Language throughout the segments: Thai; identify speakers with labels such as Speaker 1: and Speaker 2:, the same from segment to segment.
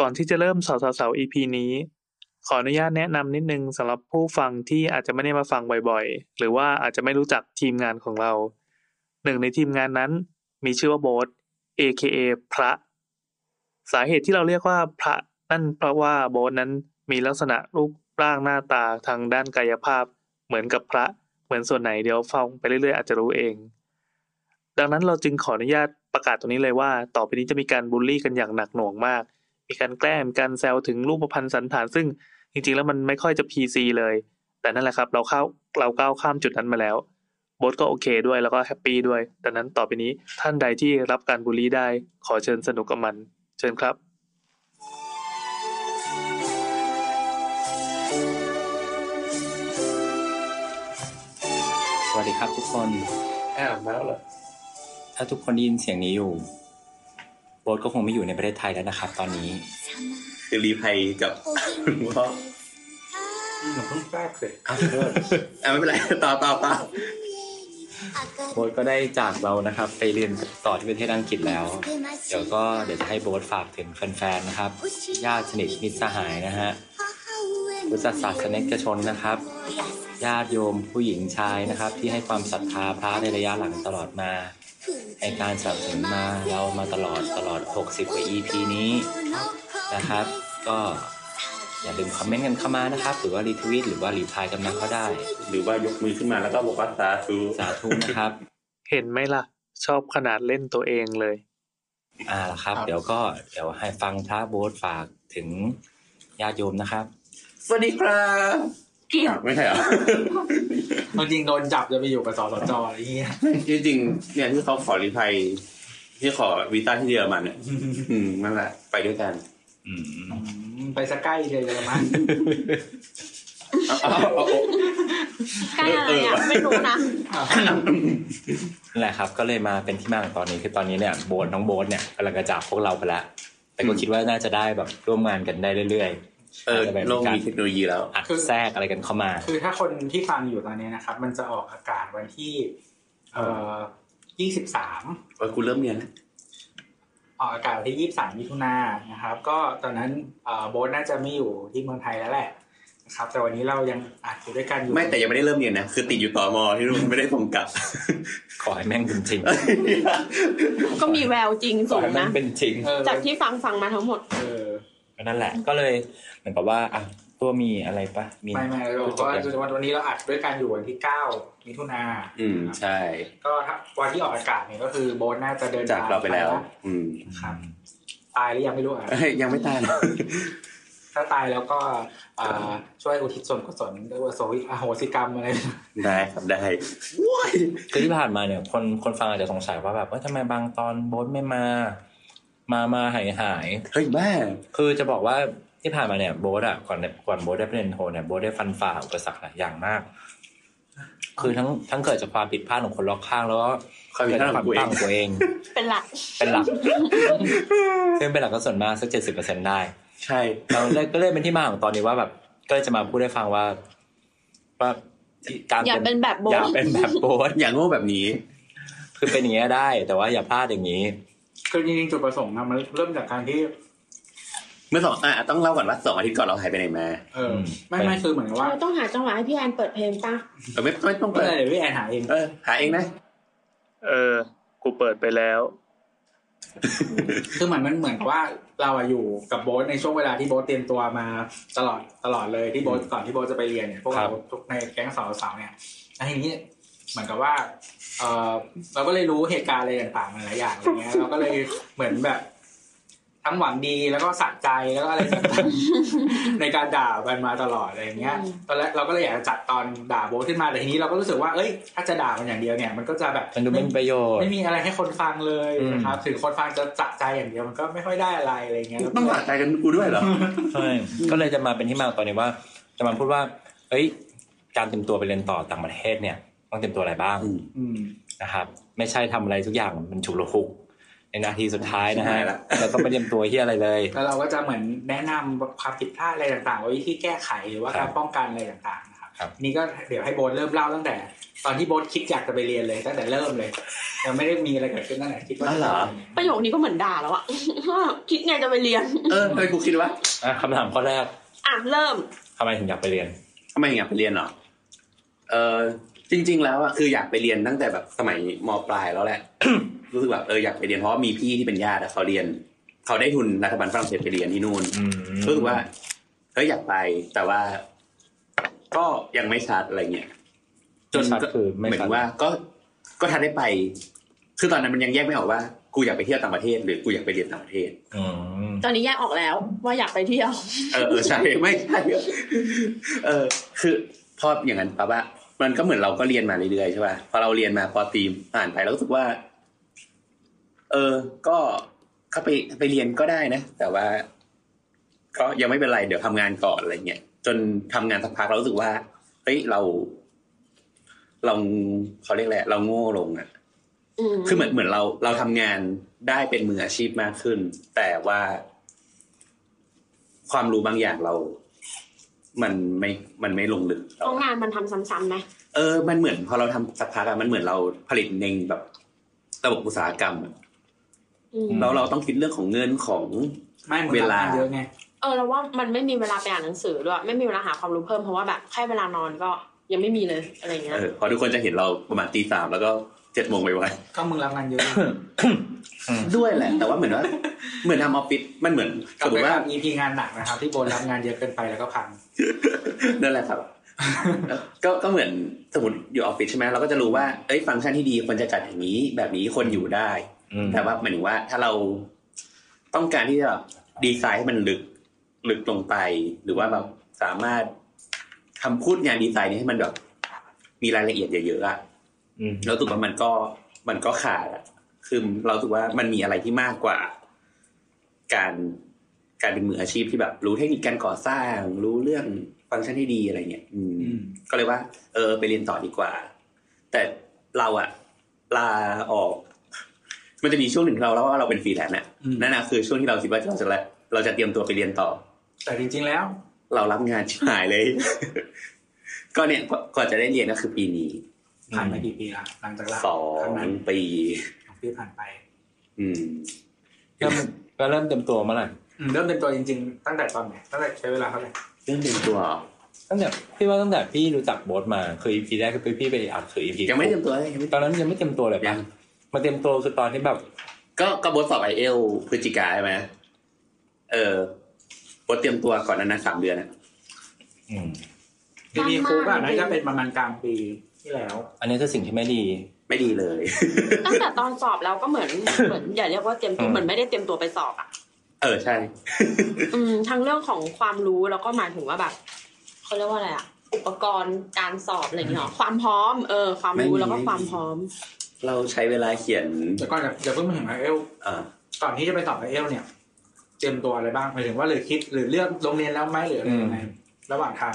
Speaker 1: ก่อนที่จะเริ่มสาวสาว EP นี้ ขออนุญาตแนะนำนิดนึงสำหรับผู้ฟังที่อาจจะไม่ได้มาฟังบ่อยๆ หรือว่าอาจจะไม่รู้จักทีมงานของเรา หนึ่งในทีมงานนั้นมีชื่อว่าโบ๊ท AKA พระ สาเหตุที่เราเรียกว่าพระนั่นเพราะว่าโบ๊ทนั้นมีลักษณะรูปร่างหน้าตาทางด้านกายภาพ เหมือนกับพระ เหมือนส่วนไหนเดี๋ยวฟังไปเรื่อยๆอาจจะรู้เอง ดังนั้นเราจึงขออนุญาตประกาศตรงนี้เลยว่า ต่อไปนี้จะมีการบูลลี่กันอย่างหนักหน่วงมาก มีการแกล้งมีการแซวถึงรูปพรรณสันฐาน ซึ่งจริงๆแล้วมันไม่ค่อยจะ PC เลย แต่นั่นแหละครับ เราเข้าเราก้าวข้ามจุดนั้นมาแล้วโบทก็โอเคด้วยแล้วก็แฮปปี้ด้วยดังนั้นต่อไปนี้ท่านใดที่รับการบูลลี่ได้ ขอเชิญสนุกกับมัน เชิญครับ
Speaker 2: สวัสดีครับทุกคน
Speaker 1: อ้าวมาแล้วเหรอ
Speaker 2: ถ้าทุกคนได้ยินเสียงนี้อยู่ โบ๊ทก็คงไม่อยู่ในประเทศไทยแล้วนะครับตอนนี้
Speaker 3: คือรีภัยกับ หลวงพ่อ
Speaker 1: อย่าเพิ่งแทรกเลย
Speaker 3: อ่ะไม่เป็นไร ต่อต่อต่อ
Speaker 2: โบ๊ทก็ได้จากเรานะครับ ไปเรียนต่อที่ประเทศอังกฤษแล้ว เดี๋ยวก็เดี๋ยวจะให้โบ๊ทฝากถึงแฟนๆนะครับ ญาติสนิทมิตรสหายนะฮะ พุทธศาสนิกชนนะครับ ญาติโยมผู้หญิงชายนะครับ ที่ให้ความศรัทธาพระในระยะหลังตลอดมา ในการสนับสนุนมาเรามาตลอดตลอด 60 กว่า EP นี้นะครับ ก็อย่าลืมคอมเมนต์กันเข้ามานะครับ หรือว่ารีทวีตหรือว่ารีพลายกันมาก็ได้
Speaker 3: หรือว่ายกมือขึ้นมาแล้วก็บอกว่าสาธุ
Speaker 2: สาธุนะครับ
Speaker 1: เห็นไหมล่ะ ชอบขนาดเล่นตัวเองเลย
Speaker 2: อ่าล่ะครับ เดี๋ยวก็เดี๋ยวให้ฟังพระโบ๊ทฝากถึงญาติโยมนะครับ
Speaker 3: สวัสดีครับอ้าวไม่ใช่เหร อ
Speaker 4: เอาจริงโดนจับจะไปอยู่กับสสจอะไรเงี้ย
Speaker 3: จริงๆเนี่ยที่เขาขอรีภัย ที่ขอวีซ่าที่เยอรมัน เนี่ยอืมนั่นแหละไปด้วยกัน
Speaker 2: อืม
Speaker 4: ไปสกใกล้เลยเยอรมัน
Speaker 3: เอาเอาเอาเอา
Speaker 5: ใกล้อะไรอ่ะ ไม่รู้นะ
Speaker 2: นั่นแหละครับ ก็เลยมาเป็นที่มาของตอนนี้คือตอนนี้เนี่ยโบ๊ทน้องโบ๊ทเนี่ยกำลังจะจากพวกเราไปแล้วแต่ก็
Speaker 3: อืม
Speaker 2: คิดว่าน่าจะได้แบบร่วมงานกันได้เรื่อยๆ
Speaker 3: เออ
Speaker 2: อาจจะแบบ
Speaker 3: โลก
Speaker 2: มีการ
Speaker 3: มีเทคโนโลยีแล้ว
Speaker 2: อัดแทรกอะไรกันเข้ามา
Speaker 4: คือถ้าคนที่ฟังอยู่ตอนนี้นะครับ มันจะออกอากาศวันที่ เอ่อยี่สิบสาม
Speaker 3: เออกูเริ่มเรียนแล้ว
Speaker 4: ออกอากาศวันที่ยี่สิบสามมิถุนายนนะครับ ก็ตอนนั้นเอ่อโบ๊ทน่าจะไม่อยู่ที่เมืองไทยแล้วแหละนะครับ แต่วันนี้เรายังอัดอยู่ด้วยกันอยู่
Speaker 3: ไม่แต่ยังไม่ได้เริ่มเรียนนะ คือติดอยู่ต่อมอที่นู่นไม่ได้ส่ง กลับ
Speaker 2: ขอให้แม่งเป็นจริง
Speaker 5: ก็มีแววจริง
Speaker 2: ข
Speaker 5: สู
Speaker 2: อง ให้แม่
Speaker 5: นะ
Speaker 2: งเป็นจริง
Speaker 4: เออ
Speaker 5: จากที่ฟังฟังมาทั้งหมด
Speaker 4: เออ
Speaker 2: ก็นั่นแหละ ก็เลยเหมือนกับว่าอ่ะตัวมีอะไรปะมี
Speaker 4: ไม่ไม่เราบอกว่าวันนี้เราอัดด้วยกันอยู่วันที่เก้ามิถุนายน
Speaker 3: อืมใช่
Speaker 4: ก็ถ้าวันที่ออกอากาศเนี่ยก็คือโบ๊ทน่าจะเดินทง
Speaker 3: จากเราไปแล้ว อืม
Speaker 4: ครับ ตายหรือยังไม่รู้อ่ะ
Speaker 3: เอ้ยยังไม่ตายนะ
Speaker 4: ถ้าตายแล้วก็เอ่อช่วยอุทิศส่วนกุศลด้วยโสวิอโหสิกรรมอะไร
Speaker 3: ได้ครับได้
Speaker 2: คือที่ผ่านมาเนี่ย คนคนฟังอาจจะสงสัยว่าแบบว่าทำไมบางตอนโบ๊ทไม่มา มามาหายหาย
Speaker 3: เฮ้ยแม่
Speaker 2: คือจะบอกว่าที่ผ่านมาเนี่ยโบ๊ทอะก่อนเนี่ยก่อนโบ๊ทได้เป็นโทเนี่ยโบ๊ทได้ฟันฝ่าอุปสรรคหลายอย่างมาก คือทั้งทั้งเกิดจากความผิดพลาดของคนรอบข้างแล้วก็
Speaker 3: ความผิด
Speaker 2: เกิด
Speaker 3: พ
Speaker 2: จา
Speaker 3: ลาด
Speaker 2: กค
Speaker 3: ขอ
Speaker 2: วางมตั้ง
Speaker 3: กูเอง
Speaker 2: ตัวเอง
Speaker 5: เป็นหลัก
Speaker 2: เป็นหลัก ซึ่งเป็นหลักก็ส่วนมากสักเจ็ดสิบเปอร์เซ็นได้
Speaker 3: ใช่
Speaker 2: เราเลยก็เลยเป็นที่มาของตอนนี้ว่าแบบ ก็เลยจะมาพูดให้ฟังว่าว่าที่การ
Speaker 5: อย่าเป็นแบบโบ๊ท
Speaker 2: อย่าเป็นแบบโบ๊ท
Speaker 3: อย่างโง่แบบนี้
Speaker 2: คือเป็นอย่างเงี้ยได้ แต่ว่าอย่าพลาดอย่างนี้
Speaker 4: คือจริงๆจุดประสงค์นะมันเริ่มจากการที่
Speaker 3: เมื่อสองอ่ะต้องเล่าก่อนว่าสองอาทิตย์ก่อนเราหายไปไหนมา
Speaker 4: เอออ
Speaker 2: ม
Speaker 4: ไม่ไม่คือเหมือนกับว่า
Speaker 5: เราต้องหาจังหวะให้พี่แอนเปิดเพลงป่ะ
Speaker 3: เออไม่ไม่ต้อง
Speaker 4: ก็
Speaker 3: เปิด
Speaker 4: เลยพี่แอนหาเอง
Speaker 3: เออ หาเองนะ
Speaker 1: เออ กูเปิดไปแล้ว
Speaker 4: คือเหมือนมันเหมือนกับว่าเราอะอยู่กับโบ๊ทในช่วงเวลาที่โบ๊ทเตรียมตัวมาตลอดตลอดเลยที่โบ๊ทก่อนที่โบ๊ทจะไปเรียนเนี่ยพวกเรา
Speaker 2: ครับ
Speaker 4: ทุกในแก๊งสาวสาวๆเนี่ยแล้วทีนี้เหมือนกับว่าเออเราก็เลยรู้เหตุการณ์อะไรต่างๆหลายๆอย่างอะไรเงี้ย เราก็เลยเหมือนแบบ ทั้งหวังดีแล้วก็สะใจแล้วก็อะไรต่างๆ ในการด่ามันมาตลอดอะไรอย่างเงี้ย
Speaker 5: อืม
Speaker 4: ตอนแรกเราก็เลยอยากจะจัดตอนด่าโบทขึ้นมาแต่ทีนี้เราก็รู้สึกว่าเอ้ยถ้าจะด่ามันอย่างเดียวเนี่ยมันก็จะแบบ
Speaker 2: มันดูไม่มีประโยชน์
Speaker 4: ไม่มีอะไรให้คนฟังเลย
Speaker 2: อืม
Speaker 4: นะครับถึงคนฟังจะสะใจอย่างเดียวมันก็ไม่ค่อยได้อะไรอะไรเงี้ยแล้วก็
Speaker 3: ต้องหลักใจกันกูด้วยเหรอ
Speaker 2: ใช่ก็เลยจะมาเป็นที่มาตอนนี้ว่า จะมาพูดว่า เอ้ย การเตรียมตัวไปเรียนต่อต่างประเทศเนี่ย ต้องเตรียมตัวอะไรบ้าง
Speaker 3: อืม
Speaker 4: อืม
Speaker 2: นะครับ ไม่ใช่ทำอะไรทุกอย่างมันฉุกละหุก ในนาทีสุดท้ายนะฮะ
Speaker 3: ใช่ละ
Speaker 2: แล้วก็ไม่เตรียมตัวที่อะไรเลย
Speaker 4: แล้วเราก็จะเหมือนแนะนำความผิดพลาดอะไรต่างๆว่าวิธีแก้ไขหรือว่า
Speaker 2: ครับ
Speaker 4: การป้องกันอะไรต่างๆนะครับ
Speaker 2: ครับ
Speaker 4: นี่ก็เดี๋ยวให้โบทเริ่มเล่าตั้งแต่ ตอนที่โบทคิดอยากจะไปเรียนเลยตั้งแต่เริ่มเลย ยังไม่ได้มีอะไรเกิดขึ้นตั้งแต่คิดว่า
Speaker 3: อ๋อเหรอ
Speaker 6: ประโยคนี้ก็เหมือนด่าแล้วอะ คิดไงจะไปเรียน
Speaker 3: เออทำไมกูคิดว่า
Speaker 2: อ่ะคำถามข้อแรก
Speaker 6: อ่ะ เริ่ม
Speaker 2: ทำไมถึงอยากไปเรียน
Speaker 3: ทำไมอย่างเงี้ยไปเรียนเหรอเออจริง ๆ แล้วอะคืออยากไปเรียนตั้งแต่แบบสมัยมปลายแล้วแหละ รู้สึกแบบเอออยากไปเรียนเพราะว่ามีพี่ที่เป็นญาติอะเขาเรียน เขาได้ทุนรัฐบาลฝรั่งเศสไปเรียนที่นู่น
Speaker 2: อืม
Speaker 3: รู้สึกว่าเฮ้ยอยากไปแต่ว่า ก็ยังไม่ชัดอะไรเงี้ยจน
Speaker 2: ชัด
Speaker 3: ก็
Speaker 2: คือ
Speaker 3: เห
Speaker 2: ไม่
Speaker 3: มือ
Speaker 2: ชัด
Speaker 3: นว่าก็ก็ทันได้ไป คือตอนนั้นมันยังแยกไม่ออกว่า กูอยากไปเที่ยวต่างประเทศ หรือกูอยากไปเรียนต่างประเทศ
Speaker 2: อืม
Speaker 6: ตอนนี้แยกออกแล้ว ว่าอยากไปเที่ยว
Speaker 3: เออเอ อใช่ไม่ใช่เออ คือพออย่างนั้นปั๊บอะมันก็เหมือนเราก็เรียนมาเรื่อยๆใช่ป่ะพอเราเรียนมาพอตีมอ่านไปแล้วรู้สึกว่า เออ ก็เข้าไปไปเรียนก็ได้นะแต่ว่า ก็ยังไม่เป็นไรเดี๋ยวทำงานก่อนอะไรเงี้ยจนทำงานสักพักเรารู้สึกว่าเฮ้ยเรา เราเขาเรียกแหละไรเราโง่ลงอะ
Speaker 6: อืม
Speaker 3: คือเหมือนเหมือนเราเราทำงานได้เป็นมืออาชีพมากขึ้น แต่ว่าความรู้บางอย่างเรา มันไม่มันไม่ลงลึก
Speaker 6: ต้องงานมันทำซ้ำๆไหม
Speaker 3: เออ มันเหมือน พอเราทำสักพักอะมันเหมือนเราผลิตเองแบบ ระบบอุตสาหกรรมอะ
Speaker 6: อืม
Speaker 3: แล้วเราต้องคิดเรื่องของเงินของ
Speaker 4: ไม่หมือน
Speaker 3: เวลา
Speaker 4: เยอะไง
Speaker 6: เออเราว่ามันไม่มีเวลาไปอ่านหนังสือด้วย ไม่มีเวลาหาความรู้เพิ่มเพราะว่าแบบแค่เวลานอนก็ยังไม่มีเลยอะไรเงี้ย
Speaker 3: เออพอทุกคนจะเห็นเราประมาณตีสามแล้วก็เจ็ดโมงไปไว
Speaker 4: ก็มึงรับงานเยอะ
Speaker 3: ๆด้วยแหละ แต่ว่าเหมือนว่า เหมือนทำออฟฟิศมันเหมือน
Speaker 4: ก
Speaker 3: ส
Speaker 4: ลับ
Speaker 3: ม
Speaker 4: ไป
Speaker 3: มติว่า
Speaker 4: ว่า EP งานหนักนะครับ ที่โบนรับงานเยอะเกินไปแล้วก็พัง
Speaker 3: นั่นแหละ ครับ ก็ก็เหมือนสมมติอยู่ออฟฟิศใช่ไหมเราก็จะรู้ว่าเอ้ยฟังก์ชันที่ดีควรจะจัดอย่างนี้ แบบนี้คนอยู่ได้
Speaker 2: อืม
Speaker 3: แต่ว่าหมายถึงว่าถ้าเราต้องการที่จะแบบดีไซน์ให้มันลึกลึกลงไป หรือว่าแบบสามารถทำพูดงานดีไซน์นี้ให้มันแบบมีรายละเอียดเยอะๆอะ
Speaker 2: อืม
Speaker 3: เราสึกว่ามันก็มันก็ขาดอะคือเราสึกว่ามันมีอะไรที่มากกว่า การการเป็นมืออาชีพที่แบบ รู้เทคนิคการก่อสร้าง รู้เรื่องฟังก์ชันที่ดีอะไรเงี้ยอืม ก็เลยว่า เออ ไปเรียนต่อดีกว่า แต่เราอะลาออก มันจะมีช่วงหนึ่งที่เราเล่าว่าเราเป็นฟรีแลนซ์น่ะ
Speaker 4: อืม
Speaker 3: นั่นนะคือช่วงที่เราคิดว่าเราจะละเราจะเตรียมตัวไปเรียนต่อ
Speaker 4: แต่จริง ๆ แล้ว
Speaker 3: เรารับงานชิบหายเลย ก็เนี่ยกว่ากว่อนจะได้เรียนก็คือปีนี้
Speaker 4: ผ่านไปกี่ปีละหลังจากลา
Speaker 3: สอง
Speaker 4: ครั้งนั้น
Speaker 3: ปี
Speaker 4: ของพี่ผ่านไป
Speaker 3: อืม
Speaker 2: เริ่มก็เริ่มเต็มตัวเมื่อไหร่
Speaker 4: อืมเริ่มเป็นตัวจริง ๆ ตั้งแต่ตอนไหนตั้งแต่ใช้เวลาเท่าไหร่
Speaker 3: เรื่องเรียนตัวเหรอ
Speaker 2: ตั้งแต่พี่ว่าตั้งแต่พี่รู้จักโบสมาคือ EP แรกคือพี่ไปอัดคือ EP
Speaker 3: ยังไม่เตรียมตัวเลยยังไม่
Speaker 2: ตอนนั้นยังไม่เต็มตัวเลย
Speaker 3: ยั
Speaker 2: ปะ
Speaker 3: ง
Speaker 2: มาเต็มตัวคือตอนที่แบบ
Speaker 3: ก็ก็บทสอบไอเอลพฤศจิกาใช่ไหมเออบทเตรียมตัวก่อนนั้นนะสามเดือนอะ
Speaker 2: อืม
Speaker 4: พี่มีครูก็น่าจะเป็นประมาณกลางปีที่แล้ว
Speaker 2: อันนี้คือสิ่งที่ไม่ดี
Speaker 3: ไม่ดีเลย
Speaker 6: ตั้งแต่ตอนสอบแล้วก็เหมือน เหมือนอย่าเรียกว่าเตรียมตัว
Speaker 2: อืม
Speaker 6: เหมือนไม่ได้เตรียมตัวไปสอบอ่ะ
Speaker 3: เออใช่
Speaker 6: อืมทั้งเรื่องของความรู้แล้วก็หมายถึงว่าแบบเขาเรียกว่าอะไรอ่ะ อุปกรณ์การสอบอะไรอย่างเงี้ยหรอความพร้อมเออ ความรู้
Speaker 3: ไม่มี
Speaker 6: แล้วก็ความพร้อม
Speaker 3: เราใช้เวลาเขียน
Speaker 4: แต่ก่อนเดี๋ยวเพิ่งมาถึงไอเอล
Speaker 3: เออ
Speaker 4: ก่อนที่จะไปสอบไอเอลเนี่ย เตรียมตัวอะไรบ้างหมายถึงว่าหรือคิดหรือเลือกโรงเรียนแล้วไหมหรืออะไรยังไงระหว่างทาง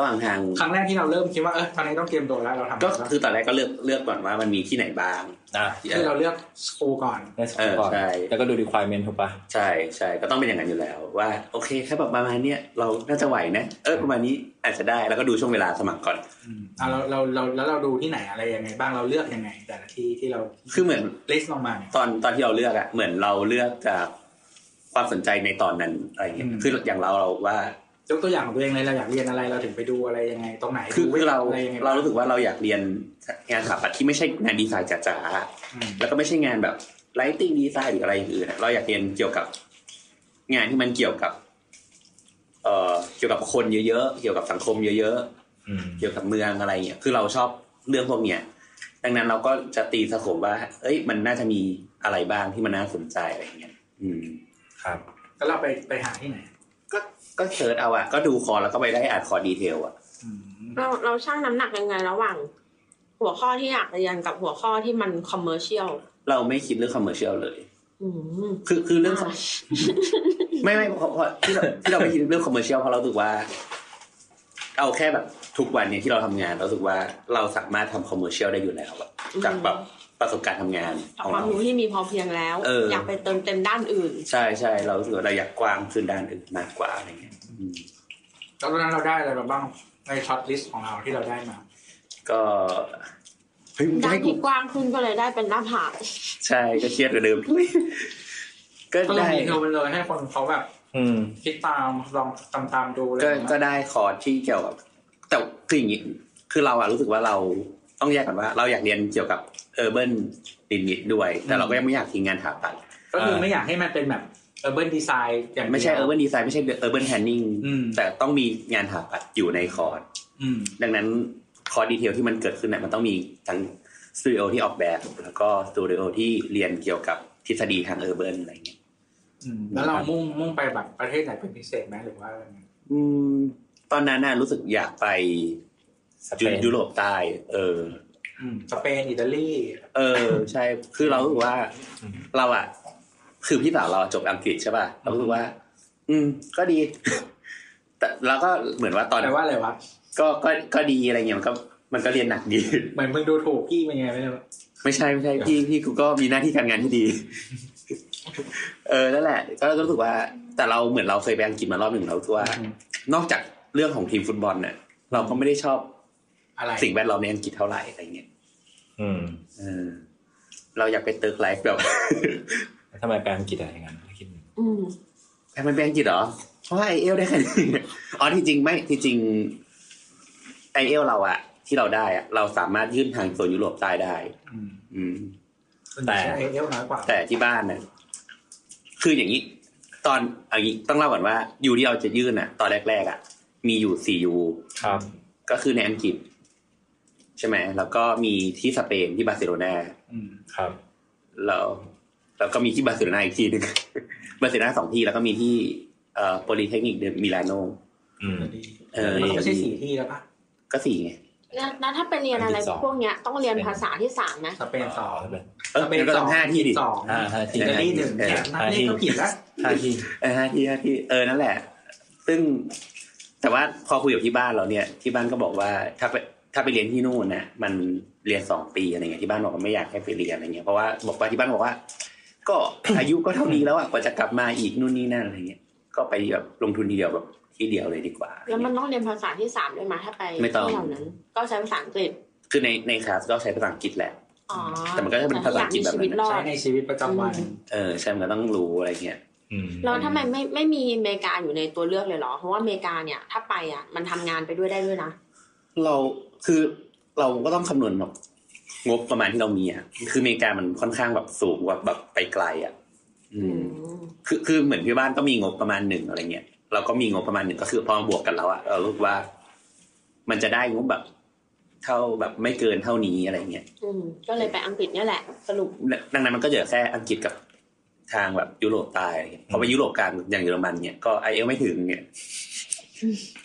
Speaker 3: ระหว่างทาง
Speaker 4: ครั้งแรกที่เราเริ่มคิดว่าเออตอนนี้ต้องเตรียมตัวแล้วเราทำ
Speaker 3: ก็
Speaker 4: อะไรบ้าง
Speaker 3: คือตอนแรกก็เลือกเลือกก่อนว่ามันมีที่ไหนบ้าง
Speaker 2: นะ
Speaker 4: คือเราเลือกสกูก่อน
Speaker 2: ได้สอ
Speaker 3: เองอ
Speaker 2: ก่อน
Speaker 3: ใช่
Speaker 2: แล้วก็ดู requirement ถูกปะ
Speaker 3: ใช่ใช่ก็ต้องเป็นอย่างนั้นอยู่แล้ว ว่า โอเคถ้าแบบประมาณเนี้ยเราน่าจะไหวนะเออประมาณนี้อาจจะได้แล้วก็ดูช่วงเวลาสมัครก่อน
Speaker 4: อืมอ่ะเราเราเราแล้วเราดูที่ไหนอะไรยังไง บ้างเราเลือกยังไง แต่ละที่ที่เรา
Speaker 3: คือเหมือน
Speaker 4: ลิสต์ออกมาเนี่ย
Speaker 3: ตอนตอนที่เราเลือกอะเหมือนเราเลือกจากความสนใจในตอนนั้นอะไรเงี้ย
Speaker 4: อืม
Speaker 3: คืออย่างเราเราว่า
Speaker 4: ยกตัวอย่างของตัวเองเลยเราอยากเรียนอะไรเราถึงไปดูอะไรยังไง ตรงไหน
Speaker 3: คือ
Speaker 4: ดู
Speaker 3: คือเรา
Speaker 4: อะไรยังไง
Speaker 3: เรารู้สึกว่าเราอยากเรียนงานสถาปัตย์ที่ไม่ใช่งานดีไซน์จ๋าๆ
Speaker 4: อืม
Speaker 3: แล้วก็ไม่ใช่งานแบบไลติ n งดีไซน์หรืออะไรอย่างอื่นอะเราอยากเรียนเกี่ยวกับ งานที่มันเกี่ยวกับ เอ่อเกี่ยวกับคนเยอะๆ เกี่ยวกับสังคมเยอะ
Speaker 2: อืม
Speaker 3: ๆ เกี่ยวกับเมืองอะไรเงี้ย คือเราชอบเรื่องพวกเนี้ย ดังนั้นเราก็จะตีสโคปว่า เอ้ย มันน่าจะมีอะไรบ้างที่มันน่าสนใจอะไรเงี้ย อืม
Speaker 2: ครับ
Speaker 4: แล้วเราไปไปหาที่ไหน
Speaker 3: ก็ก็เสิร์ชเอาอะก็ดูคอร์สแล้วก็ไปได้อ่านคอร์สดีเทลอะ
Speaker 4: อืม
Speaker 6: เราเราชั่งน้ำหนักยังไงระหว่าง หัวข้อที่อยากเรียนกับหัวข้อที่มันคอมเมอร์เชียล
Speaker 3: เราไม่คิดเรื่องคอมเมอร์เชียลเลย
Speaker 6: อืม
Speaker 3: คือคือเรื่อง ไม่ไม่เพราะเพราะที่เราที่เราไม่คิดเรื่องคอมเมอร์เชียลเพราะเรารู้สึกว่า เอาแค่แบบทุกวันเนี่ยที่เราทำงานเรารู้สึกว่าเราสามารถทำคอมเมอร์เชียลได้อยู่แล้วอะจากแบบประสบการณ์ทำงาน
Speaker 6: เอา
Speaker 3: ของ
Speaker 6: ความ
Speaker 3: เรา
Speaker 6: รู้ที่มีพอเพียงแล้ว
Speaker 3: เอออ
Speaker 6: ยากไปเติมเต็มด้านอื่น
Speaker 3: ใช่ใช่เรารู้สึกว่าเราอยากกว้างขึ้นด้านอื่นมากกว่าอะไรเงี้ยอืม
Speaker 4: แล้วตอนนั้นเราได้อะไรมาบ้างในช็อตลิสต์ของเราที่เราได้มา
Speaker 3: ก็ เฮ้ยมึง
Speaker 6: ด้าน
Speaker 3: ให้กู
Speaker 6: ที่กว้างขึ้นก็เลยได้เป็นหน้าผาก
Speaker 3: ใช่ก็เครียดก ว่าเดิมก็
Speaker 4: ก็ลอง
Speaker 3: ได้
Speaker 4: ดีเทลไปเลยให้คนเขาแบบ
Speaker 2: อืม
Speaker 4: คิดตามลองตามตามๆดูอะไรอ
Speaker 3: ก็
Speaker 4: ย่างเลย
Speaker 3: ก็ได้คอร์สที่เกี่ยวกับ แต่คืออย่างนี้คือเราอะรู้สึกว่าเราต้องแยกกันว่า เราอยากเรียนเกี่ยวกับเออร์เบิร์นดินิดด้วย แต่เราก็ยังไม่อยากทิ้งงานถาปัด
Speaker 4: ก็คือไม่อยากให้มันเป็นแบบ urban design อย่างดียว
Speaker 3: ไม่ใช่เออร์เบิร์นดีไซน์ไม่ใช่เออร์เบิร์นแฮนนิง
Speaker 4: อืม
Speaker 3: แต่ต้องมีงานถาปัดอยู่ในคอร์ส
Speaker 4: อืม
Speaker 3: ดังนั้นคอร์สดีเทลที่มันเกิดขึ้นเนี่ยมันต้องมีทั้งสตูดิโอที่ออกแบบ แล้วก็สตูดิโอที่เรียนเกี่ยวกับทฤษฎีทางเออร์เบิร์นอะไรอย่างเงี้ย
Speaker 4: อืมแล้วเรา
Speaker 3: นะครับ
Speaker 4: มุ่งมุ่งไปแบบประเทศไหนเป็นพิเศษไหมหรือว่าอะไรนะ
Speaker 3: อืม ตอนนั้นน่ะรู้สึกอยากไป
Speaker 2: สเปน
Speaker 3: ยุโรปใต้เออ
Speaker 4: อืมสเปนอิตาลี
Speaker 3: เออ ใช่ คือเรารู้สึกว่า
Speaker 2: อืม
Speaker 3: เราอ่ะ คือพี่สาวเราจบอังกฤษใช่ป่ะเรารู้สึกว่า อืม ก็ดี แต่แล้วก็เหมือนว่าตอน
Speaker 4: แปลว่าอะไรวะ
Speaker 3: ก็ก็ก็ดีอะไรเงี้ยมันก็มันก็เรียนหนักดี
Speaker 4: เหมือนมึงดูถูกพี่เป็นไงไม่รู้
Speaker 3: ไม่ใช่ไม่ใช่พี่พี่กูก็มีหน้าที่การงานที่ดี เออนั่นแหละ ก็รู้สึกว่า แต่เราเหมือนเราเคยไปอังกฤษมารอบหนึ่งเรารู้สึกว่า นอกจากเรื่องของทีมฟุตบอลเนี่ยเราก็ไม่ได้ชอบ
Speaker 4: อะไร
Speaker 3: สิ่งแวดล้อมในอังกฤษเท่าไหร่อะไรเงี้ย
Speaker 2: อืม
Speaker 3: เออ เราอยากไปเติร์กไลฟ์แบบ
Speaker 2: แล้วทำไมแปลอังกฤษอะไรอย่างนั้นไม่คิดหนึ่ง
Speaker 6: อืม
Speaker 3: แพ้มันเป็นอังกฤษเหรอเพราะว่าไอเอลได้แค่นี้อ๋อที่จริงไม่ที่จริงไอเอลเราอะที่เราได้อะเราสามารถยื่นทางโซนยุโรปใต้ได้
Speaker 4: อืม
Speaker 3: อืม
Speaker 4: แต่เอเอลน้อยกว่า
Speaker 3: แต่ที่บ้านเนี่ยคืออย่างนี้ ตอนอย่างนี้ต้องเล่าก่อนว่ายูที่เราจะยื่นอะตอนแรกๆอะมีอยู่สี่ยู
Speaker 2: ครับ
Speaker 3: ก็คือในอังกฤษ ใช่ไหมแล้วก็มีที่สเปนที่บาร์เซโลนา
Speaker 4: อืม
Speaker 2: ครับ
Speaker 3: แล้วแล้วก็มีที่บาร์เซโลนาอีกที่หนึง บาร์เซโลนาสองที่แล้วก็มีที่เอ่อโพลิเทคนิคเดมิลานโน
Speaker 2: อืม
Speaker 3: เออ
Speaker 4: มันไม่ใช่สี่ที่แล้วปะ
Speaker 3: ก็สี่ไง
Speaker 6: แล้วแล้วถ้าเป็นเรียนอะไร
Speaker 2: อันที่สอง
Speaker 6: พวกเนี้ยต้องเรียนภาษาที่สามนะ
Speaker 4: สเปนสอง
Speaker 2: สเปน
Speaker 3: เออมันก็ต้องห้าที่ดิ
Speaker 4: สอง
Speaker 2: อ่าห้าที่
Speaker 4: อิตาลีหนึ่ง
Speaker 3: เออ
Speaker 4: แข่งนัดนี้ก็ผิดละ
Speaker 2: ห้าที่
Speaker 3: เออห้าที่ห้าที่เออนั่นแหละ ซึ่งแต่ว่าพอคุยกับที่บ้านเราเนี่ย ที่บ้านก็บอกว่าถ้าไปถ้าไปเรียนที่นู่นนะมันเรียนสองปีอะไรเงี้ยที่บ้านบอกว่าไม่อยากให้ไปเรียนอะไรเงี้ยเพราะว่าบอกว่าที่บ้านบอกว่า ก็ อายุก็เท่านี้แล้วอ่ะกว่าจะกลับมาอีกนู่นนี่นั่นอะไรเงี้ยก็ไปแบบลงทุนทีเดียวแบบที่เดียวเลยดีกว่า
Speaker 6: แล้วมันต้องเรียนภาษาที่สามด้วยมาถ้าไป
Speaker 3: ไม่ต้อง
Speaker 6: ที่เหล่านั้น ก็ใช้ภาษาอังกฤษ
Speaker 3: คือในในคลาสก็ใช้ภาษาอังกฤษแหละ
Speaker 6: อ๋อ
Speaker 3: แต่มันก็จะเป็นภาษาอังกฤษแบบนั้น
Speaker 6: ต่ถ้ยมีชีวิตรอ
Speaker 4: ใช้
Speaker 6: ด
Speaker 4: ในชีวิตประจำวัน
Speaker 6: อืม
Speaker 3: เออใช่มันก็ต้องรู้อะไรเงี้ย
Speaker 2: อืม
Speaker 6: แล้วทำไมไม่ไม่มีอเมริกาอยู่ในตัวเลือกเลยเหรอ เพราะว่าอเมริกาเนี่ยถ้าไปอ่ะมันทำงานไปด้วยได้ด้วยนะ
Speaker 3: เราคือเราก็ต้องคำนวณแบบงบประมาณที่เรามีอ่ะคืออเมริกามันค่อนข้างแบบสูงกว่าแบบไปไกลอ่ะอืม คือคือเหมือนพี่บ้านก็มีงบประมาณหนึ่งอะไรเงี้ยเราก็มีงบประมาณหนึ่งก็คือพอมาบวกกันแล้วอะเรารู้สึกว่า มันจะได้งบแบบ เท่าแบบไม่เกินเท่านี้อะไรเงี้ย
Speaker 6: อืมก็เลยไปอังกฤษเนี่ยแหละสรุป
Speaker 3: ดังนั้นมันก็เหลือแค่อังกฤษกับทางแบบยุโรปใต้อะไรเงี้ยเพราะว่ายุโรปกลางอย่างเยอรมันเนี่ยก็ไอเอลไม่ถึงเนี่ย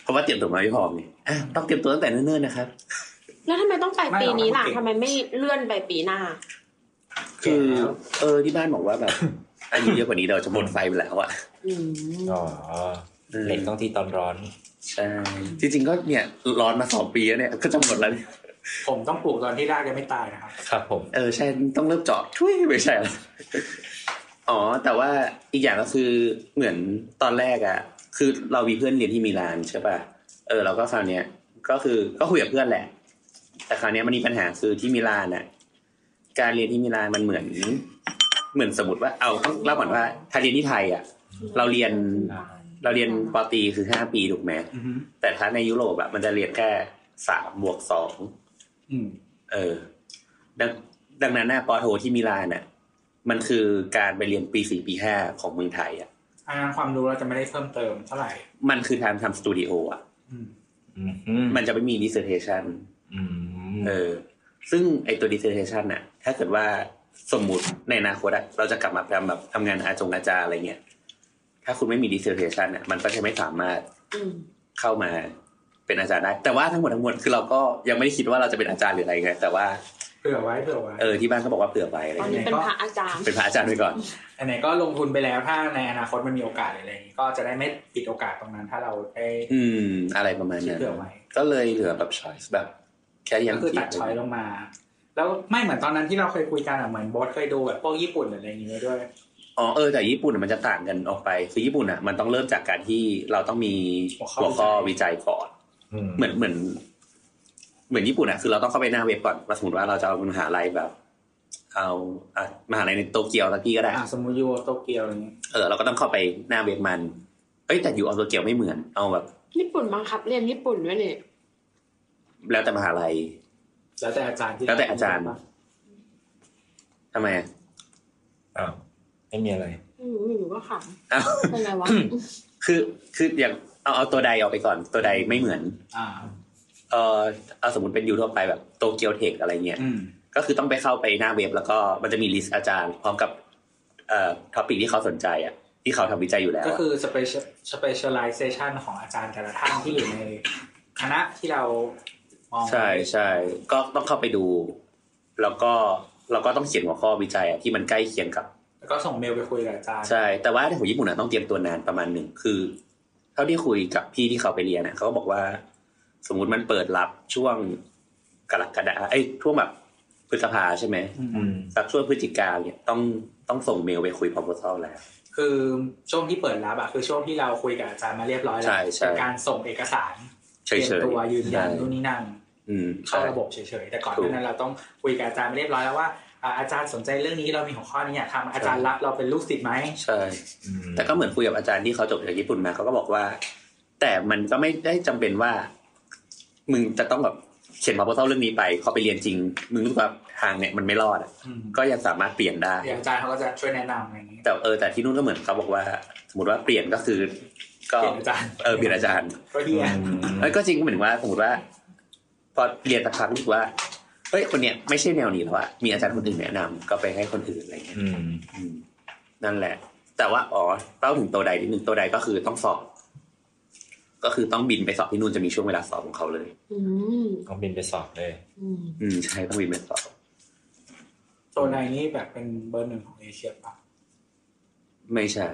Speaker 3: เพราะว่าเตรียมตัวมาไม่พร้อมเนี่ยอ่ะต้องเตรียมตัวตั้งแต่เนิ่นๆนะครับ
Speaker 6: แล้วทำไมต้องไปปีนี้ล่ะทำไมไม่เลื่อนไปปีหน้า
Speaker 3: คือ เออที่บ้านบอกว่า แบบ อายุเยอะกว่านี้เราจะหมดไฟไปแล้วอะ
Speaker 6: อืม
Speaker 2: อ๋อเหล็กต้องที่ตอนร้อน
Speaker 3: ใช่จริงๆก็เนี่ยร้อนมาสองปีแล้วเนี่ยก็จะหมดแล้วเนี่ย
Speaker 4: ผมต้องปลูกตอนที่รากยังไม่ตายนะครับ
Speaker 2: ครับผม
Speaker 3: เออใช่ต้องเริ่มเจาะ ทุยไม่ใช่ละอ๋อ แต่ว่าอีกอย่างก็คือเหมือนตอนแรกอะคือเรามีเพื่อนเรียนที่มิลานใช่ป่ะเออเราก็คราวเนี้ยก็คือก็คุยกับเพื่อนแหละ แต่คราวเนี้ยมันมีปัญหาคือที่มิลานอะการเรียนที่มิลานมันเหมือน เหมือนสมมติว่าเอาต้องเล่าก่อนว่าถ้าเรียนที่ไทยอะ เราเรียน เราเรียนปอตรีคือห้าปีถูกไหม
Speaker 4: อือฮึ
Speaker 3: แต่ถ้าในยุโรปอะมันจะเรียนแค่สามบวกสอง
Speaker 4: อืม
Speaker 3: เออ ดังดังนั้นน่ะปอโทที่มิลานน่ะ มันคือการไปเรียนปีสี่ปีห้าของเมืองไทยอะ
Speaker 4: อันนั้นความรู้เราจะไม่ได้เพิ่มเติมเท่าไหร่
Speaker 3: มันคือการทำสตูดิโออะ
Speaker 4: อืม
Speaker 2: อืมอืม
Speaker 3: มันจะไม่มีดิสเทชัน
Speaker 2: อืม
Speaker 3: เออ ซึ่งไอตัวดิสเทชันน่ะ ถ้าเกิดว่าสมมติในอนาคตอะเราจะกลับมาทำแบบทำงานอาจงอาจารย์อะไรเงี้ย ถ้าคุณไม่มีดิสเทชันน่ะมันก็จะไม่สามารถ
Speaker 6: อืม
Speaker 3: เข้ามาเป็นอาจารย์ได้ แต่ว่าทั้งหมดทั้งมวลคือเราก็ยังไม่ได้คิดว่าเราจะเป็นอาจารย์หรืออะไรไงแต่ว่า
Speaker 4: เผื่อไว้เผื่อไว้
Speaker 3: เออที่บ้านเขาบอกว่าเผื่อไปอะไร
Speaker 6: ตอน
Speaker 3: เงี้ย
Speaker 6: นี้เป็นพระอาจารย์
Speaker 3: เป็นพระอาจารย์ไปก่อน
Speaker 4: ไหนๆก็ลงทุนไปแล้วถ้าในอนาคตมันมีโอกาสอะไรอย่างนี้ก็จะได้ไม่ปิดโอกาสตรงนั้นถ้าเราได้
Speaker 3: อืม อะไรประมาณนั้น
Speaker 4: คิดเผื่อไว้
Speaker 3: ก็เลยเหลือแบบช้อยแบบ แค่ยัง
Speaker 4: ก็คือตัดช้อยลงมา แล้วไม่เหมือนตอนนั้นที่เราเคยคุยกันอะเหมือนโบอสเคยดูแบบพวกญี่ปุ่นหรืออะไรอย่างเงี้ยด้วย
Speaker 3: อ๋อเออแต่ญี่ปุ่นมันจะต่างกันออกไป คือญี่ปุ่นอ่ะ มันต้องเริ่มจากการที่เราต้องมี
Speaker 4: หัวข้อ
Speaker 3: หัวข้อวิจัยก่อน
Speaker 2: อืม
Speaker 3: เหมือนเหมือน เหมือนญี่ปุ่นอะคือเราต้องเข้าไปหน้าเว็บก่อนว่าสมมติว่าเราจะเอามหาลัยแบบ เอาอ่ะมหาลัยในโตเกียวสักที่ก็ได้
Speaker 4: อ่าสมุยโยโตเกียวอะไรเงี้ย
Speaker 3: เออเราก็ต้องเข้าไปหน้าเว็บมันเอ้ยแต่อยู่เอาโตเกียวไม่เหมือน เอาแบบ
Speaker 6: ญี่ปุ่นบังคับเรียนญี่ปุ่นด้วยเนี่ย
Speaker 3: แล้วแต่มหาลัย
Speaker 4: แล้วแต่อาจารย์ที่
Speaker 3: แล้วแต่อาจารย์ ทำไมอะ
Speaker 2: อ้าวไม่มีอะไร
Speaker 6: อืมหนูก็ข
Speaker 3: อ้าว
Speaker 6: ำเป็นไรวะ
Speaker 3: คือคืออย่างเอาเอาตัวใดออกไปก่อนตัวใดไม่เหมือน
Speaker 4: อ่า
Speaker 3: เออเอาสมมติเป็นยูทั่วไปแบบโตเกียวเทคอะไรเงี้ย
Speaker 4: อืม
Speaker 3: ก็คือต้องไปเข้าไปหน้าเว็บแล้วก็มันจะมีลิสต์อาจารย์ พร้อมกับเอ่อท็อปิกที่เขาสนใจอ่ะที่เขาทำวิจัยอยู่แล้ว
Speaker 4: ก็
Speaker 3: อะ
Speaker 4: คือ special specialization ของอาจารย์แต่ละท่านที่อยู่ในคณะที่เรามอง
Speaker 3: ใช่ใช่ก็ต้องเข้าไปดู แล้วก็เราก็ต้องเขียนหัวข้อวิจัยอะที่มันใกล้เคียงกับ
Speaker 4: แล้วก็ส่งเมลไปคุยกับอาจารย์
Speaker 3: ใช่ แต่ว่าของญี่ปุ่นนะต้องเตรียมตัวนานประมาณหนึ่งคือ เท่าที่คุยกับพี่ที่เขาไปเรียนนะเขาก็บอกว่า สมมุติมันเปิดรับช่วงกรกฎาไอ้ยช่วงแบบพฤษภาใช่ไหม
Speaker 4: อืม
Speaker 2: อืม
Speaker 3: สักช่วงพฤศจิกาเนี่ยต้องต้องส่งเมลไปคุย proposal แล้ว
Speaker 4: คือช่วงที่เปิดรับอะคือช่วงที่เราคุยกับอาจารย์มาเรียบร้อยแล้ว
Speaker 3: ใช่ใช่
Speaker 4: เป็นการส่งเอกสาร
Speaker 3: เฉ
Speaker 4: เตรีย
Speaker 3: ย
Speaker 4: ม
Speaker 3: ๆ
Speaker 4: ตัวยืนยันนู่น
Speaker 3: ใช่
Speaker 4: นี่นั่น
Speaker 3: อืม
Speaker 4: เข้า
Speaker 3: ใช่
Speaker 4: ระบบเฉยๆ แต่ก่อน
Speaker 3: ถูก
Speaker 4: นั้นเราต้องคุยกับอาจารย์ไปเรียบร้อยแล้วว่าอ่าอาจารย์สนใจเรื่องนี้เรามีหัวข้อนี้อยากทำอาจารย์
Speaker 3: ใช่
Speaker 4: รับเราเป็นลูกศิษย์ไหม
Speaker 3: ใช่
Speaker 2: อืม
Speaker 3: แต่ก็เหมือนคุยกับอาจารย์ที่เขาจบจากญี่ปุ่นมาเขาก็บอกว่า แต่มันก็ไม่ได้จำเป็นว่า มึงจะต้องแบบเขียน proposal เรื่องนี้ไปเขาไปเรียนจริง มึงรู้สึกว่าทางเนี่ยมันไม่รอดอะ
Speaker 4: อืม
Speaker 3: ก็ยังสามารถเปลี่ยนได้
Speaker 4: เดี๋ยวอาจารย์เขาก็จะช่วยแนะนำอะไรอย่างนี้
Speaker 3: แต่เออแต่ที่นู่นก็เหมือนเขาบอกว่า สมมติว่าเปลี่ยนก็คือ ก็
Speaker 4: เปลี่ยนอาจารย์
Speaker 3: เออเปลี่ยนอาจารย์
Speaker 4: ก็เฮีย
Speaker 3: เอ้ยก็จริงเหมือนว่า สมมติว่า พอเรียนสักพักรู้สึกว่าเฮ้ยคนเนี้ยไม่ใช่แนวนี้แล้วอะมีอาจารย์คนอื่นแนะนำก็ไปให้คนอื่นอะไรเงี้ย
Speaker 2: อืม
Speaker 3: อืมนั่นแหละ แต่ว่าอ๋อเล่าถึงตัวใดนิดนึงตัวใดก็คือต้องสอบ ก็คือต้องบินไปสอบที่นู่นจะมีช่วงเวลาสอบของเขาเลย
Speaker 6: อืม
Speaker 2: ต้องบินไปสอบเลย
Speaker 6: อืม
Speaker 3: อืมใช่ต้องบินไปสอบ
Speaker 4: โซนในนี้แบบเป็นเบอร์หนึ่งของเอเชียปะ
Speaker 3: ไม่ใช่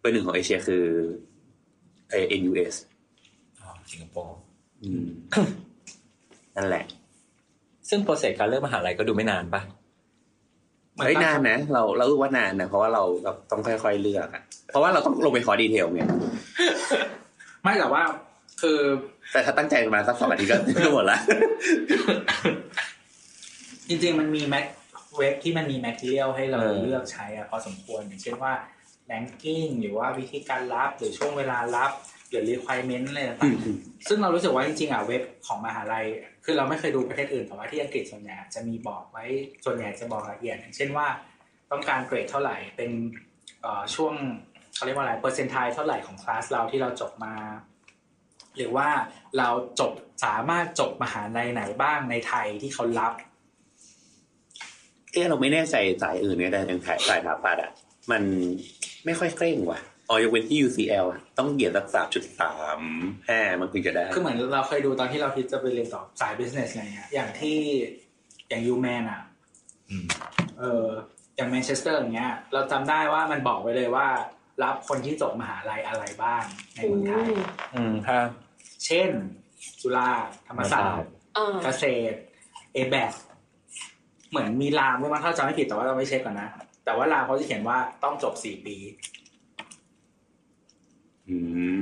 Speaker 3: เบอร์หนึ่งของเอเชียคือเอ็นยูเอส
Speaker 2: อ๋อสิงคโปร์
Speaker 3: อืม นั่นแหละ
Speaker 2: ซึ่งโปรเซสการเลือกมหาลัยก็ดูไม่นานปะ
Speaker 4: เหมือน
Speaker 3: เฮ้ย
Speaker 4: ต
Speaker 3: นานนะเราเรารู้ว่านานนะเพราะว่าเราเราต้องค่อยๆเลือกอะเพราะว่าเราต้องลงไปขอดีเทลไง
Speaker 4: ไม่แต่ว่าคือ
Speaker 3: แต่ถ้าตั้งใจประมาณสักสองอาทิตย์ก็ ก็หมดละ
Speaker 4: จริงๆมันมีแมทเว็บที่มันมีแมทเทียลให้เราเลือกใช้อะพอสมควรอย่างเช่นว่าแ a งกิ้งหรือว่าวิธีการรับหรือช่วงเวลารับหรือ requirement อะไรต่างๆ ซึ่งเรารู้สึกว่าจริงๆอ่ะเว็บของมหาลัย คือเราไม่เคยดูประเทศอื่นแต่ว่าที่อังกฤษส่วนใหญ่อาจจะมีบอกไว้ส่วนใหญ่จะบอกละเอียดอย่างเช่นว่า ต้องการเกรดเท่าไหร่เป็นเอ่อช่วงเขาเรียกว่าอะไรเปอร์เซนต์ไทเท่าไหร่ของคลาสเราที่เราจบมา หรือว่าเราจบสามารถจบมหาลัยไหนบ้างในไทยที่เขารับ
Speaker 3: เอะเราไม่แน่ใจสายอื่นเนี่ยแต่ยังสายสายสถาปัตย์อะมันไม่ค่อยเคร่งว่ะอ๋อยกเว้นที่ UCL อะต้องเหยียดสักสามจุดสามห้ามันถึงจะได้
Speaker 4: คือเหมือนเราเคยดูตอนที่เราคิดจะไปเรียนต่อสาย business อะไรเงี้ยอย่างที่อย่างยูแมนอ่ะ
Speaker 2: อืม
Speaker 4: เอออย่างแมนเชสเตอร์อย่างเงี้ย เราจำได้ว่ามันบอกไว้เลยว่า รับคนที่จบมหาลัยอะไรบ้างใน
Speaker 6: อื
Speaker 4: เมืองไทย
Speaker 6: ม
Speaker 2: อืมถ้า
Speaker 4: เช่น จุฬาธรรมศาสตร์
Speaker 6: เออ
Speaker 4: เกษตรเอแบเหมือนมีรามด้วยมั้งถ้าจำไม่ผิดแต่ว่าเราไม่เช็คก่อนนะ แต่ว่ารามเขาจะเขียนว่าต้องจบสี่ปี
Speaker 3: อื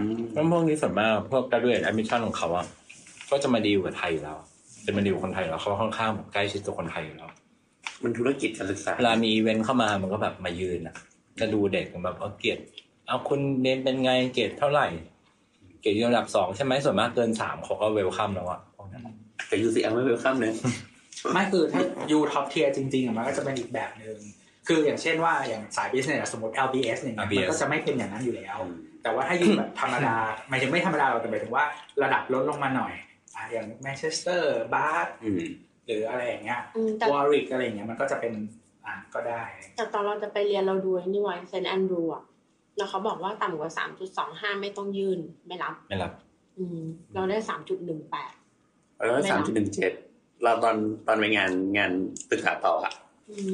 Speaker 3: ม
Speaker 2: เพราะพวกนี้ส่วนมากพวกกระเรียนแอดมิชชั่นของเขาอะก็จะมาดีลกับไทยอยู่แล้ว จะมาดีลกับคนไทยอยู่แล้วเขาค่อนข้างแบบใกล้ชิดตัวคนไทยอยู่แล้ว
Speaker 3: มันธุรกิจการศึกษา
Speaker 2: เวลามีอีเวนต์เข้ามามันก็แบบมายืนอะจะดูเด็กแบบเอาเกียรติเอาคุณเรียนเป็นไงเกียรติเท่าไหร่ เกียรติระดับสองใช่ไหมส่วนมากเกินสามเขาก็เวลคัมแล้วอะพวกนั้น
Speaker 3: แต่ UCL ไม่เวลคัมเลย
Speaker 4: ไม่คือถ้ายูท็อปเทียจริงๆอะมันก็จะเป็นอีกแบบหนึ่งคืออย่างเช่นว่าอย่างสาย business อะสมมติ LBS อย่างเงี้ยมันก็จะไม่เป็นอย่างนั้นอยู่แล้ว แต่ว่าถ้าอยู่แบบธรรมดาหมายถึงไม่ธรรมดาเราแต่หมายถึงว่าระดับลดลงมาหน่อยอ่ะอย่างแมนเชสเตอร์บาส
Speaker 3: อืม
Speaker 4: หรืออะไรอย่างเงี้ย
Speaker 6: อืมแต่
Speaker 4: วอริกอะไรอย่างเงี้ยมันก็จะเป็นอ่ะก็ได้
Speaker 6: แต่ตอนเราจะไปเรียนเราดูไอ้นี่ไว้เซนแอนดรูอะแล้วเขาบอกว่าต่ำกว่าสามจุดสองห้าไม่ต้องยื่นไม่รับ
Speaker 2: ไม่รับ
Speaker 6: อืม เราได้สามจุดหนึ่งแปด
Speaker 3: แล้วสามจุดหนึ่งเจ็ดเราตอนตอนไปงานงานศึกษาต่ออะ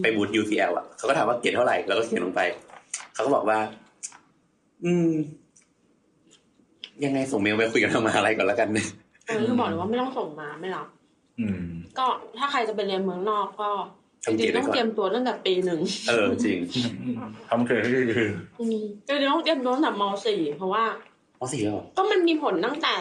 Speaker 3: ไปบูธ UCL อ่ะเขาก็ถามว่าเขียนเท่าไหร่เราก็เขียนลงไป เขาก็บอกว่า อืม ยังไงส่งเมลไปคุยกับทางมหาลัยก่อนแล้วกัน
Speaker 6: เออคือบอกเลยว่าไม่ต้องส่งมาไม่รับ
Speaker 2: อืม
Speaker 6: ก็ถ้าใครจะไปเรียนเมืองนอกก็จ
Speaker 3: ทำเกี
Speaker 6: ริ
Speaker 3: ยรง ติ
Speaker 6: ๆ
Speaker 3: ไว้
Speaker 6: ต้อ
Speaker 3: ก่อน
Speaker 6: งเตรียมตัวตั้งแต่ปีหนึ่ง
Speaker 3: เออ จริง
Speaker 2: ทำเคยที่คือ
Speaker 6: อืมจริงๆต้องเตรียมตัวตั้งแต่มสี่เพราะว่า
Speaker 3: อ๋อสี่แล้วเหรอ
Speaker 6: ก็มันมีผลตั้งแต่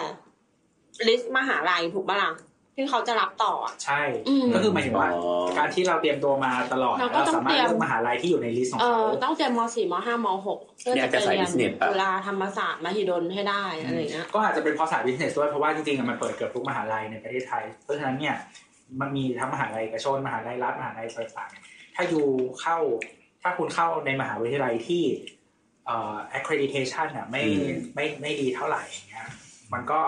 Speaker 6: ลิสต์มหาลัยถูกปะล่ะ ที่เขาจะรับต่ออะ
Speaker 4: ใช่
Speaker 6: อืม
Speaker 4: ก็คือหมายถึงว่า
Speaker 7: อ๋อ
Speaker 4: การที่เราเตรียมตัวมาตลอด
Speaker 6: เราก็ต้อง
Speaker 4: สามารถ
Speaker 6: เตรียม
Speaker 4: เลือกมหาลัยที่อยู่ในลิสต์ของ
Speaker 6: เออ
Speaker 4: เขา
Speaker 6: ต้องเตรียมมสี่มห้ามหกเพื่อ
Speaker 7: เนี่ย
Speaker 6: จะไป
Speaker 7: จะใส่
Speaker 6: เรียน
Speaker 7: business ปะ
Speaker 6: จุฬาธรรมศาสตร์มหิดลให้ได้อะไรอย่างเงี้ย
Speaker 4: ก็อาจจะเป็นเพราะสายบิสเนสด้วยเพราะว่าจริงๆอะมันเปิดเกือบทุกมหาลัยในประเทศไทย เพราะฉะนั้นเนี่ยมันมีทั้งมหาลัยเอกชนมหาลัยรัฐมหาลัยต่างๆถ้าอยู่เข้าถ้าคุณเข้าในมหาวิทยาลัยที่เอ่อ accreditation อ่ะไม่
Speaker 7: อืม
Speaker 4: ไม่ไม่ดีเท่าไหร่อย่างเงี้ยมันก็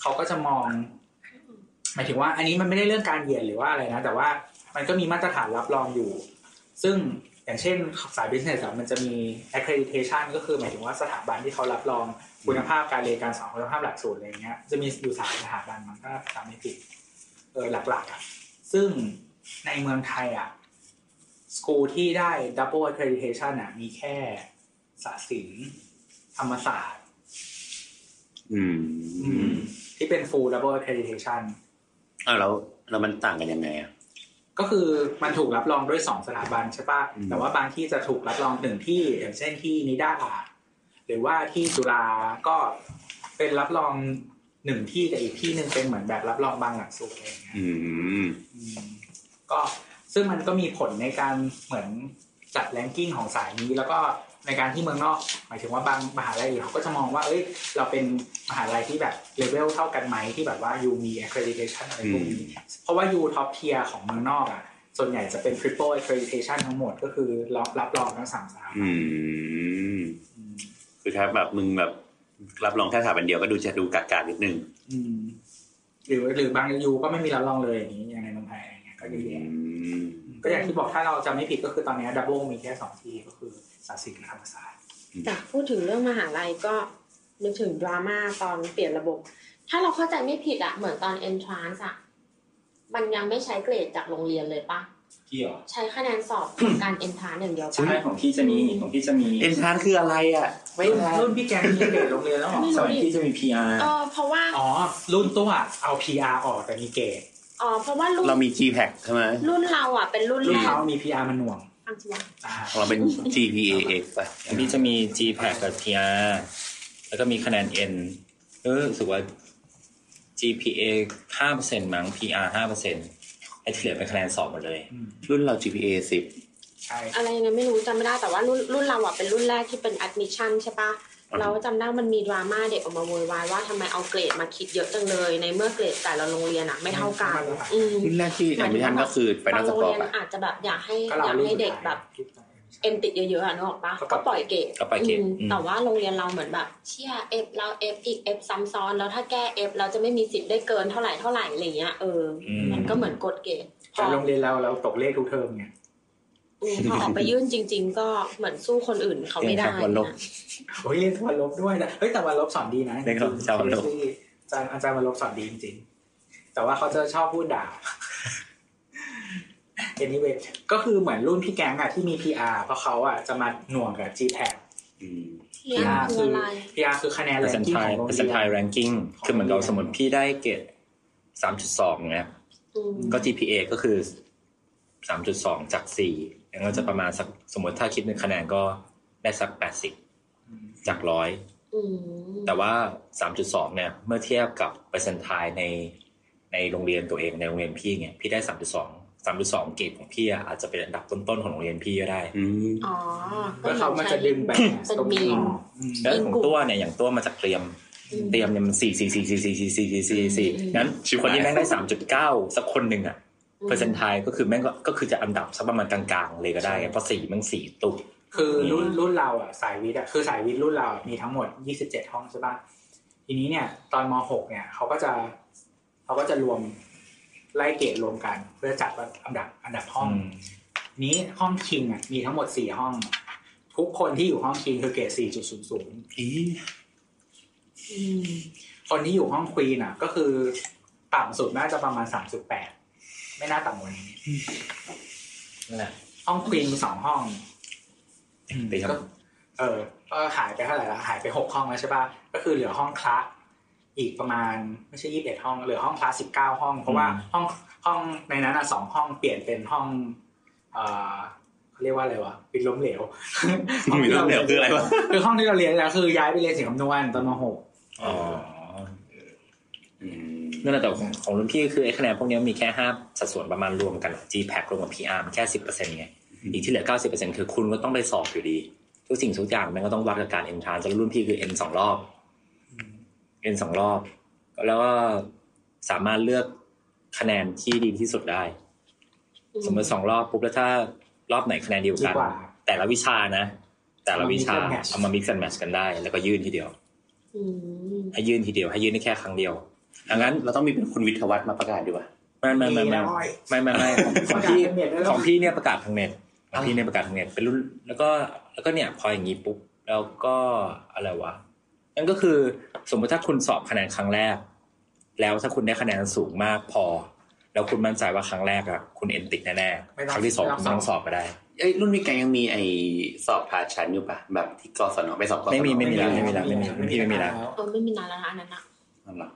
Speaker 4: เขาก็จะมอง หมายถึงว่า อันนี้มันไม่ได้เรื่องการเหยียดหรือว่าอะไรนะ แต่ว่ามันก็มีมาตรฐานรับรองอยู่ ซึ่งอย่างเช่นสาย business อะมันจะมี accreditation ก็คือหมายถึงว่าสถาบันที่เขารับรองคุณภาพการเรียนการสอนคุณภาพหลักสูตรอะไรอย่างเงี้ยจะมีอยู่สามสถาบันมันก็จำไม่ผิดเออหลักๆอ่ะซึ่งในเมืองไทยอ่ะสกูลที่ได้ double accreditation อ่ะมีแค่ศาสตร์ศิลป์ธรรมศาสตร์
Speaker 7: อืมอืม
Speaker 4: ที่เป็น full double accreditation
Speaker 7: อ้าวแล้วแล้วมันต่างกันยังไงอ่ะ
Speaker 4: ก็คือมันถูกรับรองด้วยสองสถาบันใช่ปะ
Speaker 7: อืม
Speaker 4: แต่ว่าบางที่จะถูกรับรองหนึ่งที่อย่างเช่นที่นิด้าหรือว่าที่จุฬาก็เป็นรับรองหนึ่งที่กับอีกที่หนึ่งเป็นเหมือนแบบรับรองบางหลักสูตรอะไรอย่างเงี้ย
Speaker 7: อืม
Speaker 4: อืมก็ซึ่งมันก็มีผลในการเหมือนจัดแรงกิ้งของสายนี้แล้วก็ในการที่เมืองนอก หมายถึงว่าบางมหาลัยอื่นเขาก็จะมองว่า เอ้ย เราเป็นมหาลัยที่แบบเลเวลเท่ากันไหมที่แบบว่ายูมี accreditation อะไรพวกนี้ เพราะว่ายูท็อปเทียของเมืองนอกอ่ะ ส่วนใหญ่จะเป็น triple accreditation ทั้งหมดก็คือรับรับรองทั้งสามสาขา
Speaker 7: อืม
Speaker 4: อืม
Speaker 7: คือถ้าแบบมึงแบบรับรองแค่สถาบันเดียวก็ดูจะดูกัดการนิดนึง
Speaker 4: อืมหรือหรือบางยูก็ไม่มีรับรองเลยอย่างนี้อย่างในเมืองไทยอะไรเงี้ยก็เยอะแยะ
Speaker 7: อืม
Speaker 4: ก็อย่างที่บอกถ้าเราจะไม่ผิดก็คือตอนเนี้ดับเบิลมีแค่สองที่ก็คือศาสตร์ศิลป์และธรรมศาสตร์
Speaker 6: จากพูดถึงเรื่องมหาลัยก็นึกถึงดราม่าตอนเปลี่ยนระบบ ถ้าเราเข้าใจไม่ผิดอะเหมือนตอน entrance อะมันยังไม่ใช้เกรดจากโรงเรียนเลยปะ
Speaker 2: ที่เหรอ
Speaker 6: ใช้คะแนนสอบของการ entrance อย่างเดียว
Speaker 2: ใช่
Speaker 6: ปะ
Speaker 2: ของพี่จะมีของพี่จะมี
Speaker 7: เอ็นทรานซ์คืออะไรอ่ะ ไม่
Speaker 4: รุ่น
Speaker 7: ทาน
Speaker 4: รุ่นพี่แกงมีเกรดโรงเรียนแล้วเหรอ
Speaker 2: สมัยพี่จะมี PR
Speaker 6: เออเพราะว่า
Speaker 4: อ๋อ รุ่นตัวเอา PR ออกแต่มีเกรด
Speaker 6: อ๋อเพราะว่ารุ่น
Speaker 7: เรามี G p a c ใช่ไหม
Speaker 6: รุ่นเราอะเป็นรุ่น
Speaker 4: รุ่
Speaker 6: แร
Speaker 4: น
Speaker 6: ก
Speaker 4: เขามี PR มาหน่วง
Speaker 6: ฟังสิวะ
Speaker 4: อ่า
Speaker 7: ของเราเป็น GPAX ป่ะ
Speaker 2: ของพี่จะมี G p a c กับ PR แล้วก็มีคะแนน N เออรู้สึกว่า GPA 5%มั้ง PR 5%ไอ้ที่เหลือเป็นคะแนนสอบหมดเลย
Speaker 4: อืม
Speaker 7: รุ่นเรา GPA สิบ
Speaker 4: ใช่
Speaker 6: อะไรยังไงไม่รู้จำไม่ได้แต่ว่ารุ่นรุ่นเราอะเป็นรุ่นแรกที่เป็น admission ใช่ปะเราจำได้มันมีดราม่าเด็กออกมาโวยวายว่าทำไมเอาเกรดมาคิดเยอะจังเลย ในเมื่อเกรดแต่ละโรงเรียนอะไม่เท่ากันอืม
Speaker 7: รุ่นแรกที่แอดมิชันก็คือไปน
Speaker 6: บา
Speaker 7: อง กสกอ
Speaker 6: โรงเรี
Speaker 7: ร์
Speaker 6: ยน
Speaker 7: ป่ะ
Speaker 6: อาจจะแบบอยากให้
Speaker 4: ก็
Speaker 6: อ
Speaker 4: เรา
Speaker 6: ยาก
Speaker 4: รุ่น
Speaker 6: ให้
Speaker 4: สุด
Speaker 6: เด็กแบบ
Speaker 4: ท้าย
Speaker 6: เอ็มติดเยอะๆอะนึกออกปะ
Speaker 4: ก็ปล่
Speaker 6: ก็
Speaker 4: อย
Speaker 6: ปล่อยเกรด
Speaker 2: ก็ปล่อยเกรด
Speaker 6: อืม
Speaker 2: อืม
Speaker 6: แต่ว่าโรงเรียนเราเหมือนแบบ เชี่ยเอฟเราเอฟอีกเอฟซ้ำซ้อนแล้วถ้าแก้เอฟเราจะไม่มีสิทธิ์ได้เกินเท่าไหร่เท่าไหร่อะไรเงี้ยเอออ
Speaker 2: ม
Speaker 6: มันก็เหมือนกดเกรดพอ
Speaker 4: แต่โรงเรียนเราเราตกเลขทุกเทอมไง
Speaker 6: อืมพอออกไปยื่นจริง ๆ ก็เหมือนสู้คนอื่นเขาไม่ได้
Speaker 7: เอ็นทรานซ์วันลบ
Speaker 6: นะ
Speaker 4: โอ้ยเล่นวันลบด้วยนะเฮ้ยแต่วันลบสอนดีนะ
Speaker 7: เล่นกับอาจารย์วันลบ
Speaker 4: อาจารย์อาจารย์วันลบสอนดีจริงๆแต่ว่าเขาจะชอบพูดด่า anyway ก็คือเหมือนรุ่นพี่แก๊งอะที่มี PR เพราะเขาอะจะมาหน่วงกับ G t a g
Speaker 7: อืม
Speaker 6: เรียนคืออะไร
Speaker 4: PR คือคะแนน
Speaker 2: เปอ
Speaker 4: แร
Speaker 2: ร์เซ็
Speaker 4: ง
Speaker 2: นต์
Speaker 4: กิ้ง
Speaker 2: ไทย
Speaker 4: ของโรง
Speaker 2: เปอร์เซ็
Speaker 4: เรี
Speaker 2: นต์ไทย
Speaker 4: ยน
Speaker 2: แรงกิ้งคือเหมือนเราสมมติพี่ได้เกรด3.2เนี่ย
Speaker 6: อืม
Speaker 2: ก็ GPA ก็คือ 3.2 จาก 4 แล้วก็จะประมาณสักสมมติถ้าคิดเป็นคะแนนก็ได้สัก
Speaker 4: อืม
Speaker 2: 80 จาก 100
Speaker 6: อืม
Speaker 2: แต่ว่า 3.2 เนี่ย เมื่อเทียบกับเปอร์เซนต์ไทยในในโรงเรียนตัวเองในโรงเรียนพี่ไงพี่ได้ 3.2 3.2 เกรดของพี่อะอาจจะเป็นอันดับต้นๆของโรงเรียนพี่ก็ได้
Speaker 7: อืม
Speaker 6: อ๋อ
Speaker 4: ก็เขามันจะดึงแบบ
Speaker 6: เป็น
Speaker 4: ตรง
Speaker 6: มี
Speaker 4: นี้
Speaker 6: ม
Speaker 2: แล้วของตัวเนี่ยอย่างตัวมาจากเตรียม
Speaker 6: อืม
Speaker 2: เตรียมเนี่ยมันสี่สี่สี่สี่สี่สี่สี่สี่สี่สี่
Speaker 6: อืม
Speaker 2: งั้นคนที่แม่งได้สามจุดเก้าสักคนหนึ่งอ่ะ
Speaker 6: อืม
Speaker 2: เปอร์เซนต์ไทยก็คือแม่งก็ก็คือจะอันดับสักประมาณกลางๆเลยก็ได้ไงเพราะสี่แม่งสี่ตุก
Speaker 4: คือรุ่นรุ่นเราอะสายวิทย์อะคือสายวิทย์รุ่นเราอะมีทั้งหมด 27 ห้องใช่ปะทีนี้เนี่ย ตอนม .6 เนี่ยเขาก็จะเขาก็จะรวมไล่เกรดรวมกัน เพื่อจัดว่าอันดับอันดับห้อง นี้ห้องคิงอ่ะมีทั้งหมดสี่ห้อง ทุกคนที่อยู่ห้องคิงคือเกรดสี่จุดศูนย์ศูนย์
Speaker 6: อืม
Speaker 4: คนที่อยู่ห้องควีนอ่ะ ก็คือต่ำสุดน่าจะประมาณสามจุดแปดไม่น่าต่ำกว่านี้
Speaker 2: นั่นแหละ
Speaker 4: ห้องควีนมีสองห้องอืม
Speaker 2: ดีครับ
Speaker 4: ก็เออก็หายไปเท่าไหร่ละหายไปหกห้องแล้วใช่ป่ะก็คือเหลือห้องคละอีกประมาณไม่ใช่ยี่สิบเอ็ดห้องเหลือห้องคละสิบเก้าห้อง เพราะว่าห้องห้องในนั้นอ่ะสองห้องเปลี่ยนเป็นห้อง เออเขาเรียกว่าอะไรวะปิดล้มเหลว
Speaker 7: ปิดล้ม เหลวคืออะไรวะ
Speaker 4: คือห้องที่เราเรียนแล้วคือย้ายไปเรียนเสียงคำนวณตอนมหก
Speaker 2: อ๋อ
Speaker 7: อืม
Speaker 2: นั่นแหละแต่ของของรุ่นพี่คือไอ้คะแนนพวกเนี้ยมีแค่ห้าสัดส่วนประมาณรวมกัน GPAC รวมกับ PR มันแค่สิบเปอร์เซ็นต์ไงอีกที่เหลือเก้าสิบเปอร์เซ็นต์คือคุณก็ต้องไปสอบอยู่ดี ทุกสิ่งทุกอย่างมันก็ต้องวัดกับการเอ็นทานจนรุ่นพี่คือเอ็นสองรอบเอ็นสองรอบ แล้วก็สามารถเลือกคะแนนที่ดีที่สุดได้ สมมติสองรอบปุ๊บแล้วถ้ารอบไหนคะแนนเดียวกัน
Speaker 4: ดีกว่า
Speaker 2: แต่ละวิชานะ แต่ละวิชา
Speaker 4: เอา
Speaker 2: เอา
Speaker 4: มา mix and match
Speaker 2: มา mix and match กันได้ แล้วก็ยื่นทีเดียว
Speaker 6: อืม
Speaker 2: ให้ยื่นทีเดียว ให้ยื่นได้แค่ครั้งเดียวดังนั้น
Speaker 7: เราต้องมีเป็นคุณวิทยวัฒน์มาประกาศดีกว่า
Speaker 2: ไม่ไม่ไม่ไม่
Speaker 4: มีน้อย
Speaker 2: ไม่ไม่ไม่ของ
Speaker 4: ป
Speaker 2: ของ
Speaker 4: ระกาศ
Speaker 2: พี่
Speaker 4: เป็นเน็ตได้แล้ว
Speaker 2: ของพี่เนี่ยประกาศทางเน็ตของพี่เนี่ยประกาศทางเน็ตเป็นรุ่นแล้วก็แล้วก็เนี่ยพออย่างนี้ปุ๊บแล้วก็อะไรวะนั่นก็คือสมมติถ้าคุณสอบคะแนนครั้งแรก แล้วถ้าคุณได้คะแนนสูงมากพอ แล้วคุณมั่นใจว่าครั้งแรกอะคุณเอนติดแน่
Speaker 4: ไม่
Speaker 2: ๆ
Speaker 4: ต้อง
Speaker 2: ครั้งที่สองคุณไม่ต้องสอบก็ได้
Speaker 7: เอ้ยรุ่นพี่แกยังมีไอสอบพาชั้นอยู่ปะแบบที่กศนไปสอบกศน
Speaker 2: ไม่มีไม่มีแล้วไม่มีแล้วไม่มีรุ่นพี่ไม่มีแล้ว
Speaker 6: เออไม่มีนานแล้วนะอันนั้นอะ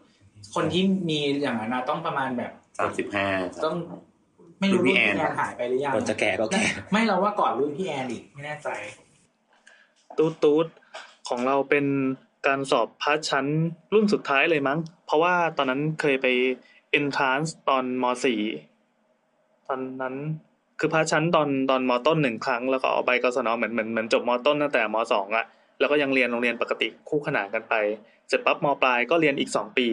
Speaker 4: คนที่มีอย่างนั้นนะต้องประมาณแบบ
Speaker 7: สามสิบห้า
Speaker 4: ต้อง ไม่รู้
Speaker 7: รุ่นพี่
Speaker 4: รุ่นพี่แอน
Speaker 7: แอน
Speaker 4: หายไปหรือยัง
Speaker 2: คนจะแก่ก็แก่
Speaker 4: ไม่เราว่าก่อนรุ่นพี่แอนอีกไม่แน่ใจ
Speaker 1: ตูดตูดของเราเป็นการสอบพาร์ทชั้นรุ่นสุดท้ายเลยมั้ง เพราะว่าตอนนั้นเคยไป entrance ตอนม .4 ตอนนั้นคือพาร์ทชั้นตอนตอนมต้นหนึ่งครั้ง แล้วก็เอาไปกศนเหมือนเหมือนเหมือนจบมต้นตั้งแต่มสองอะแล้วก็ยังเรียนโรงเรียนปกติคู่ขนานกันไป เสร็จปั๊บมปลายก็เรียนอีกสองปี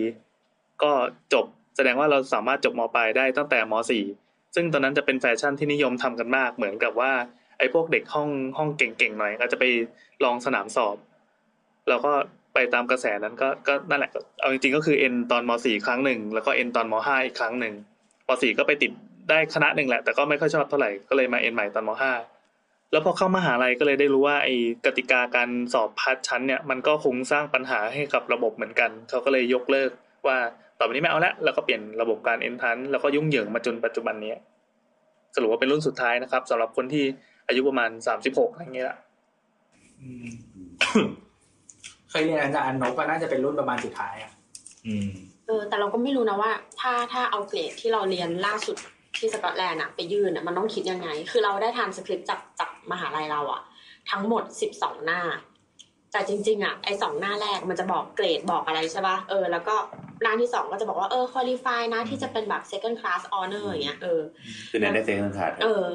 Speaker 1: ก็จบแสดงว่าเราสามารถจบมปลายได้ตั้งแต่มสี่ ซึ่งตอนนั้นจะเป็นแฟชั่นที่นิยมทำกันมาก เหมือนกับว่าไอ้พวกเด็กห้องห้องเก่งๆหน่อย ก็จะไปลองสนามสอบ แล้วก็ไปตามกระแสนั้นก็ก็นั่นแหละก็เอาจริงๆก็คือเอ็นตอนมสี่ครั้งหนึ่งแล้วก็เอ็นตอนมห้าอีกครั้งหนึ่งมสี่ก็ไปติดได้คณะหนึ่งแหละ แต่ก็ไม่ค่อยชอบเท่าไหร่ก็เลยมาเอ็นใหม่ตอนมห้าแล้วพอเข้ามหาลัยก็เลยได้รู้ว่าไอ้กติกาการสอบพาร์ทชั้นเนี่ยมันก็คงสร้างปัญหาให้กับระบบเหมือนกันเขาก็เลยยกเลิกว่าต่อไปนี้ไม่เอาละแล้วก็เปลี่ยนระบบการเอนทันแล้วก็ยุ่งเหยิงมาจนปัจจุบันเนี้ย สรุปว่าเป็นรุ่นสุดท้ายนะครับสำหรับคนที่อายุประมาณสามสิบหกอะไรเงี้ยละ
Speaker 4: อืม เคยเรียนอาจารย์นกก็น่าจะเป็นรุ่นประมาณสุดท้ายอ่ะ
Speaker 2: อืม
Speaker 6: เออแต่เราก็ไม่รู้นะว่า ถ้าถ้าเอาเกรดที่เราเรียนล่าสุดที่สกอตแลนด์อะไปยื่นอะมันต้องคิดยังไง คือเราได้ทำสคริปต์จากจากมหาลัยเราอะทั้งหมดสิบสองหน้า แต่จริงๆอะไอสองหน้าแรกมันจะบอกเกรดบอกอะไรใช่ปะ่ะเออแล้วก็หน้าที่สองก็จะบอกว่าเออคุริฟายนะที่จะเป็นแบบ second class honor อย่างเงี้ยเออ
Speaker 7: คือเรียนได้เต็มทันขาด
Speaker 6: เออ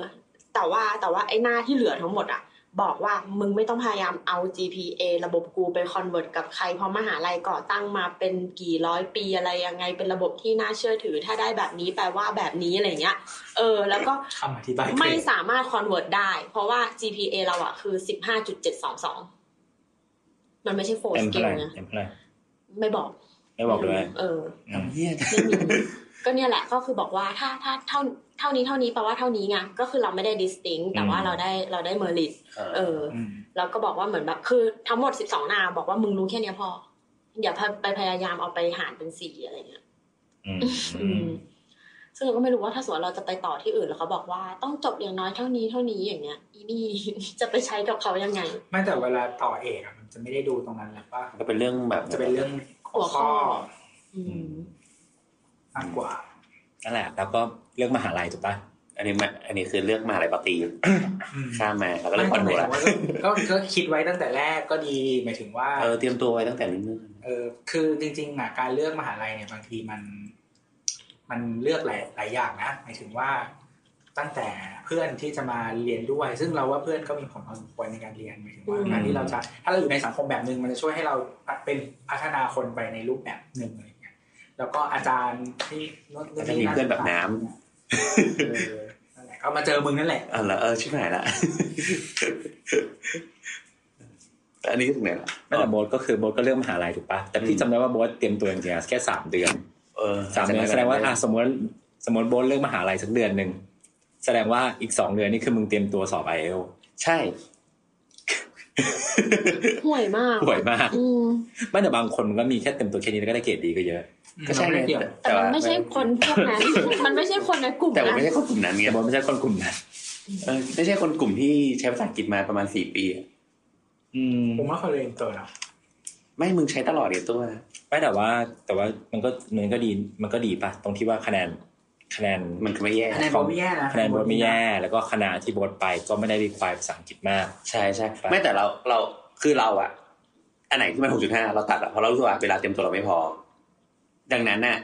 Speaker 6: แต่ว่าแต่ว่าไอ้หน้าที่เหลือทั้งหมดอะบอกว่ามึงไม่ต้องพยายามเอา GPA ระบบกูไปคอนเวิร์ตกับใครเพราะมหาลัยก่อตั้งมาเป็นกี่ร้อยปีอะไรยังไงเป็นระบบที่น่าเชื่อถือ ถ้าได้แบบนี้แปลว่าแบบนี้อะไรเงี้ย เออ แล้วก็
Speaker 4: คำอธิบายเกรด
Speaker 6: ไม่สามารถคอนเวิร์ตได้ เพราะว่า GPA เราอะคือสิบห้าจุดเจ็ดสองสองมันไม่ใช่โฟร์
Speaker 2: เต็ม
Speaker 6: สเก
Speaker 2: เท่า
Speaker 6: ล
Speaker 2: ไหร่
Speaker 6: นะ
Speaker 2: เต็มเท่าไหร่
Speaker 6: ไม่บอก
Speaker 2: ไม่บอกเลย
Speaker 6: เออ
Speaker 2: อืม
Speaker 7: เหี้ย
Speaker 6: ไม่มีก็เนี่ยแหละก็คือบอกว่าถ้าถ้าเท่าเท่านี้เท่านี้แปลว่าเท่านี้ไงก็คือเราไม่ได้ distinct แต่ว่า
Speaker 2: อืม
Speaker 6: เราได้เราได้เมอริต
Speaker 7: เออ
Speaker 6: เออ
Speaker 4: อืม
Speaker 6: แล้วก็บอกว่าเหมือนแบบคือทั้งหมดสิบสองนาบอกว่ามึงรู้แค่เนี้ยพอ อย่าไปพยายามเอาไปหารเป็นสี่อะไรเงี้ย
Speaker 2: อืม
Speaker 6: อืมซึ่งเราก็ไม่รู้ว่าถ้าสมมติเราจะไปต่อที่อื่นแล้วเขาบอกว่าต้องจบอย่างน้อยเท่านี้เท่านี้อย่างเงี้ยอีนี่ จะไปใช้กับเขายังไง
Speaker 4: ไม่แต่เวลาต่อเอกอะมันจะไม่ได้ดูตรงนั้นแล้วว่า
Speaker 7: ก็เป็นเรื่องแบบ
Speaker 4: จะเป็นเรื่อง
Speaker 6: หัวข้อ อืม
Speaker 4: มากกว่า
Speaker 2: นั่นแหละ แล้วก็เรื่องมหาลัยถูกป่ะ
Speaker 7: อันนี้มาอันนี้คือเลือกมหาอะไรปตีข้ามมาแล้วก็เลื
Speaker 4: ไม่
Speaker 7: อกคอนโด
Speaker 4: แต่
Speaker 7: ละ
Speaker 4: หมายถึงว่าก็ก็ก็คิดไว้ตั้งแต่แรกก็ดีหมายถึงว่า
Speaker 7: เออเตรียมตัวไว้ตั้งแต่นิดนึง
Speaker 4: เออคือจริงๆอ่ะการเลือกมหาลัยเนี่ยบางทีมัน มันเลือกหลายหลายอย่างนะหมายถึงว่าตั้งแต่เพื่อนที่จะมาเรียนด้วย ซึ่งเราว่าเพื่อนก็มีผลพอสมควรในการเรียนหมายถึงว่าการที่เราจะถ้าเราอยู่ในสังคมแบบหนึ่งมันจะช่วยให้เราเป็นพัฒนาคนไปในรูปแบบหนึ่งอะไรอย่างเงี้ยแล้วก็อาจารย์ที่นู่น
Speaker 7: ก็
Speaker 4: นี่
Speaker 7: จะมีเพื่อนแบบน้
Speaker 4: เออนั่นแหละก็มาเจอมึงนั่นแหละ
Speaker 7: ำอ่ะเหรอเออชิบหายละ แต่อันนี้ถึงไหนละ
Speaker 2: นั่นแหละโบทก็คือโบทก็เรื่องมหาลัยถูกปะแต่พี่จำได้ว่าโบทเตรียมตัวจริงๆอะแค่สามเดือน
Speaker 7: เออ
Speaker 2: สามเดือนแสดงว่าอ่ะสมมติสมมติโบทเรื่องมหาลัยสักเดือนหนึ่งแสดงว่าอีกสองเดือนนี่คือมึงเตรียมตัวสอบไอเอล
Speaker 7: ใช่
Speaker 6: ห่วยมาก
Speaker 2: ป่วยมาก
Speaker 6: อืม
Speaker 2: ไม่แต่บางคนมันก็มีแค่เต็มตัวแค่นี้แล้วก็ได้เกรดดีก็เยอะ
Speaker 7: ก็ใช่ไง
Speaker 6: แต่มันไม่ใช่คนพวกนั้น มันไม่ใช่คนในกลุ่ม
Speaker 7: แต่ว่า
Speaker 6: นั้น
Speaker 7: ไม่ใช่คนกลุ่มนั้นไง
Speaker 2: แต่โบทไม่ใช่คนกลุ่มนั้น
Speaker 7: เออไม่ใช่คนกลุ่มที่ใช้ภาษาอังกฤษมาประมาณสี่ปีอะ
Speaker 2: อืม
Speaker 4: ผมว่าเขาเรียนเกินอ่ะ
Speaker 7: ไม่มึงใช้ตลอดเลยตัว
Speaker 2: ไม่แต่ว่า แต่ว่ามันก็มันก็ดีมันก็ดีปะตรงที่ว่าคะแนนคะแนน
Speaker 7: มันก็ไม่แย่
Speaker 4: คะแนนโบทไม่แย่นะคะ
Speaker 2: แนนโบทไม่แย่แล้วก็คณะที่โบทไปก็ไม่ได้รีควายภาษาอังกฤษมาก
Speaker 7: ใช่ใช่ไม่แต่เราเราคือเราอะอันไหนที่มันหกจุดห้าเราตัดอะเพราะเรารู้สึกว่าเวลาเต็มตัวเราไม่พอ ดังนั้นน่ะ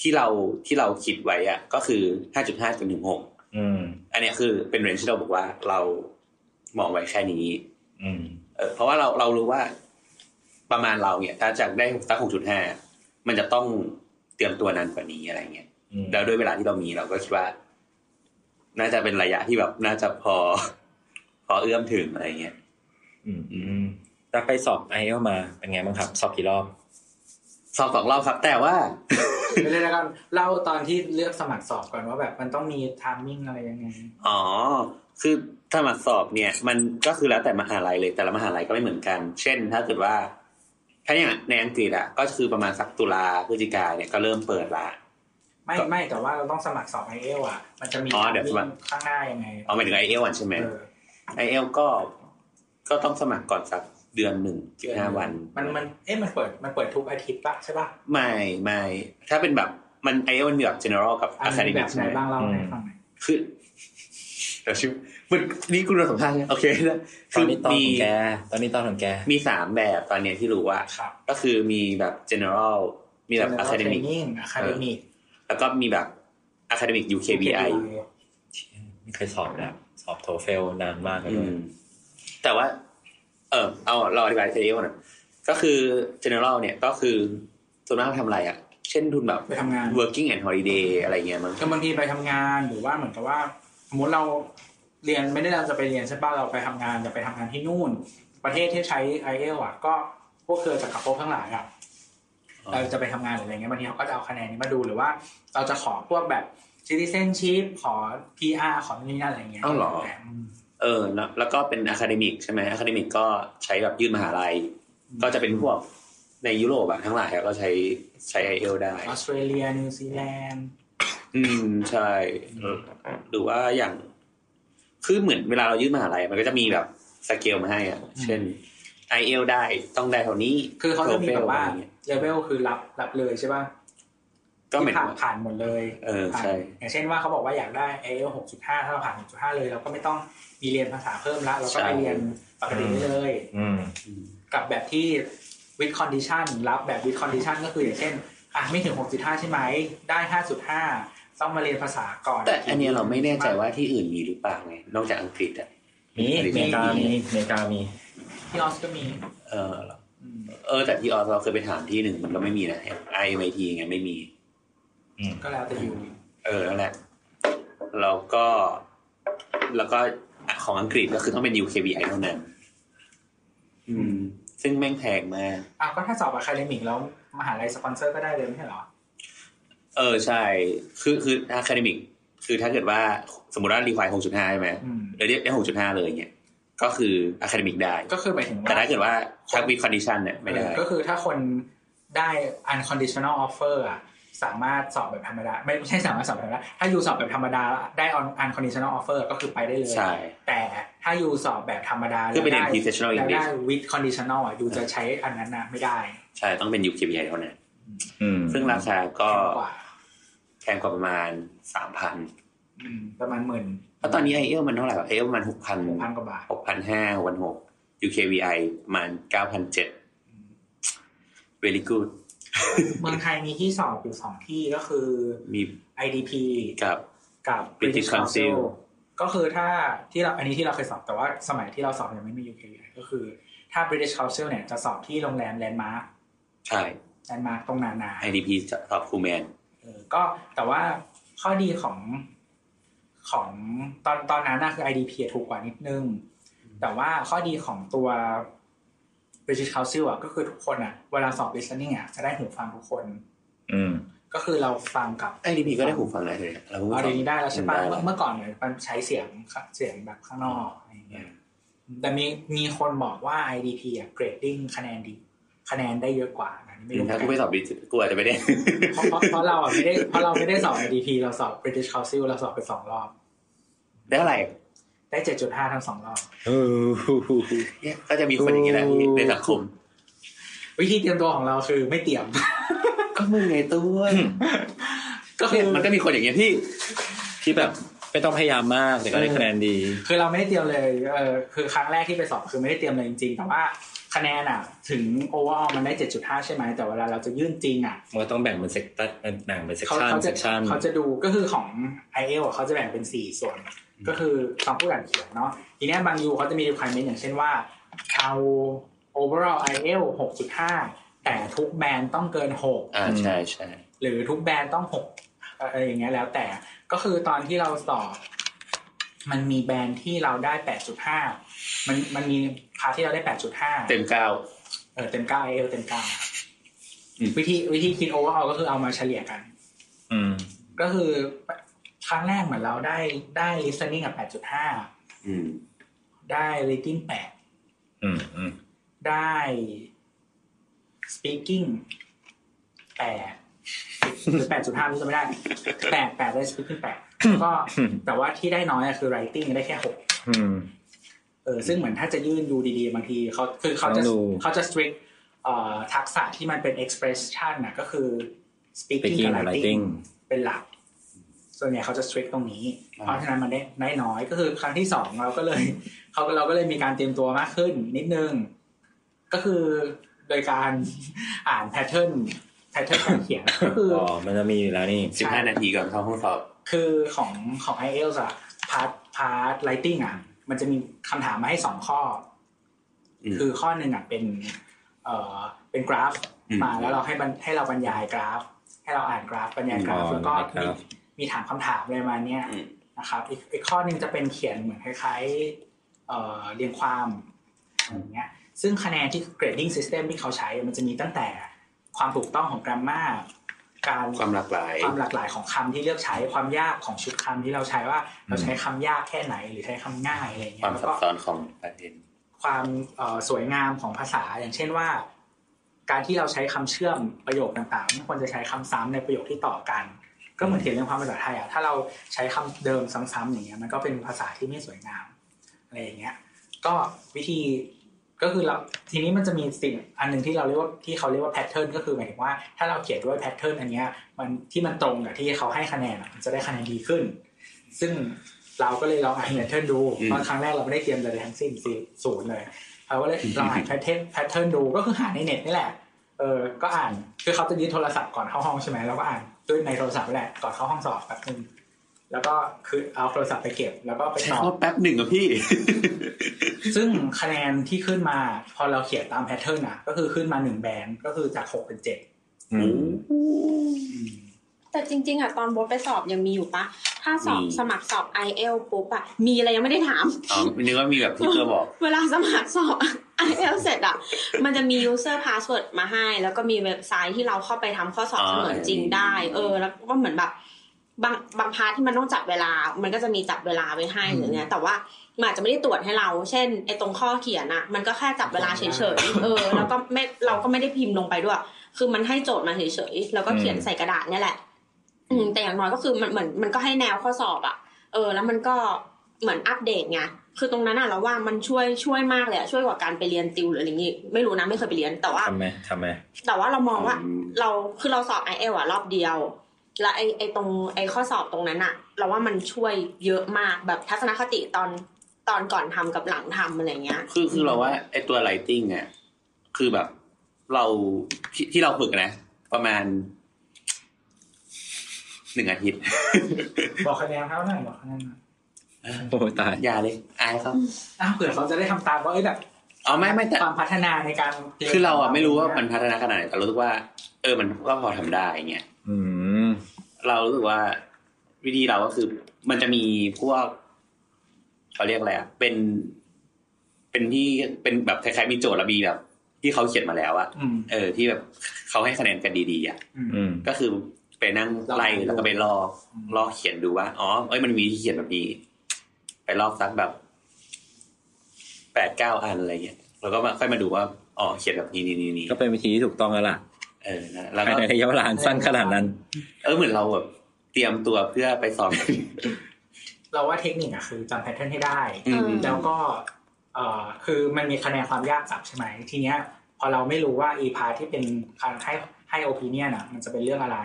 Speaker 3: ที่เราที่เราคิดไว้อะก็คือห้าจุดห้าจนถึงหก
Speaker 2: อืม
Speaker 3: อันเนี้ยคือเป็นเรนจ์ที่เราบอกว่าเรามองไว้แค่นี้
Speaker 2: อืม
Speaker 3: เออเพราะว่าเราเรารู้ว่าประมาณเราเนี่ย ถ้าจากได้สักหกจุดห้ามันจะต้องเตรียมตัวนานกว่านี้อะไรเงี้ย
Speaker 2: อืม
Speaker 3: แล้วด้วยเวลาที่เรามีเราก็คิดว่า น่าจะเป็นระยะที่แบบน่าจะพอ พอเอื้อมถึงอะไรเงี้ย
Speaker 2: อืมอืมแล้วไปสอบไอเอลมาเป็นไงบ้างครับ สอบกี่รอบ
Speaker 3: สอบสองรอบครับ แต่ว่า
Speaker 4: ไปเลยแล้วกันเล่าตอนที่เลือกสมัครสอบก่อนว่าแบบมันต้องมีไทามมิ่งอะไรยังไง
Speaker 3: อ๋อ คือถ้ามาสอบเนี่ย มันก็คือแล้วแต่มหาลัยเลย แต่ละมหาลัยก็ไม่เหมือนกัน เช่น ถ้าเกิดว่า ถ้าอย่างในอังกฤษอะก็คือประมาณสักตุลาพฤศจิกาเนี่ยก็เริ่มเปิดละ
Speaker 4: ไม่ไม่แต่ว่าเราต้องสมัครสอบไอเอลอ่ะ มันจะมี
Speaker 3: อ๋อ
Speaker 4: ทาม
Speaker 3: เดี๋ยวสมั
Speaker 4: มิ่
Speaker 3: ค
Speaker 4: ง
Speaker 3: ร
Speaker 4: ข้างหน้ายังไง
Speaker 3: เอาไปถึงไอเอลวันใช่ไหม
Speaker 4: เออ
Speaker 3: ไอเอลก็ก็ต้องสมัครก่อนสักเดือนหนึ่งสิบห้าวัน
Speaker 4: มันมันเอ๊ะมันเปิดมันเปิดทุกอาทิตย์ปะใช่ปะ
Speaker 3: ไม่ไม่ ถ้าเป็นแบบมันไอเอลมันมีแบบ general กับ
Speaker 4: อันนี้
Speaker 3: academic
Speaker 4: แบบ
Speaker 3: ใช่
Speaker 4: ไหน
Speaker 3: ไหม
Speaker 4: บ้างเล่า
Speaker 2: อืม
Speaker 4: ให้ฟังหน่อย
Speaker 3: คือเดี๋ยวชิวมันนี่คุณสัมภาษณ์ใช่ไหมโอเคนะ
Speaker 2: ต
Speaker 3: คื
Speaker 2: อน
Speaker 3: อ
Speaker 2: นี้ตอน
Speaker 3: มี
Speaker 2: ของแก ตอนนี้ตอนของแก
Speaker 3: มีสามแบบตอนเนี้ยที่รู้ว่า
Speaker 4: ครับ
Speaker 3: ก็คือมีแบบ general มีแบบ
Speaker 4: General
Speaker 3: academic
Speaker 4: Training academic
Speaker 3: แล้วก็มีแบบ academic UKVI
Speaker 2: ไม่เคยสอบแล้วสอบโทเฟลนานมากเลย
Speaker 3: อืมแต่ว่า เออเอาเราอธิบายไอเอลนะก็คือ general เนี่ยก็คือส่วนมากทำอะไรอ่ะ เช่นทุนแบบ
Speaker 4: ไปทำงาน
Speaker 3: working and holiday อะไรเงี้ยมั้ง
Speaker 4: ก็บางทีไปทำงานหรือว่าเหมือนกับว่าสมมติเราเรียนไม่ได้เราจะไปเรียนใช่ป่ะเราไปทำงานจะไปทำงานที่นู่น ประเทศที่ใช้ไอเอลอ่ะ ก็พวกเครือจักรภพทั้งหลายอ่ะ
Speaker 3: อ๋อ
Speaker 4: เราจะไปทำงานหรืออะไรเงี้ยบางทีเขาก็จะเอาคะแนนนี้มาดูหรือว่า เราจะขอพวกแบบ citizenship ขอ PR ขอนู่นนี่นั่นอะไรเงี้ย
Speaker 3: อ้าวเหรอ
Speaker 4: ม
Speaker 3: เออแล้วแล้วก็เป็น academic ใช่ไหม academic ก็ใช้แบบยื่นมหาลัย ก็จะเป็นพวกในยุโรปอะทั้งหลายอะก็ใช้ใช้ IEL ได้
Speaker 4: ออสเตรเลียนิวซีแลนด์
Speaker 3: อืมใช่หรือว่าอย่าง คือเหมือนเวลาเรายื่นมหาลัย มันก็จะมีแบบสเกลมาให้อะเช่น IEL ได้ต้องได้เท่านี้
Speaker 4: คือเขาจะมีแบบว่า
Speaker 3: โทเฟลอะไรเงี้ย
Speaker 4: เลเวลคือรับรับเลยใช่ป่ะ
Speaker 3: ก็เหมือน
Speaker 4: ที่ผ่านผ่านหมดเลย
Speaker 3: เออใช่
Speaker 4: อย่างเช่นว่าเขาบอกว่าอยากได้ IELTS 6.5 ถ้าเราผ่าน 6.5 เลย เราก็ไม่ต้องมีเรียนภาษาเพิ่มละเราก็ไปเรียนปกติได้เลย
Speaker 2: อืม
Speaker 4: กับแบบที่ with condition รับแบบ with condition ก็คืออย่างเช่น อ่ะไม่ถึง 6.5 ใช่ไหม ได้ 5.5 ต้องมาเรียนภาษาก่อน
Speaker 3: แต่อันเนี้ยเราไม่แน่ใจว่าที่อื่นมีหรือเปล่าไงนอกจากอังกฤษอะ
Speaker 2: มี
Speaker 3: มี
Speaker 2: อเมริกามีอเมริกามี
Speaker 4: ที่ออสก็มี
Speaker 3: เออ
Speaker 4: อืม
Speaker 3: เออแต่ที่ออสเราเคยไปถามที่หนึ่งมันก็ไม่มีนะไอเอ็มไอทีไงไม่มี
Speaker 4: ก็แล้วแต่อยู่
Speaker 3: เออนั่นแหละแล้วก็แล้วก็ของอังกฤษก็คือต้องเป็น UKVI เท่านั้น อืม ซึ่งแม่งแพงมาก
Speaker 4: อ้าวก็ถ้าสอบอะคาเดมิกแล้วมหาลัยสปอนเซอร์ก็ได้เลยไม่ใช่เหรอ
Speaker 3: เออใช่ คือคือ academic คือถ้าเกิดว่าสมมติว่ารีไฟหกจุดห้าใช่ไหม
Speaker 4: อืม
Speaker 3: เราเรียกได้หกจุดห้าเลยเนี่ยก็คือ academic ได้
Speaker 4: ก็คือหมายถึงว่า
Speaker 3: แต่ถ้าเกิดว่าทักวีคอนดิชันเนี่ยไม่ได้
Speaker 4: เออก็คือถ้าคนได้ unconditional offer อ่ะ สามารถสอบแบบธรรมดา ไม่ไม่ใช่สามารถสอบแบบธรรมดา ถ้าอยู่สอบแบบธรรมดาได้ un- unconditional offer ก็คือไปได้เลย
Speaker 3: ใช่
Speaker 4: แต่ถ้าอยู่สอบแบบธรรมดา
Speaker 3: คือเป็น
Speaker 4: แล้วได้
Speaker 3: Intentional
Speaker 4: แล้วได้
Speaker 3: English
Speaker 4: with conditional อ่ะอยู่จะใช้อันนั้นนะไม่ได้
Speaker 3: ใช่ต้องเป็น UKVI เท่านั้น
Speaker 2: อืม
Speaker 3: ซึ่งราคาก็
Speaker 4: แพงกว่า
Speaker 3: แพงกว่าประมาณสามพัน
Speaker 4: อืมประมาณหมื่น
Speaker 3: แล้วตอนนี้ไอเอลมันเท่าไหร่ไอเอลมันหกพัน
Speaker 4: หกพันกว่าบาท
Speaker 3: หกพันห้าวันหก UKVI ประมาณเก้าพันเจ็ด very good
Speaker 4: เมืองไทยมีที่สอบอยู่สองที่ก็คือ
Speaker 3: มี
Speaker 4: IDP
Speaker 3: กับ
Speaker 4: กับ
Speaker 3: British Council
Speaker 4: ก็คือถ้าที่เราอันนี้ที่เราเคยสอบแต่ว่าสมัยที่เราสอบยังไม่มี UK ก็คือถ้า British Council เนี่ยจะสอบที่โรงแรมแลนด์มาร์ค
Speaker 3: ใช่
Speaker 4: แลนด์มาร์คตรงนานา
Speaker 3: IDP จะสอบคูแมน
Speaker 4: เออก็แต่ว่าข้อดีของของตอนตอนนั้นน่ะคือ IDP อะถูกกว่านิดนึง แต่ว่าข้อดีของตัว British Council อ่ะก็คือทุกคนอ่ะเวลาสอบ listening อ่ะจะได้หูฟังทุกคน
Speaker 2: อืม
Speaker 4: ก็คือเราฟังกับ
Speaker 3: IDP ก็ได้หูฟังได้เลยเรา
Speaker 4: เอาเดี๋ยวนี้ได้แล้วใช่ปะ
Speaker 3: ได้
Speaker 4: เมื่
Speaker 3: แล้
Speaker 4: อ
Speaker 3: ว
Speaker 4: เมื่อก่อนเนี่ยมันใช้เสียงค่ะเสียงแบบข้างนอกอะไรอย่างเงี้ยแต่มีมีคนบอกว่า IDP อ่ะเกรดดิ้งคะแนนดี คะแนนได้เยอะกว่าอันนี้ไม่รู้เหมื
Speaker 3: ถ้า
Speaker 4: อน
Speaker 3: กู
Speaker 4: กัน
Speaker 3: ไปสอบดิจิกูอาจจะ ไม่ได้
Speaker 4: เพราะเพราะเพราะเราอ่ะไม่ได้เพราะเราไม่ได้สอบ IDP เราสอบ British Council เราสอบไปสองรอบ
Speaker 3: ได้อะไร
Speaker 4: ได้เจ็ดจุดห้าทั้งสองรอบ
Speaker 2: เออ
Speaker 3: เนี่ยก็จะมีคนอย่างนี้แหละพี่ในสังคม
Speaker 4: วิธีเตรียมตัวของเราคือไม่เตรียม
Speaker 3: ก็มึงไงตัว
Speaker 4: ก็คื
Speaker 3: เนี่
Speaker 4: อย
Speaker 3: มันก็มีคนอย่างเงี้ยพี่
Speaker 2: ที่แบบไม่ต้องพยายามมากแต่ก็ได้คะแนนดี
Speaker 4: คือเราไม่ได้เตรียมเลยเออคือครั้งแรกที่ไปสอบคือไม่ได้เตรียมเลยจริงๆ แต่ว่า คะแนนอ่ะ ถึงโอเวอร์มันได้เจ็ดจุดห้าใช่ไหมแต่เวลาเราจะยื่นจริงอ่ะ
Speaker 2: มันก็ต้องแบ่งเป็นเซกเตอร์แบ่งเป็นเซก
Speaker 4: เขา
Speaker 2: ชัน
Speaker 4: เขา
Speaker 2: เซ
Speaker 4: จะ
Speaker 2: กชัน
Speaker 4: เขาจะดูก็คือของ i อเอลเขาจะแบ่งเป็นสี่ส่วน ก็คือคำพูดอ่านเขียนเนาะทีเนี้ยบางยูเขาจะมี requirement อย่างเช่นว่า เอา overall i อเอลหกจุดห้าแต่ทุกแบรนด์ต้องเกินหก
Speaker 7: อ่าใช่ใช่
Speaker 4: หรือทุกแบรนด์ต้องหกอะไรอย่างเงี้ยแล้วแต่ก็คือตอนที่เราสอบ มันมีแบรนด์ที่เราได้แปดจุดห้ามันมันมีพาร์ทที่เราได้แปดจุดห้า
Speaker 7: เต็มเก้า
Speaker 4: เออเต็มเก้าเอลเต็มเก้า
Speaker 7: อืม
Speaker 4: วิธีวิธีคิดโอเวอร์เอาก็คือเอามาเฉลี่ยกัน
Speaker 2: อืม
Speaker 4: ก็คือ ครั้งแรกเหมือนเราได้ได้ listening กับ 8.5
Speaker 7: อืม
Speaker 4: ได้ reading
Speaker 2: อืมอืม
Speaker 4: 8 ได้ speaking 8หรือ 8.5ไม่จำไม่ได้ 8 8 ได้ speaking 8แล้วก็แต่ว่าที่ได้น้อยอะคือ writing ได้แค่ 6
Speaker 2: อืม
Speaker 4: เออซึ่งเหมือนถ้าจะยื่นดูดีๆ บางทีเขาคือเขาจะ
Speaker 2: ต้องดู
Speaker 4: เขาจะ strict เอ่อทักษะที่มันเป็น expression นะก็คือ speaking
Speaker 2: Speaking
Speaker 4: กับ
Speaker 2: กับ writing
Speaker 4: writing เป็นหลัก ส่วนใหญ่เขาจะ strict ตรงนี้ เพราะฉะนั้นมันได้ได้น้อยก็คือครั้งที่สองเราก็เลย เขาก็เราก็เลยมีการเตรียมตัวมากขึ้นนิดนึง ก็คือโดยการ อ่าน pattern pattern การเขียนก็คือ
Speaker 2: อ๋อ
Speaker 4: อ
Speaker 2: มันจะมีอยู่แล้วนี่
Speaker 7: สิบห้านาทีก่อนเข้าห้องสอบ
Speaker 4: คือของของ i อเอลอะพาร์ทพาร์ทไลติงอะมันจะมีคำถามมาให้สองข้ออ
Speaker 7: ม
Speaker 4: คือข้อหนึ่งอะเป็นเอ่อเป็นกราฟ
Speaker 7: อืม
Speaker 4: มาแล้วเราให้บรรให้เราบรรยายกราฟ ให้เราอ่านกราฟบรรยายกราฟ
Speaker 2: อ๋อ
Speaker 4: แล้วก็
Speaker 2: บรรยายกราฟ
Speaker 4: มีมีถามคำถามอะไรมาเนี้ย
Speaker 7: อืม
Speaker 4: นะครับอีกอีกข้อหนึ่งจะเป็นเขียนเหมือนคล้ายๆเอ่อเรียงความอะไรอย่างเงี้ยซึ่งคะแนนที่ grading system ที่เขาใช้มันจะมีตั้งแต่ความถูกต้องของกราฟมาการ
Speaker 7: ความหลากหลาย
Speaker 4: ความหลากหลายของคำที่เลือกใช้ความยากของชุดคำที่เราใช้ว่า เราใช้คำยากแค่ไหนหรือใช้คำง่ายอะไรเงี้
Speaker 7: ควาย ม
Speaker 4: แล้ว
Speaker 7: ซับ
Speaker 4: ก็
Speaker 7: ซ้อนของประเด็น
Speaker 4: ความเอ่อสวยงามของภาษาอย่างเช่นว่า การที่เราใช้คำเชื่อมประโยคต่างๆไม่ควรจะใช้คำซ้ำในประโยคที่ต่อกัน ก็เหมือนเขียนเรื่องความภาษาไทยอ่ะถ้าเราใช้คำเดิมซ้ำๆอย่างเงี้ยมันก็เป็นภาษาที่ไม่สวยงามอะไรอย่างเงี้ย ก็วิธีก็คือเราทีนี้มันจะมีสิ่งอันหนึ่งที่เราเรียกว่าที่เขาเรียกว่าแพทเทิร์นก็คือหมายถึงว่าถ้าเราเขียนด้วยแพทเทิร์นอันเนี้ยมันที่มันตรงกับที่เขาให้คะแนนอะมันจะได้คะแนนดีขึ้น ซึ่งเราก็เลยลองอ่านแพทเทิร์นดูเพราะครั้งแรกเราไม่ได้เตรียมอะไรเลยทั้งสิ้นศูนย์เลยเราก็เลยลองอ่านแพทเทิร์นแพทเทิร์นดูก็คือหาในเน็ตนี่แหละ เออก็อ่านคือเขาจะยึดโทรศัพท์ก่อนเข้าห้องใช่ไหมเราก็อ่านด้วยในโทรศัพท์นี่แหละก่อนเข้าห้องสอบแป๊บนึงแล้วก็คือเอาโทรศัพท์ไปเก็บแล้วก็ไปตอบ
Speaker 7: โทษแป๊บหนึ่งอะพี่
Speaker 4: ซึ่งคะแนนที่ขึ้นมาพอเราเขียนตามแพทเทิร์นอ่ะ ก็คือขึ้นมาหนึ่งแบรนด์ก็คือจากหกเป็นเจ็ด
Speaker 2: อืม
Speaker 6: แต่จริง ๆอ่ะตอนโบทไปสอบยังมีอยู่ปะถ้าสอบ
Speaker 7: มี
Speaker 6: สมัครสอบ i อเอลปุ๊บอ่ะมีอะไรยังไม่ได้ถาม
Speaker 7: อ๋อนึกว่ามีแบบที่เธอบอก
Speaker 6: เวลาสมัครสอบ i อเอลเสร็จอ่ะ มันจะมี user password มาให้ แล้วก็มีเว็บไซต์ที่เราเข้าไปทำข้อสอบ
Speaker 7: อ่า
Speaker 6: เสมือนจริงได้ เออ แล้วก็เหมือนแบบ บางบางพาร์ทที่มันต้องจับเวลา มันก็จะมีจับเวลาไว้ให้หรือไงแต่ว่ามันอาจจะไม่ได้ตรวจให้เรา เช่นไอ้ตรงข้อเขียนอ่ะ มันก็แค่จับเวลาเฉยๆ เออ แล้วก็ไม่เราก็ไม่ได้พิมพ์ลงไปด้วย คือมันให้โจทย์มาเฉยๆ แล้วก็เขียนใส่กระดาษเนี่ยแหละ อืม แต่อย่างน้อยก็คือมันเหมือนมันก็ให้แนวข้อสอบอะเออ แล้วมันก็เหมือนอัปเดตไง คือตรงนั้นอะเราว่ามันช่วยช่วยมากเลยอะช่วยกว่าการไปเรียนติวหรืออะไรอย่างงี้ ไม่รู้นะไม่เคยไปเรียน แต่ว่า
Speaker 2: ทำไหมทำไหม
Speaker 6: แต่ว่าเรามองว่า
Speaker 7: อืม
Speaker 6: เราคือเราสอบไอเอลอะรอบเดียว แล้วไอไอตรงไอข้อสอบตรงนั้นอะเราว่ามันช่วยเยอะมากแบบทัศนคติตอนตอนก่อนทำกับหลังทำอะไรเงี้ย
Speaker 7: คือคือเราว่าไอ้ตัวไลติงเนี่ยคือแบบเราที่ที่เราฝึกนะ ประมาณหนึ่งอาทิตย์
Speaker 4: บอกคะแนนเขาหน่อยบอกคะแนนหน่อย
Speaker 2: โอ้ยตาย
Speaker 7: อย่าเลย อายครับ
Speaker 4: อ้าวเผื่อเขาจะได้ทำตามว่าเอ้ยแบบ
Speaker 7: อ๋อไม่ไม่แต่
Speaker 4: ความพัฒนาในการรียน
Speaker 7: คือเราอ่ะไม่รู้ว่ามันพัฒนาขนาดไหนแต่รู้สึกว่า เออมันก็พอทำได้อย่างเงี้ย
Speaker 2: อืม
Speaker 7: เรารู้สึกว่าวิธีเราก็คือ มันจะมีพวกเขาเรียกอะไรอ่ะเป็น เป็นที่เป็นแบบคล้ายๆมีโจทย์และมีแบบ ที่เขาเขียนมาแล้วอะ
Speaker 4: อืม
Speaker 7: เออ ที่แบบเขาให้คะแนนกันดีๆอ่ะ
Speaker 4: อืม
Speaker 2: อืม
Speaker 7: ก็คือไปนั่งไล่
Speaker 4: ลองดู
Speaker 7: แล้วก็ไปลอกลอกเขียนดูว่าอ๋อเอ้ยมันมีที่เขียนแบบนี้ ไปลอกสักแบบแปดเก้าอันอะไรเงี้ยแล้วก็มาค่อยมาดูว่าอ๋อเขียนแบบนี้นี่นี่นี่
Speaker 2: ก็เป็นวิธีที่ถูกต้องแล้วล่ะ
Speaker 7: เออนะแล้ว
Speaker 2: ภาย
Speaker 7: ก็
Speaker 2: ในระยะเวลาอันสั้นขนาดนั้น
Speaker 7: เออเหมือนเราแบบเตรียมตัวเพื่อไปสอบ
Speaker 4: เราว่าเทคนิคอะคือจำแพทเทิร์นให้ได้
Speaker 7: อืม
Speaker 4: แล้วก็เอ่อคือมันมีคะแนนความยากจับใช่ไหมทีเนี้ย พอเราไม่รู้ว่าอีพาร์ทที่เป็นการให้ให้โอปิเนียน่ะมันจะเป็นเรื่องอะไร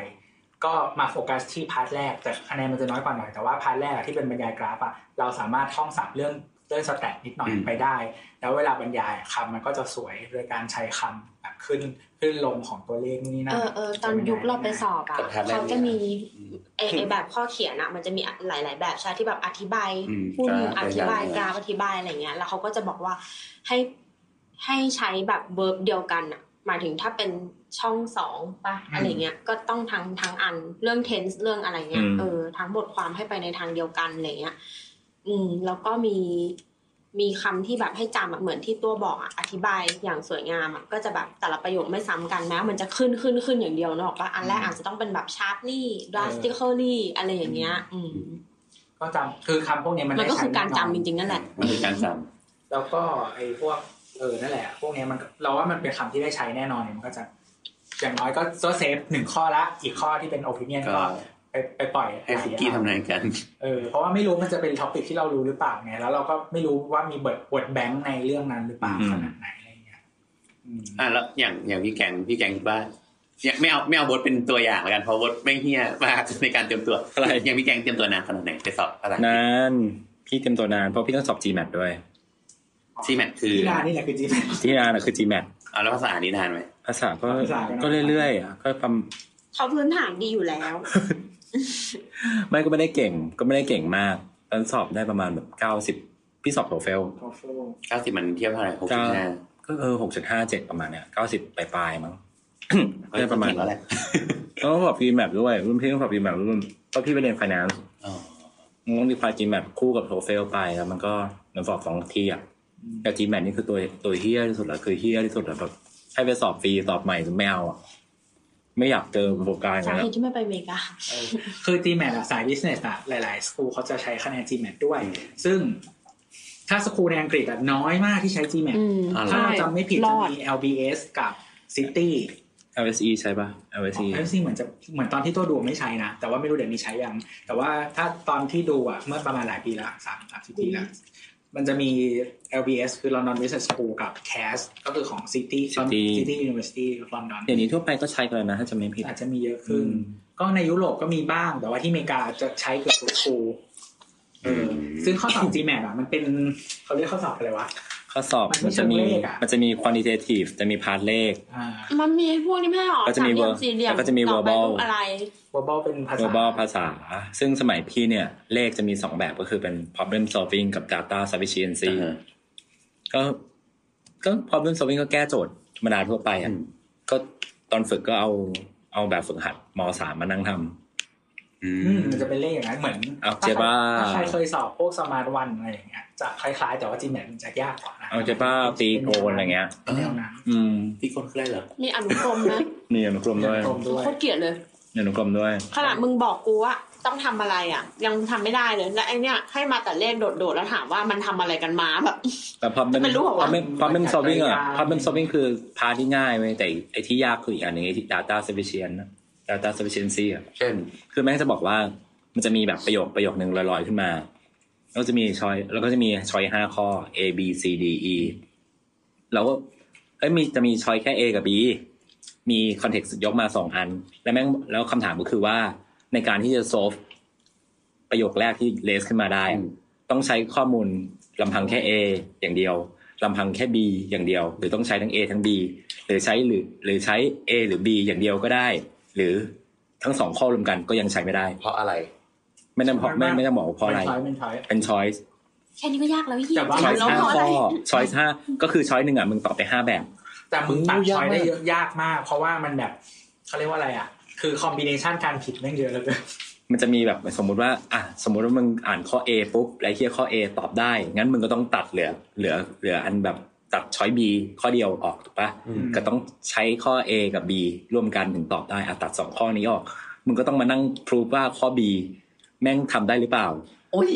Speaker 4: ก็มาโฟกัสที่พาร์ทแรกแต่คะแนนมันจะน้อยกว่าหน่อยแต่ว่าพาร์ทแรกอะที่เป็นบรรยายกราฟอะเราสามารถท่องสับเรื่อง เรื่องสแตทนิดหน่อย
Speaker 7: อืม
Speaker 4: ไปได้ แล้วเวลาบรรยายอะคำมันก็จะสวยโดยการใช้คำแบบขึ้นขึ้นลงของตัวเลขนี่นั่
Speaker 6: เอน อเออตอนยุคเราไปสอบอ่ะ
Speaker 7: กับทาสแรก
Speaker 6: เขาจะมี
Speaker 7: อืม
Speaker 6: ไอไอแบบข้อเขียนอ่ะ มันจะมีหลาย ๆ แบบใช่ที่แบบอธิบาย
Speaker 7: อืม
Speaker 6: คุณ
Speaker 7: ก
Speaker 6: อ
Speaker 7: รฟ
Speaker 6: ธิบาย
Speaker 7: เป็นง
Speaker 6: กรา
Speaker 7: ไง
Speaker 6: ฟอธิบายอะไรเงี้ย แล้วเขาก็จะบอกว่าให้ให้ใช้แบบเวิร์บเดียวกันอะหมายถึงถ้าเป็นช่องสองปะอะไรเงี้ย ก็ต้องทั้งทั้งอันเรื่อง tense เรื่องอะไรเงี้ย
Speaker 2: อืม
Speaker 6: เออ ทั้งบทความให้ไปในทางเดียวกันอะไรเงี้ย อืม แล้วก็มีมีคำที่แบบให้จำอะเหมือนที่ตัวบอกอะอธิบายอย่างสวยงามอะก็จะแบบแต่ละประโยคไม่ซ้ำกันแม้มันจะขึ้นขึ้นขึ้นอย่างเดียวเนอะว่าอันแรกอาจจะต้องเป็นแบบ sharply drastically อะไรอย่างเงี้ย อืม
Speaker 4: ก็จำคือคำพวกเนี้ยมัน
Speaker 6: มัน
Speaker 4: ได้
Speaker 6: ก็
Speaker 4: ใช้
Speaker 6: คือการ
Speaker 4: แน่นอ
Speaker 6: จำจ
Speaker 4: น
Speaker 6: ริงๆนั่นแหละ
Speaker 2: มันคือการจ
Speaker 4: แล้วก็ไอ้พวกเออนั่นแหละ พวกเนี้ยมันเราว่ามันเป็นคำที่ได้ใช้แน่นอนเนี่ยมันก็จะ อย่างน้อยก็เซฟหนึ่งข้อละอีกข้อที่เป็นโอปิเนียน
Speaker 7: ก็
Speaker 4: ก็ไปไปปล่อย
Speaker 7: ให้คุกกี้ทำงานกัน
Speaker 4: เออเพราะว่าไม่รู้มันจะเป็นท็อปิกที่เรารู้หรือเปล่าไงแล้วเราก็ไม่รู้ว่ามีบทบทแบงค์ในเรื่องนั้นหรือเปล่า
Speaker 7: อืม
Speaker 4: ขนาดไหนอะไรเงี้ยอืม
Speaker 7: อ่ะแล้วอย่างอย่างพี่แกงพี่แกงคิดว่าเนี่ยไม่เอาไม่เอาบทเป็นตัวอย่างแล้วกันเพราะบทแม่งเฮี้ยมากในการเตรียมตัวอะไรอย่างพี่แกงเตรียมตัวนานขนาดไหนไปสอบอะไร
Speaker 2: ำนานพี่เตรียมตัวนานเพราะพี่ต้องสอบ GMAT ด้วย
Speaker 7: ซีแมทคือ
Speaker 4: ที่นานี่แหละคือจีน
Speaker 2: ที่นานอะคือ GMAT
Speaker 7: เอาแล้วภาษาอันนี้นานไหม
Speaker 2: ภาษาก็
Speaker 4: ภาษาก็นาน
Speaker 2: ก็เรื่อยๆอะก็ประมาณ
Speaker 6: เขาพื้นฐานดีอยู่แล้ว
Speaker 2: ไม่ก็ไม่ได้เก่ง ก็ไม่ได้เก่งมากตอนสอบได้ประมาณแบบเก้าสิบพี่สอบโทเฟล
Speaker 7: เก้าสิบมันเทียบเท่าไหร่หกสิบห้า
Speaker 2: ก็เออหกจุดห้าเจ็ดประมาณเนี้ยเก้าสิบปลายๆมั้ง
Speaker 7: ก็
Speaker 2: ได้ประมาณ
Speaker 7: เก่งแล้วแหละ
Speaker 2: แล้วก็สอบพีแมปด้วยรุ่นพี่ต้องสอบพีแมปรุ่นเพราะพี่ไปเรียนไฟแนนซ์
Speaker 7: อ๋อ
Speaker 2: ต้องดีพายจีแมปคู่กับโทเฟลไปแล้วมันก็มันสอบสองที่อ่ะแต่จีแมปนี่คือตัวตัวเฮี้ยที่สุดละคือเฮี้ยที่สุดละแบบให้ไปสอบฟรีสอบใหม่จะไม่เอาอ่ะไม่อยากเจอประสบการณ์อย่า
Speaker 6: สางเห
Speaker 2: นั้น
Speaker 6: ตุที่ไม่ไปอเมริกา
Speaker 4: คือจีแมทสายบิสเนสอะหลาย ๆ สกูลเขาจะใช้คะแนนจีแมทด้วย ซึ่งถ้าสกูลในอังกฤษอะน้อยมากที่ใช้จีแมท
Speaker 6: อืม
Speaker 4: ถ้า
Speaker 6: ใช่
Speaker 4: เราจำไม่ผิด
Speaker 6: ร
Speaker 4: จะ
Speaker 6: อด
Speaker 4: มี LBS กับ City
Speaker 2: แล้ว LSE ใช่ป่ะ LSE
Speaker 4: เอฟซีเหมือนจะเหมือนตอนที่ตัวดูไม่ใช้นะ แต่ว่าไม่รู้เดี๋ยวนี้ใช้ยัง แต่ว่าถ้าตอนที่ดูอ่ะเมื่อประมาณหลายปีละสามสามสิบปีละมันจะมี LBS คือ London Business School กับ CAS ก็คือของ City
Speaker 2: City
Speaker 4: City University of London
Speaker 2: เดี๋ยวนี้ทั่วไปก็ใช้กันแล้วนะ ถ้าจะไม่ผิด
Speaker 4: อาจจะมีเยอะขึ้น
Speaker 2: อืม
Speaker 4: ก็ในยุโรปก็มีบ้าง แต่ว่าที่อเมริกาจะใช้เกือบทุกครูเออซึ่งข้อสอบ GMAT อ่ะมันเป็นเขาเรียกข้อสอบอะไรวะ
Speaker 2: ข้อสอบ
Speaker 4: มั
Speaker 2: มัน น
Speaker 4: ไม่
Speaker 2: จะมี
Speaker 4: เชิงเลขอะ
Speaker 2: มันจะมี quantitative จะมีพาร์ทเลข
Speaker 4: อ่า
Speaker 6: มันมีพวกนี้ไม่ใช่หรอ
Speaker 2: ก็จะมี
Speaker 6: สามเห
Speaker 2: ver-
Speaker 6: ลี่ยสี่เหลี่ยม
Speaker 2: แล้วก็จะมี
Speaker 6: ต่อไป
Speaker 2: verbal
Speaker 6: รูปอะไร
Speaker 4: วอบเป็นภาษา
Speaker 2: global ภาษา ซึ่งสมัยพี่เนี่ย เลขจะมี 2 แบบก็คือเป็น problem solving กับ data sufficiency
Speaker 7: อ่า
Speaker 2: ก็ก็ problem solving ก็แก้โจทย์ธรรมดาทั่วไปอ่ะ
Speaker 7: อืม
Speaker 2: ก็ตอนฝึกก็เอาเอาแบบฝึกหัดมสามมานั่งท
Speaker 7: อื
Speaker 4: อื
Speaker 7: ม
Speaker 4: มมันจะเป็นเลขอย่างนั้นเหมือน
Speaker 2: เอาเจ๊บ้า
Speaker 4: ถ้าใครเคยสอบพวกสมาร์ทวันอะไรอย่างเงี้ยจะคล้ายๆ แต่ว่าจีแมทมันจะยากกว่านะ
Speaker 2: ำเอาเจป้าตีโกนอะไรเงี้ย
Speaker 4: เป็นแนวนั้น
Speaker 2: อืม
Speaker 7: พี่คนคืออะไรเหรอ
Speaker 6: มีอนุกรมนะ
Speaker 2: มีอนุกรมด้วย
Speaker 4: กลมด้วย
Speaker 6: โคตรเกลียดเลย
Speaker 2: มีอนุกรมด้วย
Speaker 6: ขนาดมึงบอกกูว่าต้องทำอะไรอ่ะ ยังทำไม่ได้เลย และไอเนี้ยให้มาแต่เลขโดดๆ แล้วถามว่ามันทำอะไรกันมาแบบ
Speaker 2: แต่พอเป็น
Speaker 6: มันรู้เหรอ
Speaker 2: พ
Speaker 6: วะ
Speaker 2: อเป็นพอเป็น solving อ่ะพอเป็น solving คือพาร์ทที่ง่ายเว้ยแต่ไอ้ที่ยากคืออีกอันหนึ่งไอ้ที่ data sufficiency นะ data sufficiency อ่ะ
Speaker 7: เช่น
Speaker 2: คือแม่งจะบอกว่ามันจะมีแบบประโยคประโยคหนึ่งลอยๆขึ้นมา แล้วจะมีชอยแล้วก็จะมีชอยห้าข้อ A B C D E แล้วก็เอ้ยมีจะมีชอยแค่ A กับ B มีคอนเท็กซ์ยกมาสองอัน แล้วแม่งแล้วคำถามก็คือว่าในการที่จะ solve ประโยคแรกที่เลสขึ้นมาได้อะต้องใช้ข้อมูลลำพังแค่ A อย่างเดียวลำพังแค่ B อย่างเดียว หรือต้องใช้ทั้ง A ทั้ง B หรือใช้หรือหรือใช้ A หรือ B อย่างเดียวก็ได้ หรือทั้งสองข้อรวมกันก็ยังใช้ไม่ได้
Speaker 7: เพราะอะไร
Speaker 2: ไม่ต้องบอกไม่ไม่ต้องบอกว่าเพราะอะไร
Speaker 4: เป็นช้อยเป็นช้อย
Speaker 2: เป็นช้อยส์
Speaker 6: แค่นี้ก็ยากแล้วยี่
Speaker 4: แต่ว่า
Speaker 2: ช้อย
Speaker 6: แล้
Speaker 2: ส์
Speaker 6: ว
Speaker 2: ห้า
Speaker 6: เพราะ
Speaker 2: ข้
Speaker 6: อะไร
Speaker 2: อช้อยส์ห้าก็คือช้อยหนึ่งอ่ะมึงตอบไปห้าแบบ
Speaker 4: แต่มึงตัด
Speaker 2: โอ้ยาก
Speaker 4: ช้อยได้
Speaker 2: มาก
Speaker 4: เยอะยากมาก เพราะว่ามันแบบเขาเรียกว่าอะไรอ่ะ คือคอมบิเนชันการผิดแม่งเยอะเหลย
Speaker 2: มันจะมีแบบสมมุติว่าอ่ะสมมุติว่ามึงอ่านข้อ A ปุ๊บไรเคียข้อ A ตอบได้ งั้นมึงก็ต้องตัดเหลือ เหลือเหลืออันแบบตัดช้อย B ข้อเดียวออกถูกปะ
Speaker 7: อืม
Speaker 2: ก็ต้องใช้ข้อ A กับ B ร่วมกันถึงตอบได้อ่ะตัดสองข้อนี้ออก มึงก็ต้องมานั่งพรูฟว่าข้อ B แม่งทำได้หรือเปล่า
Speaker 7: โอ้ย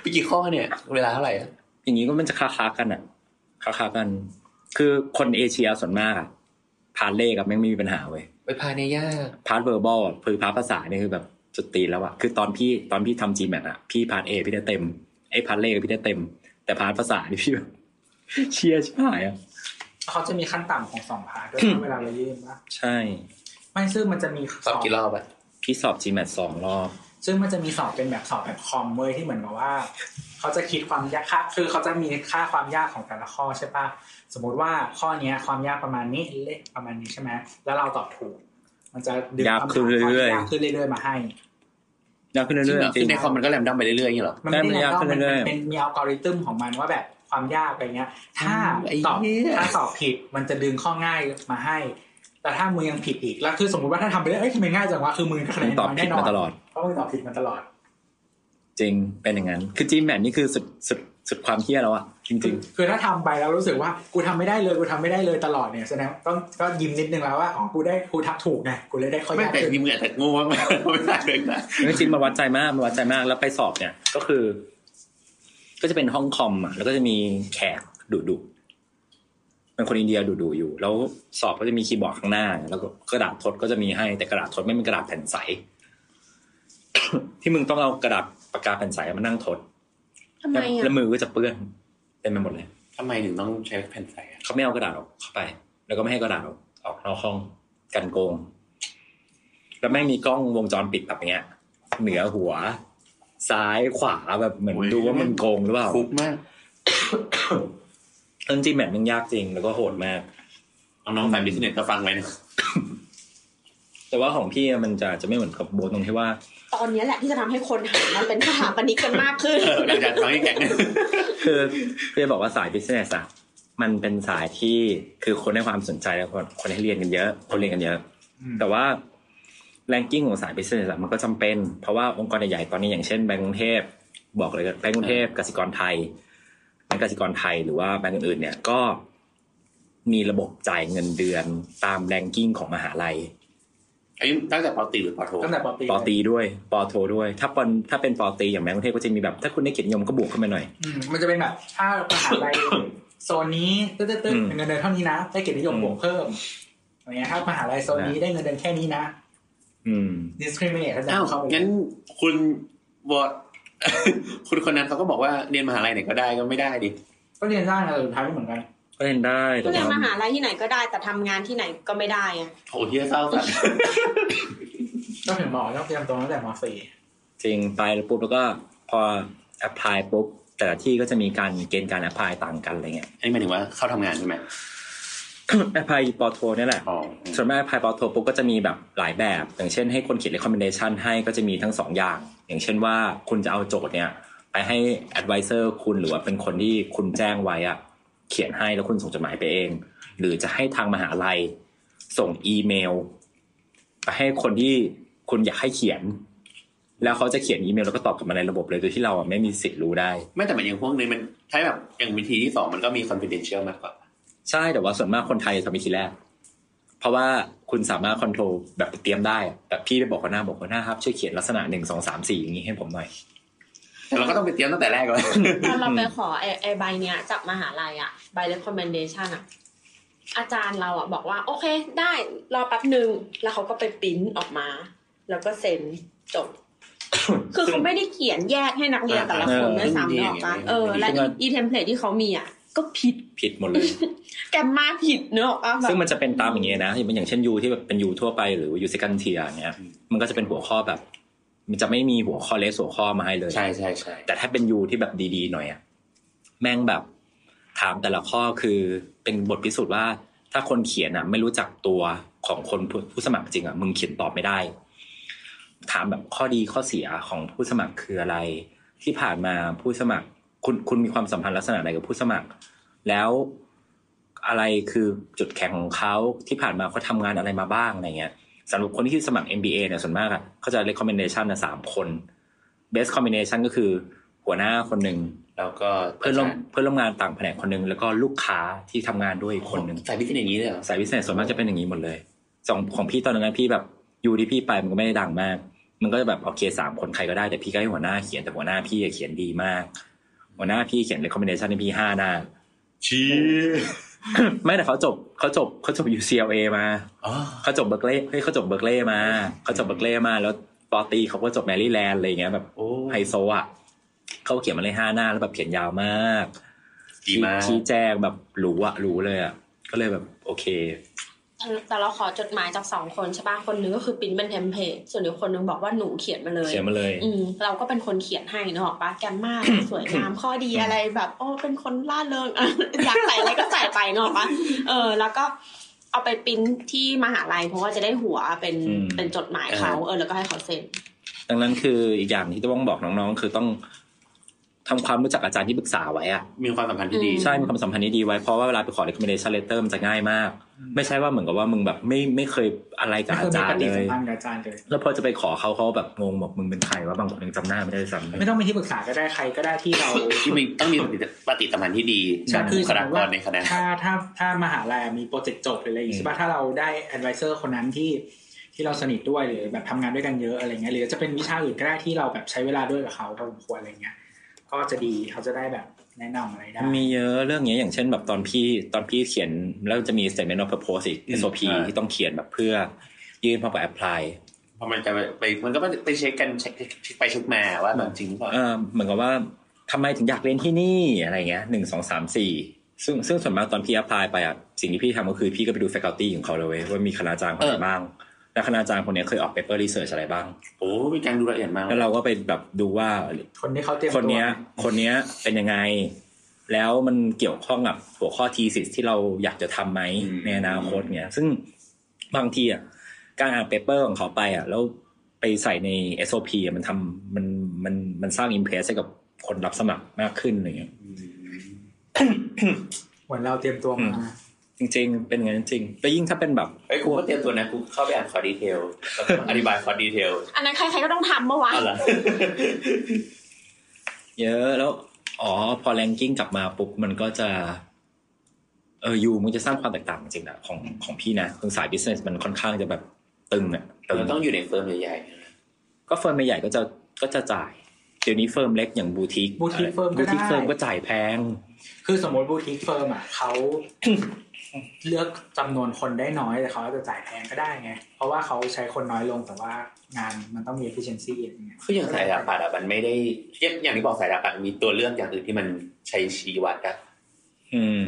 Speaker 7: ไปกี่ข้อเนี่ย เวลาเท่าไหร่อะ
Speaker 2: อย่างนี้ก็มันจะคาคาๆกันอ่ะคาคาๆกัน คือคนเอเชียส่วนมากอ่ะพาร์ทเลขกับแม่งไม่มีปัญหาเว้ย
Speaker 7: ไปพาเนี่ยยาก
Speaker 2: พาร์ทเวอร์บอลคือพาร์ทภาษาเนี่ยคือแบบจุดตีนแล้วอะคือตอนพี่ตอนพี่ทำ GMAT อะพี่พาร์ทเอพี่ได้เต็มไอ้พาร์ทเลขพี่ได้เต็ม แต่พาร์ทภาษานี่พี่แบบ เชียร์ชิบหายอะ
Speaker 4: เขาจะมีขั้นต่ำของสองพาร์ทด้วยนะเวลาเรายื่นว่า
Speaker 2: ใช่
Speaker 4: ไม่ซึ่งมันจะมี
Speaker 7: สอบกี่รอบอะ
Speaker 2: พี่สอบ GMAT สองรอบ
Speaker 4: ซึ่งมันจะมีสอบเป็นแบบสอบแบบคอมเว้ยที่เหมือนกับว่า เขาจะคิดความยากค่าคือเขาจะมีค่าความยากของแต่ละข้อใช่ปะสมมุติว่าข้อเนี้ยความยากประมาณนี้เลขประมาณนี้ใช่ไหมแล้วเราตอบถูก มันจะดึง
Speaker 2: ยากขึ้น
Speaker 4: คำถาม
Speaker 2: เรื่อยๆ
Speaker 4: ยากขึ้นเรื่อยๆมาให้
Speaker 2: ยากขึ้น
Speaker 3: จริง
Speaker 2: เรื่อย
Speaker 3: เหรอ
Speaker 2: ๆจ
Speaker 3: คื
Speaker 2: ริ
Speaker 3: อง ในคอมมันก็แรมดัมไปเรื่อยๆอย่างนี้เหรอ
Speaker 4: มันไม่
Speaker 2: ได้มัน
Speaker 4: ได้
Speaker 2: ยาก
Speaker 4: ยาก
Speaker 2: ขึ้น
Speaker 4: มัน
Speaker 2: เรื่อยๆ
Speaker 4: เป็นเป็นมีอัลกอริทึมของมันว่าแบบความยากอะไรเงี้ย ถ้า
Speaker 2: ไอ้
Speaker 4: ตอบ
Speaker 2: เหี้ย
Speaker 4: ถ้าสอบผิดมันจะดึงข้อง่ายมาให้ แต่ถ้ามึงยังผิดอีกแล้วคือสมมติว่าถ้าทำไปแล้วเอ้ยทำไมง่ายจังวะคือมึงคะแน
Speaker 2: มึง
Speaker 4: น
Speaker 2: ตอบ
Speaker 4: น้อย
Speaker 2: ผิด
Speaker 4: แน่นอ
Speaker 2: มาน ตลอด
Speaker 4: เพราะมึงตอบผิดมาตลอด
Speaker 2: จริงเป็นอย่างนั้น คือจีแมนนี่คือสุดสุดสุดความเฮี้ยแล้วอะจริง
Speaker 4: คือถ้าทำไปแล้วรู้สึกว่ากูทำไม่ได้เลยกูทำไม่ได้เลยตลอดเนี่ยแสดงต้องก็ยิ้มนิดนึงแล้วว่าอ๋อกูได้กูทักถูกไงกูเลยได้ข้อยาก
Speaker 3: แต่
Speaker 4: ขึ้น
Speaker 3: ทีมเหงื่อแต่งูมากๆไม่ได้เลยนะ
Speaker 2: เรื่องจริงมาวัดใจมากมาวัดใจมากแล้วไปสอบเนี่ย ก็คือ ก็จะเป็นห้องคอมอ่ะแล้วก็จะมีแขกดุดุเป็นคนอินเดียดุดุอยู่ แล้วสอบก็จะมีคีย์บอร์ดข้างหน้า แล้วก็กระดาษทดก็จะมีให้แต่กระดาษทดไม่เป็นกระดาษแผ่นใส ที่มึงต้องเอากระดาษปากกาแผ่นใสมานั่งทด
Speaker 6: ทำไมอ่ะ
Speaker 2: แล้วมือก็จะเปื้อนเต็มไปหมดเลย
Speaker 3: ทำไมถึงต้องใช้แผ่นใสอะ
Speaker 2: เขาไม่เอากระดาษออกเข้าไป แล้วก็ไม่ให้กระดาษออกออกนอกห้องกันโกง แล้วแม่งมีกล้องวงจรปิดแบบเนี้ย เหนือหัว ซ้ายขวาแบบเหมือนดูว่ามันโกงหรือเปล่า
Speaker 3: คุกมาก
Speaker 2: เออจริงๆแมทมึงยากจริง แล้วก็โหดมาก
Speaker 3: น้องๆสายบิสเนสก็ฟังไว้นะ
Speaker 2: แต่ว่าของพี่อะมันจะจะไม่เหมือนกับโบทตรงที่ว่า
Speaker 6: ตอนเนี้ยแหละที่จะทำให้คนหันมาเป็นสถาปนิกกันมากขึ้น
Speaker 3: เออเดี๋ยวจะฟังให้แกง
Speaker 2: คือพี่จะบอกว่าสาย business อะมันเป็นสายที่คือคนให้ความสนใจแล้วคนคนให้เรียนกันเยอะ คนเรียนกันเยอะ
Speaker 4: อืม
Speaker 2: แต่ว่าแรงกิ้งของสาย business อะมันก็จำเป็น เพราะว่าองค์กรใหญ่ๆตอนนี้อย่างเช่นแบงก์กรุงเทพบอกเลยแบงก์กรุงเทพกสิกรไทยแบงก์กสิกรไทยหรือว่าแบงก์อื่นๆเนี่ยก็มีระบบจ่ายเงินเดือนตามแรงกิ้งของมหาลัย
Speaker 3: ไอ้นี่ตั้งแต่ปอตีหรือปอโท
Speaker 4: ตั้งแต่ปอตี
Speaker 2: ปอตรีด้วยปอโทด้วย ถ้าปอนถ้าเป็นปอตรีอย่างแบงก์กรุงเทพก็จะมีแบบ ถ้าคุณได้เกียรตินิยมก็บวกขึ้นมาหน่อย
Speaker 4: อืมมันจะเป็นแบบถ้ามหาลัยโซนนี้ตึ๊ด
Speaker 2: อื
Speaker 4: ๆ
Speaker 2: ม
Speaker 4: ๆเงินเดือนเท่านี้นะได้เกียรตินิยม
Speaker 2: อืม
Speaker 4: บวกเพิ่มอะไรเงี้ยถ้ามหาลัยโซนนี้ได้เงินเดือนแค่นี้นะ
Speaker 2: อืม
Speaker 4: discriminate ถ้าจะ
Speaker 3: อ้าว
Speaker 4: เข้าไป
Speaker 3: งั้นคุณบอด คุณคนนั้นเขาก็บอกว่าเรียนมหาลัยไหนก็ได้ก็ไม่ได้ดิ
Speaker 4: ก็เรียนสร้างอะไรสุดท้ายไม่เหมือนกัน
Speaker 2: ก็เล่นได้แต่
Speaker 6: เรียน
Speaker 2: ว่า
Speaker 6: มหาลัยที่ไหนก็ได้แต่ทำงานที่ไหนก็ไม่ได้อะ
Speaker 3: โอ้เฮียเศร้าสัส
Speaker 4: ก็ถึงหมอต้องเตรียมตัวตั้งแต่มสี่
Speaker 2: จริงไปแล้วปุ๊บแล้วก็พอแอพพลายปุ๊บแต่ละที่ก็จะมีการเกณฑ์การแอพพลายต่างกันอะไรเงี้ย
Speaker 3: อันนี้หมายถึงว่าเข้าทำงานใช่ไหม
Speaker 2: แอพพลายปอโทเนี่ยแหละ
Speaker 3: อ๋อ
Speaker 2: ส่วนแม่แอพพลายปอโทปุ๊บก็จะมีแบบหลายแบบ อย่างเช่นให้คนเขียน recommendation ให้ก็จะมีทั้งสองอย่าง อย่างเช่นว่าคุณจะเอาโจทย์เนี่ยไปให้ advisor คุณหรือว่าเป็นคนที่คุณแจ้งไว้อะเขียนให้แล้วคุณส่งจดหมายไปเอง หรือจะให้ทางมหาลัยส่งอีเมลไปให้คนที่คุณอยากให้เขียน แล้วเขาจะเขียนอีเมลแล้วก็ตอบกลับมาในระบบเลยโดยที่เราอะไม่มีสิทธิ์รู้ได้
Speaker 3: ไม่แต่หมายถึงพวกนี้มันใช้แบบอย่างวิธีที่สองมันก็มี confidential มากกว่า
Speaker 2: ใช่แต่ว่าส่วนมากคนไทยจะทำวิธีแรก เพราะว่าคุณสามารถคอนโทรลแบบเตรียมได้อะแบบพี่ไปบอกหัวหน้าบอกหัวหน้าครับ ช่วยเขียนลักษณะหนึ่งสองสามสี่อย่างนี้ให้ผมหน่อย
Speaker 3: แต่เราก็ต้องไปเตรียมตั้งแต่แรกก่อน
Speaker 6: ตอนเราไปขอไอ้ไอ้ใบเนี้ยจากมหาลัยอ่ะใบ recommendation อ่ะอาจารย์เราอ่ะบอกว่า โอเค ได้รอแป๊บหนึ่งแล้วเขาก็ไปปริ้นออกมา แล้วก็เซ็นจบ คือเขาไม่ได้เขียนแยกให้นักเรียนแต่ละคนด้วยซ้ำเนกอะปะเออและอีอีเทมเพลตที่เขามีอ่ะก็ผิด
Speaker 2: ผิดหมดเลย
Speaker 6: แกมมาผิดเนกอะแบ
Speaker 2: ซึ่
Speaker 6: บ
Speaker 2: งมันจะเป็นตามอย่างเงี้ยนะอย่างอย่างเช่นยูที่แบบเป็นยูทั่วไปหรือยู second tier เนี้ยมันก็จะเป็นหัวข้อแบบ มันจะไม่มีหัวข้อเลสหัวข้อมาให้เลย
Speaker 3: ใช่ใช่ใช่
Speaker 2: แต่ถ้าเป็นยูที่แบบดีๆหน่อยอะแม่งแบบถามแต่ละข้อคือเป็นบทพิสูจน์ว่า ถ้าคนเขียนอะไม่รู้จักตัวของคนผู้ผู้สมัครจริงอะมึงเขียนตอบไม่ได้ ถามแบบข้อดีข้อเสียของผู้สมัครคืออะไร ที่ผ่านมาผู้สมัคร คุณคุณมีความสัมพันธ์ลักษณะไหนกับผู้สมัคร แล้วอะไรคือจุดแข็งของเขาที่ผ่านมาเขาทำงานอะไรมาบ้างอะไรเงี้ย สำหรับคนที่สมัคร MBA เนี่ยส่วนมากอะเขาจะ recommendation นะสามคน best combination ก็คือหัวหน้าคนหนึ่ง
Speaker 3: แล้วก็
Speaker 2: เพื่อนร่วมเพื่อนร่วมงานต่างแผนกคนหนึ่งแล้วก็ลูกค้าที่ทำงานด้วยอีกคนหนึ่ง
Speaker 3: สายบิสเนสอย่างนี้เลยเหรอ
Speaker 2: สายวิเศษส่วนมากจะเป็นอย่างนี้หมดเลยสองของพี่ตอนนั้นนะพี่แบบอยู่ที่พี่ไปมันก็ไม่ได้ดังมาก มันก็จะแบบโอเคสามคนใครก็ได้แต่พี่ก็ให้หัวหน้าเขียนแต่หัวหน้าพี่อะเขียนดีมาก หัวหน้าพี่เขียน recommendation ให้พี่ห้าหน้า
Speaker 3: ชี้
Speaker 2: ไม่แต่เขาจบเขาจบเขาจบ UCLA มา
Speaker 3: อ๋อ
Speaker 2: เขาจบเบอร์เกลย์เฮ้ยเขาจบเบอร์เกลย์มาเขาจบเบอร์เกลย์มา แล้วปอตรีเขาก็จบแมรี่แลนด์อะไรอย่างเงี้ยแบบ
Speaker 3: โอ้
Speaker 2: ไฮโซอ่ะเขาเขียนมาเลยห้าหน้าแล้วแบบเขียนยาวมาก
Speaker 3: ดีมาก
Speaker 2: ชี้แจงแบบหรู้อะหรู้เลยอะก็เลยแบบโอเค
Speaker 6: แต่เราขอจดหมายจากสองคนใช่ปะคนหนึงก็คือปริ้นเป็นเทมเพลตส่วนอีกคนหนึงบอกว่าหนูเขียนมาเลย
Speaker 2: เขียนมาเลย
Speaker 6: อืมเราก็เป็นคนเขียนให้นะหรอกปะแกมมา สวยงามข้อดีอะไรแบบโอ้เป็นคนล่าเริง เอออยากใส่อะไรก็ใส่ไปนะหรอกปะเออ แล้วก็เอาไปปริ้นที่มหาลัยเพราะว่าจะได้หัวเป็น
Speaker 2: อืม
Speaker 6: เป็นจดหมายเขาเออแล้วก็ให้เขาเซ็น
Speaker 2: ดังนั้นคืออีกอย่างที่ต้องบอกน้องๆ คือต้องทำความรู้จักอาจารย์ที่ปรึกษาไว้อะ
Speaker 3: มีความสัมพันธ์ที่ดี
Speaker 6: อื
Speaker 2: ใช่มีความสัมพันธ์ที่ดีไว้เพราะว่าเวลาไปขอ recommendation letter มันจะง่ายมาก ไม่ใช่ว่าเหมือนกับว่ามึงแบบไม่ไม่เคยอะไรกับอา
Speaker 4: ก็คือ
Speaker 2: จาร
Speaker 4: ป
Speaker 2: ย์
Speaker 4: ฏิ
Speaker 2: เล
Speaker 4: สั
Speaker 2: ย
Speaker 4: มพันธ์กับอาจารย์เลย
Speaker 2: แล้วพอจะไปขอเขาเขาแบบงงบอกมึงเป็นใครว่าบางคนยังจำหน้าไม่ได้ด้วยซ้ำ
Speaker 4: ไม่ต้องเป็นที่ปรึกษาก็ได้ใครก็ได้ที่เรา
Speaker 3: ที่มีต้องมีปฏิสัมพันธ์ที่ดี
Speaker 2: ใช่
Speaker 3: กับ
Speaker 4: คือ
Speaker 3: บุ
Speaker 4: สม
Speaker 3: คลาม
Speaker 4: ติ
Speaker 3: ก
Speaker 4: ว่าร
Speaker 3: ในคณะ
Speaker 4: ถ้าถ้าถ้ามหาลัยมีโปรเจกต์จบหรืออะไรอย่างงี้
Speaker 2: อืม
Speaker 4: ใช่ป่ะถ้าเราได้ advisor คนนั้นที่ที่เราสนิทด้วยหรือแบบทำงานด้วยกันเยอะอะไรเงี้ยหรือจะเป็นวิชาอื่นก็ได้ที่เราแบบใช้เวลาด้วยกับเขาพอสมควรอะไรเงี้ยก็จะดีเขาจะได้แบบแนะนำอะไรได้
Speaker 2: มีเยอะเรื่องเนี้ยอย่างเช่นแบบตอนพี่ตอนพี่เขียนแล้วจะมี statement of purpose อีก
Speaker 3: อืม
Speaker 2: SOP
Speaker 3: อ่า
Speaker 2: ที่ต้องเขียนแบบเพื่อยื่นพร้อมกับ apply
Speaker 3: เพราะมันจะไปมันก็ไปเช็คกันเช็คเช็คไปเช็คมาว่าแบบจริงหรือเปล่า
Speaker 2: เอ่อเหมือนกับว่าทำไมถึงอยากเรียนที่นี่อะไรเงี้ยหนึ่งสองสามสี่ซึ่งซึ่งส่วนมากตอนพี่อัพพลายไปอ่ะสิ่งที่พี่ทำก็คือพี่ก็ไปดู faculty ของเขาเลยเว้ยว่ามีคณาจารย์คนไหนบ้าง และคณาจารย์คนเนี้ยเคยออก paper research อะไรบ้าง
Speaker 3: โอ้มีการดูละเอียดมาก
Speaker 2: แล้วเราก็ไปแบบดูว่า
Speaker 4: คนที่เขาเตรียม
Speaker 2: คน
Speaker 4: ตัว
Speaker 2: เนี้ยคนเนี้ยเป็นยังไง แล้วมันเกี่ยวข้องกับหัวข้อ thesis ที่เราอยากจะทำไหมในอนาคตเนี่ย ซึ่งบางทีอ่ะการอ่าน paper ของเขาไปอ่ะแล้วไปใส่ใน SOP อ่ะมันทำมันมันมันสร้าง impress ให้กับคนรับสมัครมากขึ้นอะไรเงี้ย
Speaker 3: อืม
Speaker 4: เหมือนเราเตรียมตัวมา
Speaker 2: อืม จริง ๆ เป็นอย่างนั้นจริงแล้วยิ่งถ้าเป็นแบบ
Speaker 3: เอ้ยกูก็เตรียมตัวนะกูเข้าไปอ่านคอดีเทลแล้วก็อธิบายคอดีเทล
Speaker 6: อันนั้นใครๆก็ต้องทำเมื่อวาน
Speaker 3: เอาละ
Speaker 2: เยอะแล้วอ๋อพอแรงกิ้งกลับมาปุ๊บมันก็จะ เออยูมันจะสร้างความแตกต่างจริงๆนะของของพี่นะคือสายบิสเนสมันค่อนข้างจะแบบตึงอะตึง
Speaker 3: เราต้องอยู่ในเฟิร์มใหญ่ๆนะ
Speaker 2: ก็เฟิร์มใหญ่ๆก็จะก็จะจ่าย เดี๋ยวนี้เฟิร์มเล็กอย่างบูติก
Speaker 4: บูติกเฟิร์ม
Speaker 2: บู
Speaker 4: ก็
Speaker 2: ติก
Speaker 4: ได้
Speaker 2: เฟิร์มก็จ่ายแพง
Speaker 4: คือสมมติบูติกเฟิร์มอ่ะเขา เลือกจำนวนคนได้น้อยแต่เขาอาจจะจ่ายแพงก็ได้ไงเพราะว่าเขาใช้คนน้อยลงแต่ว่างานมันต้องมี efficiency อะไรเงี้ย
Speaker 3: คืออย่างสายดาปัดอะมันไม่ได้อย่างอย่างที่บอกสายดาปัดมีตัวเลือกอย่างอื่นที่มันใช้ชี้วัดอะ
Speaker 2: อืม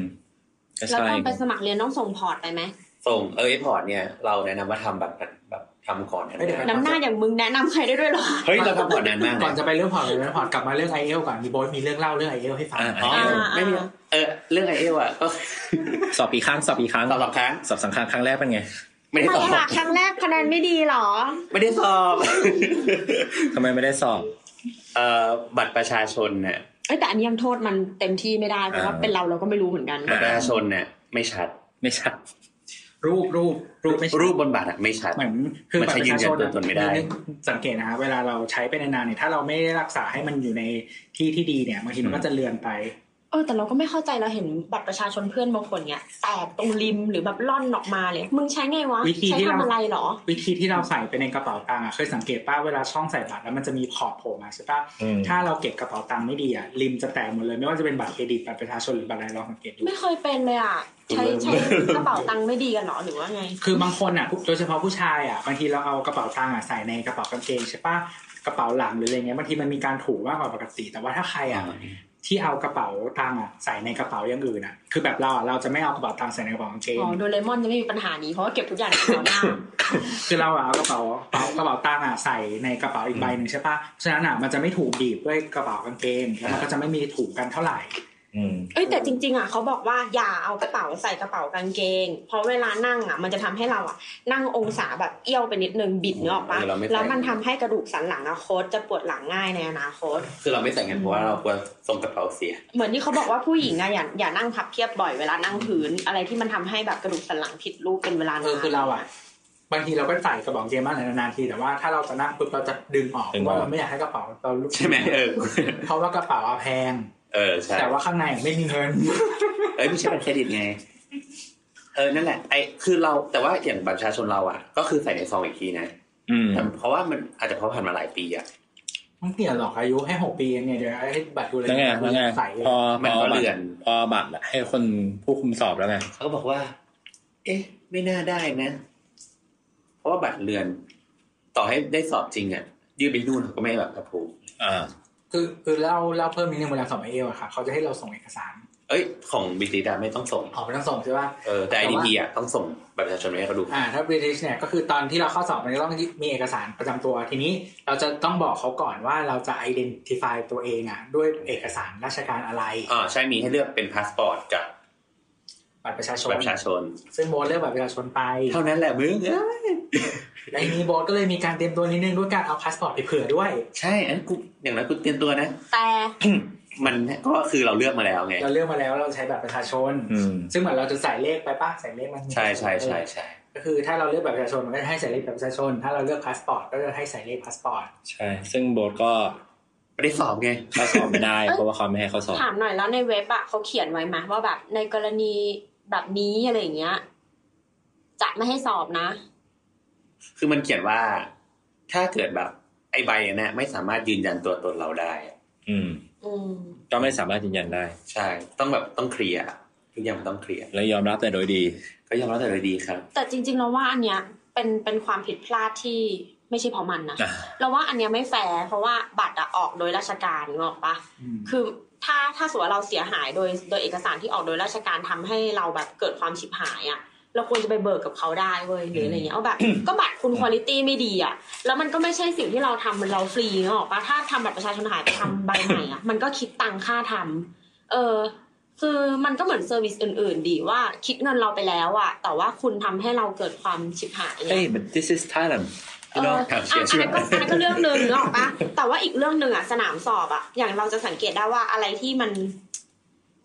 Speaker 2: ก็
Speaker 6: แล้ว
Speaker 2: ใช่
Speaker 6: ตอนไปสมัครเรียนต้องส่งพอร์ตไปไหม
Speaker 3: ส่งเออไอพอร์ตเนี่ยเราแนะนำว่าทำแบบนั้นแบบทำก่อนนะ
Speaker 4: เอ้ยเดี๋ยวก่
Speaker 6: น้ำหน้าอย่างมึงแนะนำใครได้ด้วยเหรอ
Speaker 3: เฮ้ยเราทำก่อนนานมาก
Speaker 4: ก่อน
Speaker 3: นะ
Speaker 4: จะไปเรื่องพอร์ตเลยนะพอร์ตกลับมาเรื่องไอเอลก่อนมีโบทมีเรื่องเล่าเรื่องไอเอลให้ฟัง
Speaker 2: อ่า
Speaker 3: อ๋อ
Speaker 2: ไอ้
Speaker 3: ไม่มีเออเรื่องไอเอลอะก็
Speaker 2: สอบอีกครั้งสอบอีกครั้ง
Speaker 3: สอบสองครั้ง
Speaker 2: สอบสองครั้งครั้งแรก เป็นไง
Speaker 3: ไม่ได้
Speaker 6: ไม่
Speaker 3: สอบ
Speaker 6: ค่ะครั้งแรกคะแนนไม่ดีเหรอ
Speaker 3: ไม่ได้สอบ
Speaker 2: ทำไมไม่ได้สอบ
Speaker 3: เอ่อบัตรประชาชนเนี่ย
Speaker 6: เอ้ยแต่อันนี้ยังโทษมันเต็มที่ไม่ได้เพราะว่า
Speaker 2: อ่า
Speaker 6: เป็นเราเราก็ไม่รู้เหมือนกัน
Speaker 3: บัตรประชาชนเนี่ยไม่ชัด
Speaker 2: ไม่ใช่
Speaker 4: รูปรูปรูปไม่ใช่
Speaker 3: รูปบนบัตรอะไม่ชัด
Speaker 4: เหมือนคือ
Speaker 3: มัน
Speaker 4: บัต
Speaker 3: ใช้
Speaker 4: รประชาชน
Speaker 3: ยืนยันตัวตนไม่ได้
Speaker 4: กสังเกตนะครับเวลาเราใช้ไปนานๆเนี่ยถ้าเราไม่ได้รักษาให้มันอยู่ในที่ที่ดีเนี่ยบางทีมันก็จะเลือนไป
Speaker 6: เออแต่เราก็ไม่เข้าใจเราเห็นบัตรประชาชนเพื่อนบางคนเนี้ยแตกตรงริมหรือแบบล่อนออกมาเลยมึงใช้ไงวะ
Speaker 4: วิธี
Speaker 6: ใช้
Speaker 4: ที่เรา
Speaker 6: ทำอะไรเหรอ
Speaker 4: วิธีที่เราใส่ไปในกระเป๋าตังค์อะเคยสังเกตป้าเวลาช่องใส่บัตรแล้วมันจะมีขอบโผล่มาใช่ปะ
Speaker 2: อืม
Speaker 4: ถ้าเราเก็บกระเป๋าตังค์ไม่ดีอะริมจะแตกหมดเลยไม่ว่าจะเป็นบัตรเครดิตบัตรประชาชนหรือบัตรอะไรลองสังเกตดู
Speaker 6: ไม่เคยเป็นเลยอ่ะใช้ใช้กระเป๋าตังค์ไม่ดีกันเหรอหรือว่าไง
Speaker 4: คือบางคนอ่ะโดยเฉพาะผู้ชายอ่ะบางทีเราเอากระเป๋าตังค์อ่ะใส่ในกระเป๋ากางเกงใช่ปะกระเป๋าหลังหรืออะไรเงี้ยบางทีมันมีการถูมากกว่าปกติ แต่ว่าถ้าใครอ่ะที่เอากระเป๋าตังค์อ่ะใส่ในกระเป๋าอย่างอื่นอ่ะคือแบบเราอ่ะเราจะไม่เอากระเป๋าตังค์ใส่ในกระเป๋ากางเกง
Speaker 6: อ๋อโดเรมอนจะไม่มีปัญหานี้เพราะว่าเก็บทุกอย่างในกระเป๋าหน้า
Speaker 4: คือเราอ่ะเอากระเป๋ากระเป๋ากระเป๋าตังค์อ่ะใส่ในกระเป๋าอีกใบหนึ่งใช่ปะฉะนั้นอ่ะมันจะไม่ถูกบีบด้วยกระเป๋ากางเกงแล้วมันก็จะไม่มีถูกกันเท่าไหร่
Speaker 2: อืม
Speaker 6: เอ้ยแต่จริงๆอ่ะเขาบอกว่าอย่าเอากระเป๋าใส่กระเป๋ากางเกง เพราะเวลานั่งอ่ะมันจะทำให้เราอ่ะ นั่งองศาแบบเอี้ยวไปนิดนึงบิดเนื้อออกปะ
Speaker 3: เออเราไม่ใส่
Speaker 6: แล้วมันทำให้กระดูกสันหลังอะโคตจะปวดหลังง่ายในอนาคต
Speaker 3: คือเราไม่ใส่เงินเพราะว่าเรากลัวส่งกระเป๋าเสีย
Speaker 6: เหมือนที่เขาบอกว่าผู้หญิงอะอย่าอย่านั่งพับเพียบบ่อยเวลานั่งพื้น อะไรที่มันทำให้แบบกระดูกสันหลังผิดรูปเป็นเวลานาน
Speaker 4: เออคือเราอ่ะบางทีเราก็ใส่กระเป๋ากางเกงบ้างแต่นานๆทีแต่ว่าถ้าเราจะนั่งปุ๊บเราจะดึงออกเพ
Speaker 2: ดึงออก
Speaker 4: ราะว่าเราไม่อยากให้กระเป๋าเราลุก
Speaker 3: ใช่ไหมเอ อ
Speaker 4: เพราะว่ากระเป๋าอะแพง
Speaker 3: เออใช่
Speaker 4: แต่ว่าข้างในไม่มีเงิน
Speaker 3: เอ้ยไม่ใช่บัตรเครดิตไง เออนั่นแหละไอคือเราแต่ว่าอย่างบัตรประชาชนเราอ่ะ ก็คือใส่ในซองอีกทีนะ
Speaker 2: อืม
Speaker 3: แต่เพราะว่ามันอาจจะเพราะผ่านมาหลายปีอ่ะ
Speaker 4: มันเปลี่ยนหรอกอายุให้หกปีเองเนี่ยเดี๋ยวไอ้บัตรดูเลย
Speaker 2: แล้วไงแล้วไง
Speaker 4: ใส่
Speaker 2: พอพ
Speaker 3: มัน
Speaker 2: อ
Speaker 3: ก็
Speaker 2: บั
Speaker 3: เลื่
Speaker 2: ต
Speaker 3: อน
Speaker 2: รพอบัตรให้คนผู้คุมสอบแล้วไง
Speaker 3: เขาก็บอกว่า เอ๊ะ ไม่น่าได้นะ เพราะว่าบัตรเรือน ต่อให้ได้สอบจริงอ่ะยื่นไปนู่นเขาก็ไม่แบบกระพู
Speaker 2: อ่า
Speaker 4: คือคือเล่าเล่าเพิ่มนิดนึงเวลาสอบไอเอลอะค่ะเขาจะให้เราส่งเอกสาร
Speaker 3: เอ้ย ของบิติดาไม่ต้องส่ง
Speaker 4: ออกไปต้องส่งใช่ป่ะ
Speaker 3: เออแต่ IDP อ่ะต้องส่งบัตรประชาชนไปให้เขาดู
Speaker 4: อ่าถ้า British เนี่ยก็คือตอนที่เราเข้าสอบมันจะต้องมีเอกสารประจำตัวทีนี้เราจะต้องบอกเขาก่อนว่าเราจะ identify ตัวเองอ่ะด้วยเอกสารราชการอะไร
Speaker 3: อ่าใช่มีให้เลือกเป็นพาสปอร์ตกับ
Speaker 4: บัตรประชาชน
Speaker 3: บัตรประชาชน
Speaker 4: ซึ่งโบทเลือกบัตรประชาชนไป
Speaker 3: เท่านั้นแหละมึงเอ้ย
Speaker 4: และทีนี้โบทก็เลยมีการเตรียมตัวนิดนึงด้วยการเอาพาสปอร์ตไปเผื่อด้วย
Speaker 3: ใช่อันนนกูอย่างนั้นกูเตรียมตัวนะ
Speaker 6: แต่
Speaker 3: มันก็คือเราเลือกมาแล้วไง
Speaker 4: เราเลือกมาแล้วเราใช้บัตรประชาชน
Speaker 2: อืม
Speaker 4: ซึ่งเหมือนเราจะใส่เลขไปป่ะใส่เลขมัน
Speaker 3: ใช่ใช่ใช่ใช่
Speaker 4: ก็คือถ้าเราเลือกบัตรประชาชนมันก็จะให้ใส่เลขบัตรประชาชน ถ้าเราเลือกพาสปอร์ตก็จะให้ใส่เลขพาสปอร์ต
Speaker 2: ใช่ ซึ่งโบสก็
Speaker 3: ไม่ได้สอบไง
Speaker 2: เข้าสอบไม่ได้ เพราะว่าเขาไม่ให้เข้าสอบ
Speaker 6: ถามหน่อยแล้วในเว็บอะเขาเขียนไว้ไหมว่าแบบในกรณีแบบนี้อะไรอย่างเงี้ย จะไม่ให้สอบนะ
Speaker 3: คือมันเขียนว่า ถ้าเกิดแบบไอใบอันเนี้ยไม่สามารถยืนยันตัวตนเราได้อะ
Speaker 2: อืม
Speaker 6: อืม
Speaker 2: ก็ไม่สามารถยืนยันได้
Speaker 3: ใช่ ต้องแบบต้องเคลียร์ทุกอย่างมันต้องเคลียร์
Speaker 2: และยอมรับแต่โดยดี
Speaker 3: ก็ยอมรับแต่โดยดีครับ
Speaker 6: แต่จริงๆเราว่าอันเนี้ยเป็นเป็นความผิดพลาดที่ไม่ใช่เพราะมันนะ
Speaker 2: อ่ะ
Speaker 6: เราว่าอันเนี้ยไม่แฟร์เพราะว่าบัตรอะออกโดยราชการงอกปะ
Speaker 4: อืม
Speaker 6: คือถ้าถ้าสมมติว่าเราเสียหายโดยโดยเอกสารที่ออกโดยราชการทำให้เราแบบเกิดความฉิบหายอะ่ะเราควรจะไปเบิกกับเขาได้เว้ยหรืออะไรเงี้ ยเอาแบบ ก็บัตรคุณคุณภาพไม่ดีอะ่ะแล้วมันก็ไม่ใช่สิ่งที่เราทำมันเราฟรีเนกอะปะถ้าทำบัตรประชาชนหายไปทำใบใหม่อะ่ะ มันก็คิดตังค่าทำเออ คือมันก็เหมือนเซอร์วิสอื่น ๆ ดีว่าคิดเงินเราไปแล้วอะ่ะ แต่ว่าคุณทำให้เราเกิดความฉิบหายอะ
Speaker 2: เฮ้ย but this is Thailand
Speaker 6: เอออันอันนั้นก็อันนั้นก็เรื่องหนึ่งหรอกปะแต่ว่าอีกเรื่องหนึ่งอะสนามสอบอะอย่างเราจะสังเกตได้ว่าอะไรที่มัน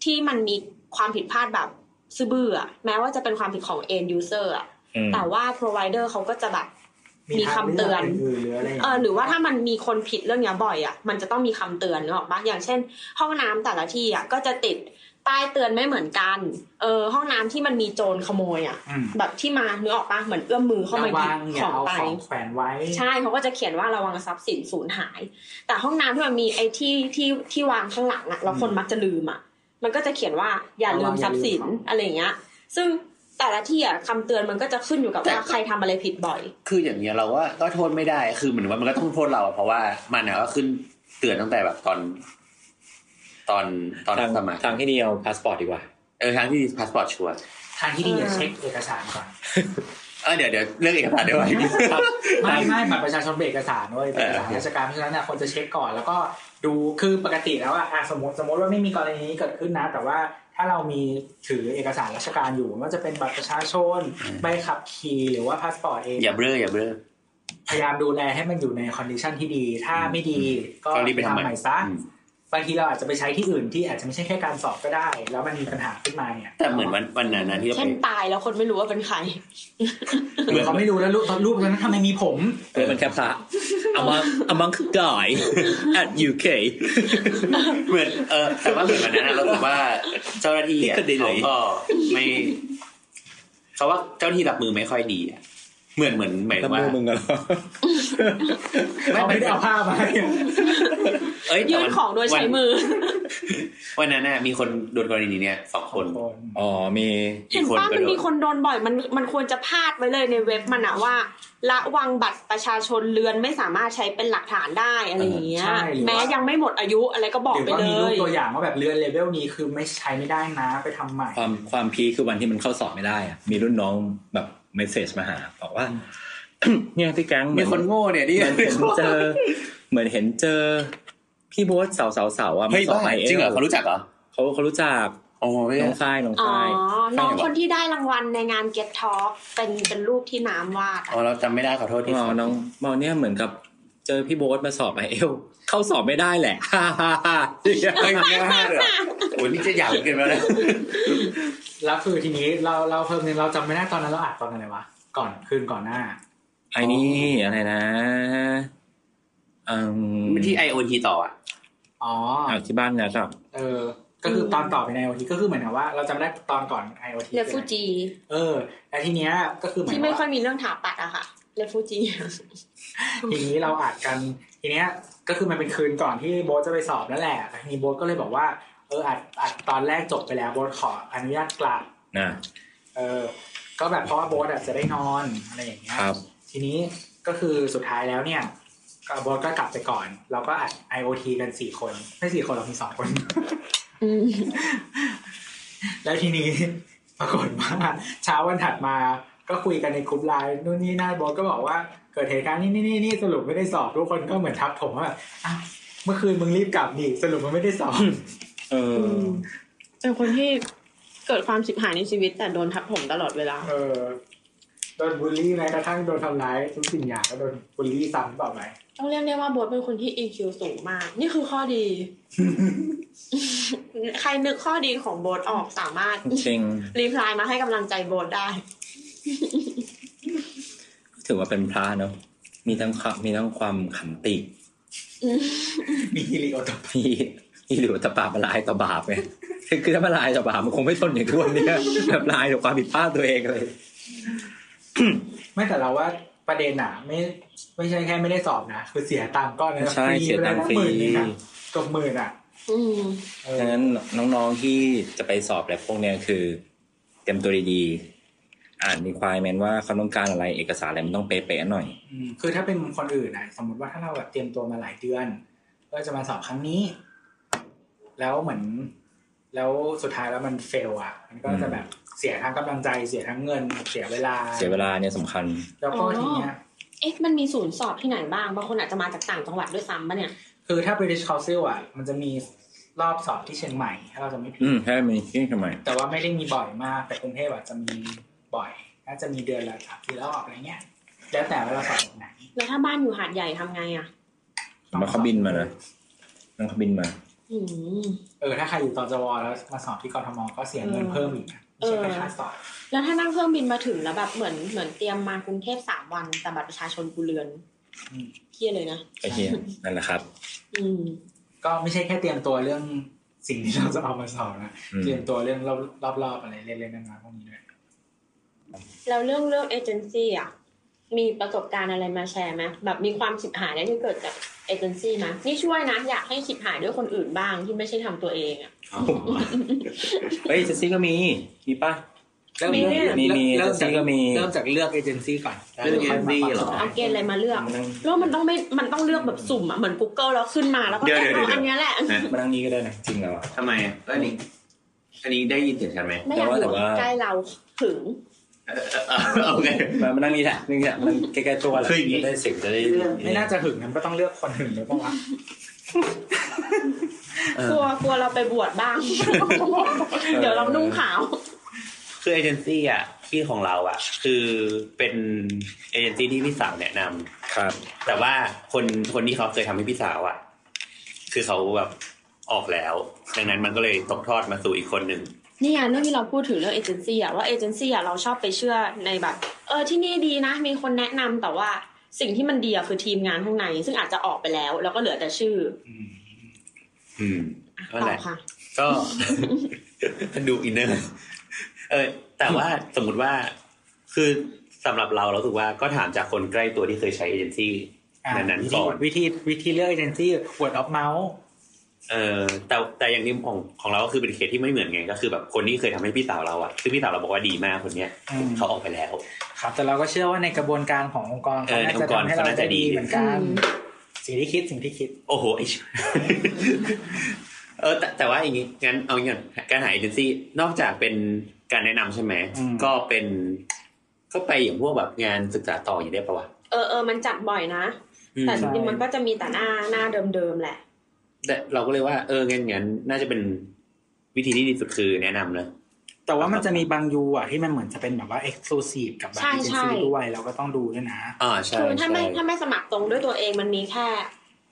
Speaker 6: ที่มันมีความผิดพลาดแบบซื่อบื้ออะแม้ว่าจะเป็นความผิดของ end user อะ
Speaker 2: อืม
Speaker 6: แต่ว่า provider เขาก็จะแบบ มีคำเตือน
Speaker 4: ทางลืกอื่ๆหรืออะไรย่าง
Speaker 6: เอ
Speaker 4: งี้ย
Speaker 6: อหรือว่าถ้ามันมีคนผิดเรื่องเนี้ยบ่อยอะมันจะต้องมีคำเตือนหรอกปะอย่างเช่น ห้องน้ำแต่ละที่อะก็จะติดป้ายเตือนไม่เหมือนกัน เออห้องน้ำที่มันมีโจรขโมยอะ
Speaker 4: อืม
Speaker 6: แบบที่มาเนื้อออกปะเหมือนเอื้อมมือเข้ามา
Speaker 4: ระ
Speaker 6: หยิ
Speaker 4: วั
Speaker 6: บ
Speaker 4: งอ
Speaker 6: ข
Speaker 4: ย่า
Speaker 6: อง
Speaker 4: เอา
Speaker 6: ไป
Speaker 4: ของแขวนไว้
Speaker 6: ใช่เขาก็จะเขียนว่าระวังทรัพย์สินสูญหาย แต่ห้องน้ำที่มันมีไอ้ที่ที่ที่วางข้างหลังอะแล้วคนมักจะลืมอะมันก็จะเขียนว่าอย่าลืมทรัพย์สิน
Speaker 4: ระวังอย่าลืมของ
Speaker 6: อะไรอย่างเงี้ย ซึ่งแต่ละที่อะคำเตือนมันก็จะขึ้นอยู่กับว่าใครทำอะไรผิดบ่อย
Speaker 3: คืออย่างเงี้ยเราว่าก็โทษไม่ได้ คือเหมือนว่ามันก็ต้องโทษเราอะเพราะว่ามันเนี่ยก็ขึ้นเตือนตั้งแต่แบบตอน ตอนตอน
Speaker 2: ทาง
Speaker 3: สมัคร
Speaker 2: ทางที่ดีเอาพาสปอร์ตดีกว่า
Speaker 3: เออทางที่พาสปอร์ตชัวร์
Speaker 4: ทางที่ดีอย่า
Speaker 6: เออ
Speaker 4: เช็คเอกสารก่อน
Speaker 3: เออเดี๋ยวเดี๋ยวเรื่องเอกสารได้ไหม
Speaker 4: ไม่ไม่บัตรประชาชนเป็นเอกสารด้วย
Speaker 3: เอ
Speaker 4: เป็น
Speaker 3: อ
Speaker 4: เอกสารราชการเพราะฉะนั้นเนี่ยคนจะเช็คก่อนแล้วก็ดูคือปกติแล้วอะอ่ะสมมติสมมติว่าไม่มีกรณีนี้เกิดขึ้นนะ แต่ว่าถ้าเรามีถือเอกสารราชการอยู่ไม่ว่าจะเป็นบัตรประชาชนใบขับขี่หรือว่าพาสปอร์ตเอง
Speaker 3: อย่าเบ้ออย่าเบ้อ
Speaker 4: พยายามดูแลให้มันอยู่ในคอนดิชันที่ดี ถ้าไม่ดีก็
Speaker 3: ก็รีบไปทำใหม่
Speaker 4: ใหม่ซะ
Speaker 3: อืม
Speaker 4: บางทีเราอาจจะไปใช้ที่อื่นที่อาจจะไม่ใช่แค่การสอบก็ได้ แล้วมันมีปัญหาขึ้นมาเนี่ย
Speaker 3: แต่เหมือนวันวันนั้นนะที่เรา
Speaker 6: เช่
Speaker 3: ไป
Speaker 6: นตายแล้วคนไม่รู้ว่าเป็นใคร
Speaker 4: หรือเขาไม่รู้แล้วรูปรูปนั้นทำไมมีผม
Speaker 2: เออมันแค่พระ among among guy at UK
Speaker 3: เหมือนเออแต่ว่าเหมือนวันนั้นอะเราถือว่าเจ้าหน้าที่
Speaker 2: นี่
Speaker 3: อะ
Speaker 2: ก็ดีเล
Speaker 3: เขา
Speaker 2: ย
Speaker 3: ก็ไม่เขาว่าเจ้าหน้าที่รับมือไม่ค่อยดีอะเหมือนเหมือนหมายถึ
Speaker 2: ทำ
Speaker 3: งว่า
Speaker 2: มือมึงเหรอ
Speaker 3: ไม่
Speaker 4: เขา
Speaker 3: ไม่
Speaker 4: ไม่ได้เอาผ้ามาให้
Speaker 3: เอ้ยแต่
Speaker 6: ยื่น
Speaker 3: วั
Speaker 6: ของโดยใช้มือ
Speaker 3: วันวันนั้นน่ะมีคนโดนกรณีนี้เนี่ยสองคน
Speaker 2: อ๋อ มี
Speaker 3: อี
Speaker 6: เห็
Speaker 3: ก
Speaker 6: น
Speaker 3: คน
Speaker 6: ป้า
Speaker 3: ก็
Speaker 6: มัน
Speaker 3: โด
Speaker 6: มี
Speaker 3: น
Speaker 6: คนโดนบ่อยมันมันควรจะพาดไว้เลยในเว็บมันอะว่า ละวังบัตรประชาชนเรือนไม่สามารถใช้เป็นหลักฐานได้อะไรอย่างเงี้ย แม้ยังไม่หมดอายุอะไรก็บอก
Speaker 4: หรือ
Speaker 6: ไป
Speaker 4: ว่า
Speaker 6: เล
Speaker 4: มีรูป
Speaker 6: ย
Speaker 4: ตัวอย่างว่าแบบเรือนเลเวลนี้คือไม่ใช้ไม่ได้นะไปทำใหม่
Speaker 2: ความความพีคคือวันที่มันเข้าสอบไม่ได้อะมีรุ่นน้องแบบเมสเซจมาหา บอกว่า เนี่ยพี่แก๊งเหมื
Speaker 3: มี
Speaker 2: อน
Speaker 3: คนโง่เนี่ยดิ
Speaker 2: เหมือนเห็นเจอ เหมือนเห็นเจอ พี่โบ๊ทสาวสาวสาวอะมา
Speaker 3: เฮ้ย
Speaker 2: สอบ
Speaker 3: บ้า
Speaker 2: ไอเอล
Speaker 3: จริงเหรอเขารู้จักเหรอ
Speaker 2: เขาเขารู้จัก
Speaker 3: โอ้ไม่
Speaker 2: น้องฝ้ายน้อง
Speaker 6: อ๋อ
Speaker 2: ฝ้าย
Speaker 6: น้องคนที่ได้รางวัลในงาน Get Talk เป็นเป็นรูปที่น้ำวาด
Speaker 3: อ๋อเราจำไม่ได้ขอโทษที่
Speaker 2: อ๋อน้องมอเนี่ยเหมือนกับเจอพี่โบ๊ทมาสอบไอเอลเข้าสอบไม่ได้แหละ ฮ่าฮ่าฮ่า
Speaker 3: เฮ้ยไม่ได้เหรอโอ้ยนี่จะหยาบเกินไปแล้วนะ
Speaker 4: แล้วคือทีนี้เราเราเพิ่มนึงเราจำไม่ได้ตอนนั้นเราอัดตอนอะไรวะก่อนคืนก่อนหน้า
Speaker 2: ไอ้นี่อะไรนะอืม
Speaker 3: ที่ไอโอทีต่ออ่ะ
Speaker 4: อ๋อ
Speaker 2: อ่ะที่บ้านนะครับ
Speaker 4: เออ ก็คือตอนต่อไปในไอโอทีก็คือเหมือนกับว่าเราจำไม่ได้ตอนก่อนไอโอที
Speaker 6: เลฟูจี
Speaker 4: เออแล้วทีเนี้ยก็คือเหมือน
Speaker 6: ที่
Speaker 4: กับ
Speaker 6: ไม่ค่อย
Speaker 4: ว่า
Speaker 6: มีเรื่องถาปัดอะค่ะเลฟูจี
Speaker 4: ทีนี้เราอัดกันทีเนี้ยก็คือมันเป็นคืนก่อนที่โบ๊ทจะไปสอบนั่นแหละแต่ทีนี้โบ๊ทก็เลยบอกว่าเอออัดอัดตอนแรกจบไปแล้วโบ๊ทขออนุญาตกลับ
Speaker 2: นะ
Speaker 4: เออ ก็แบบเพราะว่าโบ๊ทอะจะได้นอนอะไรอย่างเงี้ย
Speaker 2: ครับ
Speaker 4: ทีนี้ก็คือสุดท้ายแล้วเนี่ยก็โบอสก็กลับไปก่อน เราก็อัด IoT กันสี่คน ไม่สี่คนเรามีสองคน แล้วทีนี้ ปรากฏว่าเช้าวันถัดมาก็คุยกันในกลุ่มไลน์นู่นนี่นั่นโบอสก็บอกว่าเกิดเหตุการณ์นี่นี่นี่นี่สรุปไม่ได้สอบทุกคนก็เหมือนทับผมว่าอ้าวเมื่อคืนมึงรีบกลับนี่สรุปมันไม่ได้สอบ
Speaker 2: เอออ
Speaker 6: เป็นคนที่เกิดความฉิบหายในชีวิต แต่โดนทับถมตลอดเวลา
Speaker 4: เออโดนบูลลี่แม้กระทั่งโดนทำร้ายทุกสิ่งอย่างก็โดนบูลลี่ซ้ำเปล่าไหม
Speaker 6: ต้องเรียกได้ว่าโบทเป็นคนที่ EQ สูงมาก นี่คือข้อ ดี ใครนึกข้อดีของโบทออกสามารถ
Speaker 2: จริง
Speaker 6: รีプライมาให้กำลังใจโบทได้
Speaker 2: ถือว่าเป็นพระเนาะมีทั้งความมีทั้งความขัน ติ
Speaker 4: มีฮิริโอตปะ
Speaker 2: ที่ที่หรือว่าตะบาปมาลายตะบาปไงคือคือถ้ามาลายตะบาปมันคงไม่ทนอย่างทุกวันเนี้ย แบบลายกับความผิดพลาดตัวเองเลย
Speaker 4: ไม่แต่เราว่าประเด็นอะไม่ ไม่ใช่แค่ไม่ได้สอบนะคือเสียตังค์ก้อนนะ
Speaker 2: ใช่เสียตังค์ฟรี
Speaker 4: หมื่นนึงอะเกับหมื่นอะ
Speaker 6: อืม
Speaker 4: เอ
Speaker 2: ดัง
Speaker 4: อ
Speaker 2: นั้นน้องๆที่จะไปสอบอะไรพวกเนี้ยคือ เตรียมตัวดีๆ อ่านมีควายแมนว่าเขาต้องการอะไรเอกสารอะไรมันต้องเป๊ะๆหน่อย
Speaker 4: อืมคือถ้าเป็นคนอื่นอะสมมติว่าถ้าเราแบบเตรียมตัวมาหลายเดือนก็จะมาสอบครั้งนี้ แล้วเหมือน แล้วสุดท้ายแล้วมันเฟลอะมันก็จะแบบเสียทั้งกำลังใจเสียทั้งเงิน เสียเวลา
Speaker 2: เสียเวลาเนี่ยสำคัญ
Speaker 4: แล้วก็ทีเนี้ย
Speaker 6: เอ๊ะ มันมีศูนย์สอบที่ไหนบ้าง บางคนอาจจะมาจากต่างจังหวัดด้วยซ้ำปะเนี่ย
Speaker 4: คือถ้า British Council อ่ะ มันจะมีรอบสอบที่เชียงใหม่ ถ้าเราจะไม่ผิด
Speaker 2: อืมแค่มีที่ทำไม
Speaker 4: แต่ว่าไม่ได้มีบ่อยมาก แต่กรุงเทพอ่ะจะมีบ่อย น่าจะมีเดือนละสามสี่รอบอะไรเงี้ย แล้วแต่ว่าเราสอบแบบไหน
Speaker 6: แล้วถ้าบ้านอยู่หาดใหญ่ทำไงอ่ะ
Speaker 2: ผมว่าเขาบินมานะนั่งเขาบินมา
Speaker 6: อืม
Speaker 4: เออ ถ้าใครอยู่ตจวแล้วมาสอบที่กทมก็เสียเงินเพิ่มอีกนะไม่ใช่แค่ค่าสอบ
Speaker 6: แล้วถ้านั่งเครื่องบินมาถึงแล้วแบบเหมือนเหมือนเตรียมมากรุงเทพสามวัน แต่บัตรประชาชนกูเลือน
Speaker 4: อืม
Speaker 6: เครียดเลยนะ
Speaker 2: ไอ้เหี้ยนั่นแหละครับ
Speaker 6: อืม
Speaker 4: ก็ไม่ใช่แค่เตรียมตัวเรื่องสิ่งที่เราจะเอามาสอบนะ
Speaker 2: อืม
Speaker 4: เตรียมตัวเรื่องรอบๆอะไรเล่นๆน้อยๆพวกนี้ด้วย
Speaker 6: แล้วเรื่องเรื่องเอเจนซี่อ่ะ มีประสบการณ์อะไรมาแชร์ไหมแบบมีความฉิบหายเนี่ยที่เกิดจากเอเจนซี่ไหมนี่ช่วยนะอยากให้ฉิบหายด้วยคนอื่นบ้างที่ไม่ใช่ทำตัวเองอ่ะ
Speaker 2: เฮ้ยเจสซี่ก็มี มีป่ะ
Speaker 3: เริ่ม
Speaker 6: มีเนี่ย
Speaker 2: มีมี
Speaker 3: เริ่ม
Speaker 2: เจสซี่
Speaker 3: จาก
Speaker 2: ก็มี
Speaker 3: เริ่มจากเลือกเอเจนซี่ก่อน
Speaker 7: เลือกเอเจนซี่เหรอ
Speaker 6: เอาเกณฑ์อะไรมาเลือก
Speaker 2: มานั่ง
Speaker 6: แล้วมันต้องไม่ มันต้องเลือกแบบสุ่มอ่ะ เหมือน Google แล้วขึ้นมาแล้วก็
Speaker 7: เดี๋ยว
Speaker 6: แค่เอา
Speaker 7: เดี๋ยว
Speaker 6: อันเนี้ยแหละ
Speaker 2: มานั่งนี้ก็ได้นะจริงแล้วอะ
Speaker 7: ทำไมอ่ะก็อันนี้อันนี้ได้ยินเสียงฉันไหม
Speaker 6: ไม่อยากอ
Speaker 2: แต่
Speaker 6: ยู่
Speaker 2: ว่า
Speaker 6: ใกล้เราถึง
Speaker 7: เออเออเออโอเค
Speaker 2: มามานั่งนี้แหละนี่แหละมันใกล้ๆตัวแหละ
Speaker 7: คืออย่างงี้
Speaker 2: จะได้เสียงจะได้
Speaker 4: ไม่น่าจะหึงนะมันก็ต้องเลือกคนหึงหรือเปล่าวะ
Speaker 6: กลัวกลัวเราไปบวชบ้าง เดี๋ยวเรานุ่งขาว
Speaker 3: คือเอเจนซี่อ่ะที่ของเราอ่ะ คือเป็นเอเจนซี่ที่พี่สาวแนะนำ
Speaker 2: ครับ
Speaker 3: แต่ว่าคนคนที่เขาเคยทำให้พี่สาวอ่ะ คือเขาแบบออกแล้ว ดังนั้นมันก็เลยตกทอดมาสู่อีกคนหนึ่ง
Speaker 6: นี่ไงเรื่องที่เราพูดถึงเรื่องเอเจนซี่อะว่าเอเจนซี่อะเราชอบไปเชื่อในแบบเออที่นี่ดีนะ มีคนแนะนำแต่ว่าสิ่งที่มันดีอะคือทีมงานข้างใน ซึ่งอาจจะออกไปแล้ว แล้วก็เหลือแต่ชื่อ
Speaker 3: อืมนั่น
Speaker 6: ต่
Speaker 3: แห
Speaker 6: อ
Speaker 3: ละ
Speaker 6: ค่ะ
Speaker 3: ก็ ดูอินเนอร์ เออ แต่ว่าสมมติว่า คือสำหรับเราเรารู้สึกว่าก็ถามจากคนใกล้ตัวที่เคยใช้เอเจนซี่
Speaker 4: อ่า
Speaker 3: นั้น
Speaker 4: วิ
Speaker 3: ก่
Speaker 4: ธี
Speaker 3: อน
Speaker 4: วิธีวิธีเลือกเอเจนซี่วอร์ดออฟเมาส์
Speaker 3: เออแต่แต่อย่างนี้ของของเราก็คือเป็นเคสที่ไม่เหมือนไงก็คือแบบคนที่เคยทำให้พี่สาวเราอะซึ่งพี่สาวเราบอกว่าดีมากคนเนี้ยเขาออกไปแล้ว
Speaker 4: ครับ แต่เราก็เชื่อว่าในกระบวนการขององค์กร
Speaker 3: เออ
Speaker 4: เขาน่าจะทำให้เรา
Speaker 3: ในองค์กรเขาน่าจะ
Speaker 4: ได้ดี
Speaker 3: ดี
Speaker 4: เหมือนกัน
Speaker 6: อืม
Speaker 4: สิ่งที่คิดสิ่งที่คิด
Speaker 3: โอ้โหไอ้ชิบ เออ แต่แต่ว่าอย่างนี้งั้นเอาอย่างนี้ก่อนการหาเอเจนซี่นอกจากเป็นการแนะนำใช่ไหม
Speaker 4: อืม
Speaker 3: ก็เป็น ก็ไปอย่างพวกแบบงานศึกษาต่ออย่างนี้ได้ปะวะ
Speaker 6: เออเออมันจัดบ่อยนะ
Speaker 3: อืม
Speaker 6: แต่จริงๆมันก็จะมีแต่หน้าหน้าเดิมๆแหละ
Speaker 3: แต่เราก็เลยว่าเอองั้นงั้นน่าจะเป็นวิธีที่ดีสุดคือแนะนำเลย
Speaker 4: แต่ว่ามันจะมีบางยูอ่ะที่มันเหมือนจะเป็นแบบว่าเอ็กซ์คลูซีฟกับบาง
Speaker 6: ใช่
Speaker 4: เอเจน
Speaker 6: ใช่
Speaker 4: ซี่ด้วยเราก็ต้องดูด้วยนะ
Speaker 3: อ่าใช่
Speaker 6: คือถ้า
Speaker 3: ใช่
Speaker 6: ไม่ถ้าไม่สมัครตรงด้วยตัวเองมันมีแค่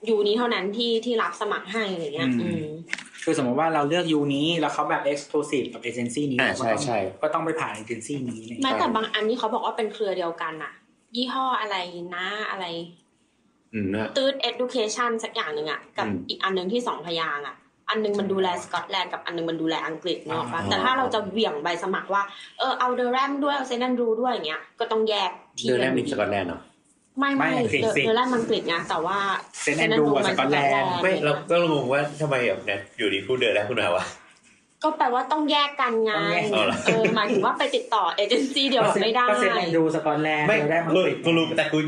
Speaker 6: อยู่นี้เท่านั้นที่ที่รับสมัครให้อะไรเงี้ยอืม
Speaker 4: คือสมมติว่าเราเลือกยูนี้แล้วเขาแบบเอ็กซ์คลูซีฟกับเอเจนซี่นี้
Speaker 3: อ่า
Speaker 4: ก็
Speaker 3: ใช่
Speaker 4: ต้อง
Speaker 3: ใช่
Speaker 4: ก็ต้องไปผ่านเอเจนซี่นี้เนี่ย
Speaker 6: แม้แต่บางอันนี้เขาบอกว่าเป็นเครือเดียวกันอะยี่ห้ออะไรนะอะไร
Speaker 3: อืมนะ
Speaker 6: ตืด education สักอย่างหนึ่งอะกับ
Speaker 3: อืม
Speaker 6: อีกอันหนึ่งที่สองพยางค์อะอันหนึงมันดูแลสกอตแลนด์กับอันหนึงมันดูแลอังกฤษเนกอะปะ
Speaker 3: อ่า
Speaker 6: แต่ถ้าเราจะเหวี่ยงใบสมัครว่าเออเอาเดอแรมด้วยเอาเซนันดูด้วยอย่างเงี้ยก็ต้องแยกที่
Speaker 3: เดือนแรกมีสกอตแลนด์เหรอ
Speaker 6: ไม่ไม่เดอแรมอังกฤษไงแต่ว่า
Speaker 4: เซนแอนดูอะสกอตแลนด์
Speaker 3: ไม่เราก็งงว่าทำไมแบบเนี่ยอยู่ดีพูดเดินแล้วคุณหมาวะ
Speaker 6: ก็แปลว่าต้องแยกกันไง
Speaker 3: เอาเหรอ
Speaker 6: เออหมายถึงว่าไปติดต่อเอเจนซี่เดียวกับไม่ได้
Speaker 4: ก็เซนแอนดูสกอตแลนด์
Speaker 3: ไม่
Speaker 4: เราได้มา
Speaker 3: กู
Speaker 4: ติด
Speaker 3: กูรู้แต่กู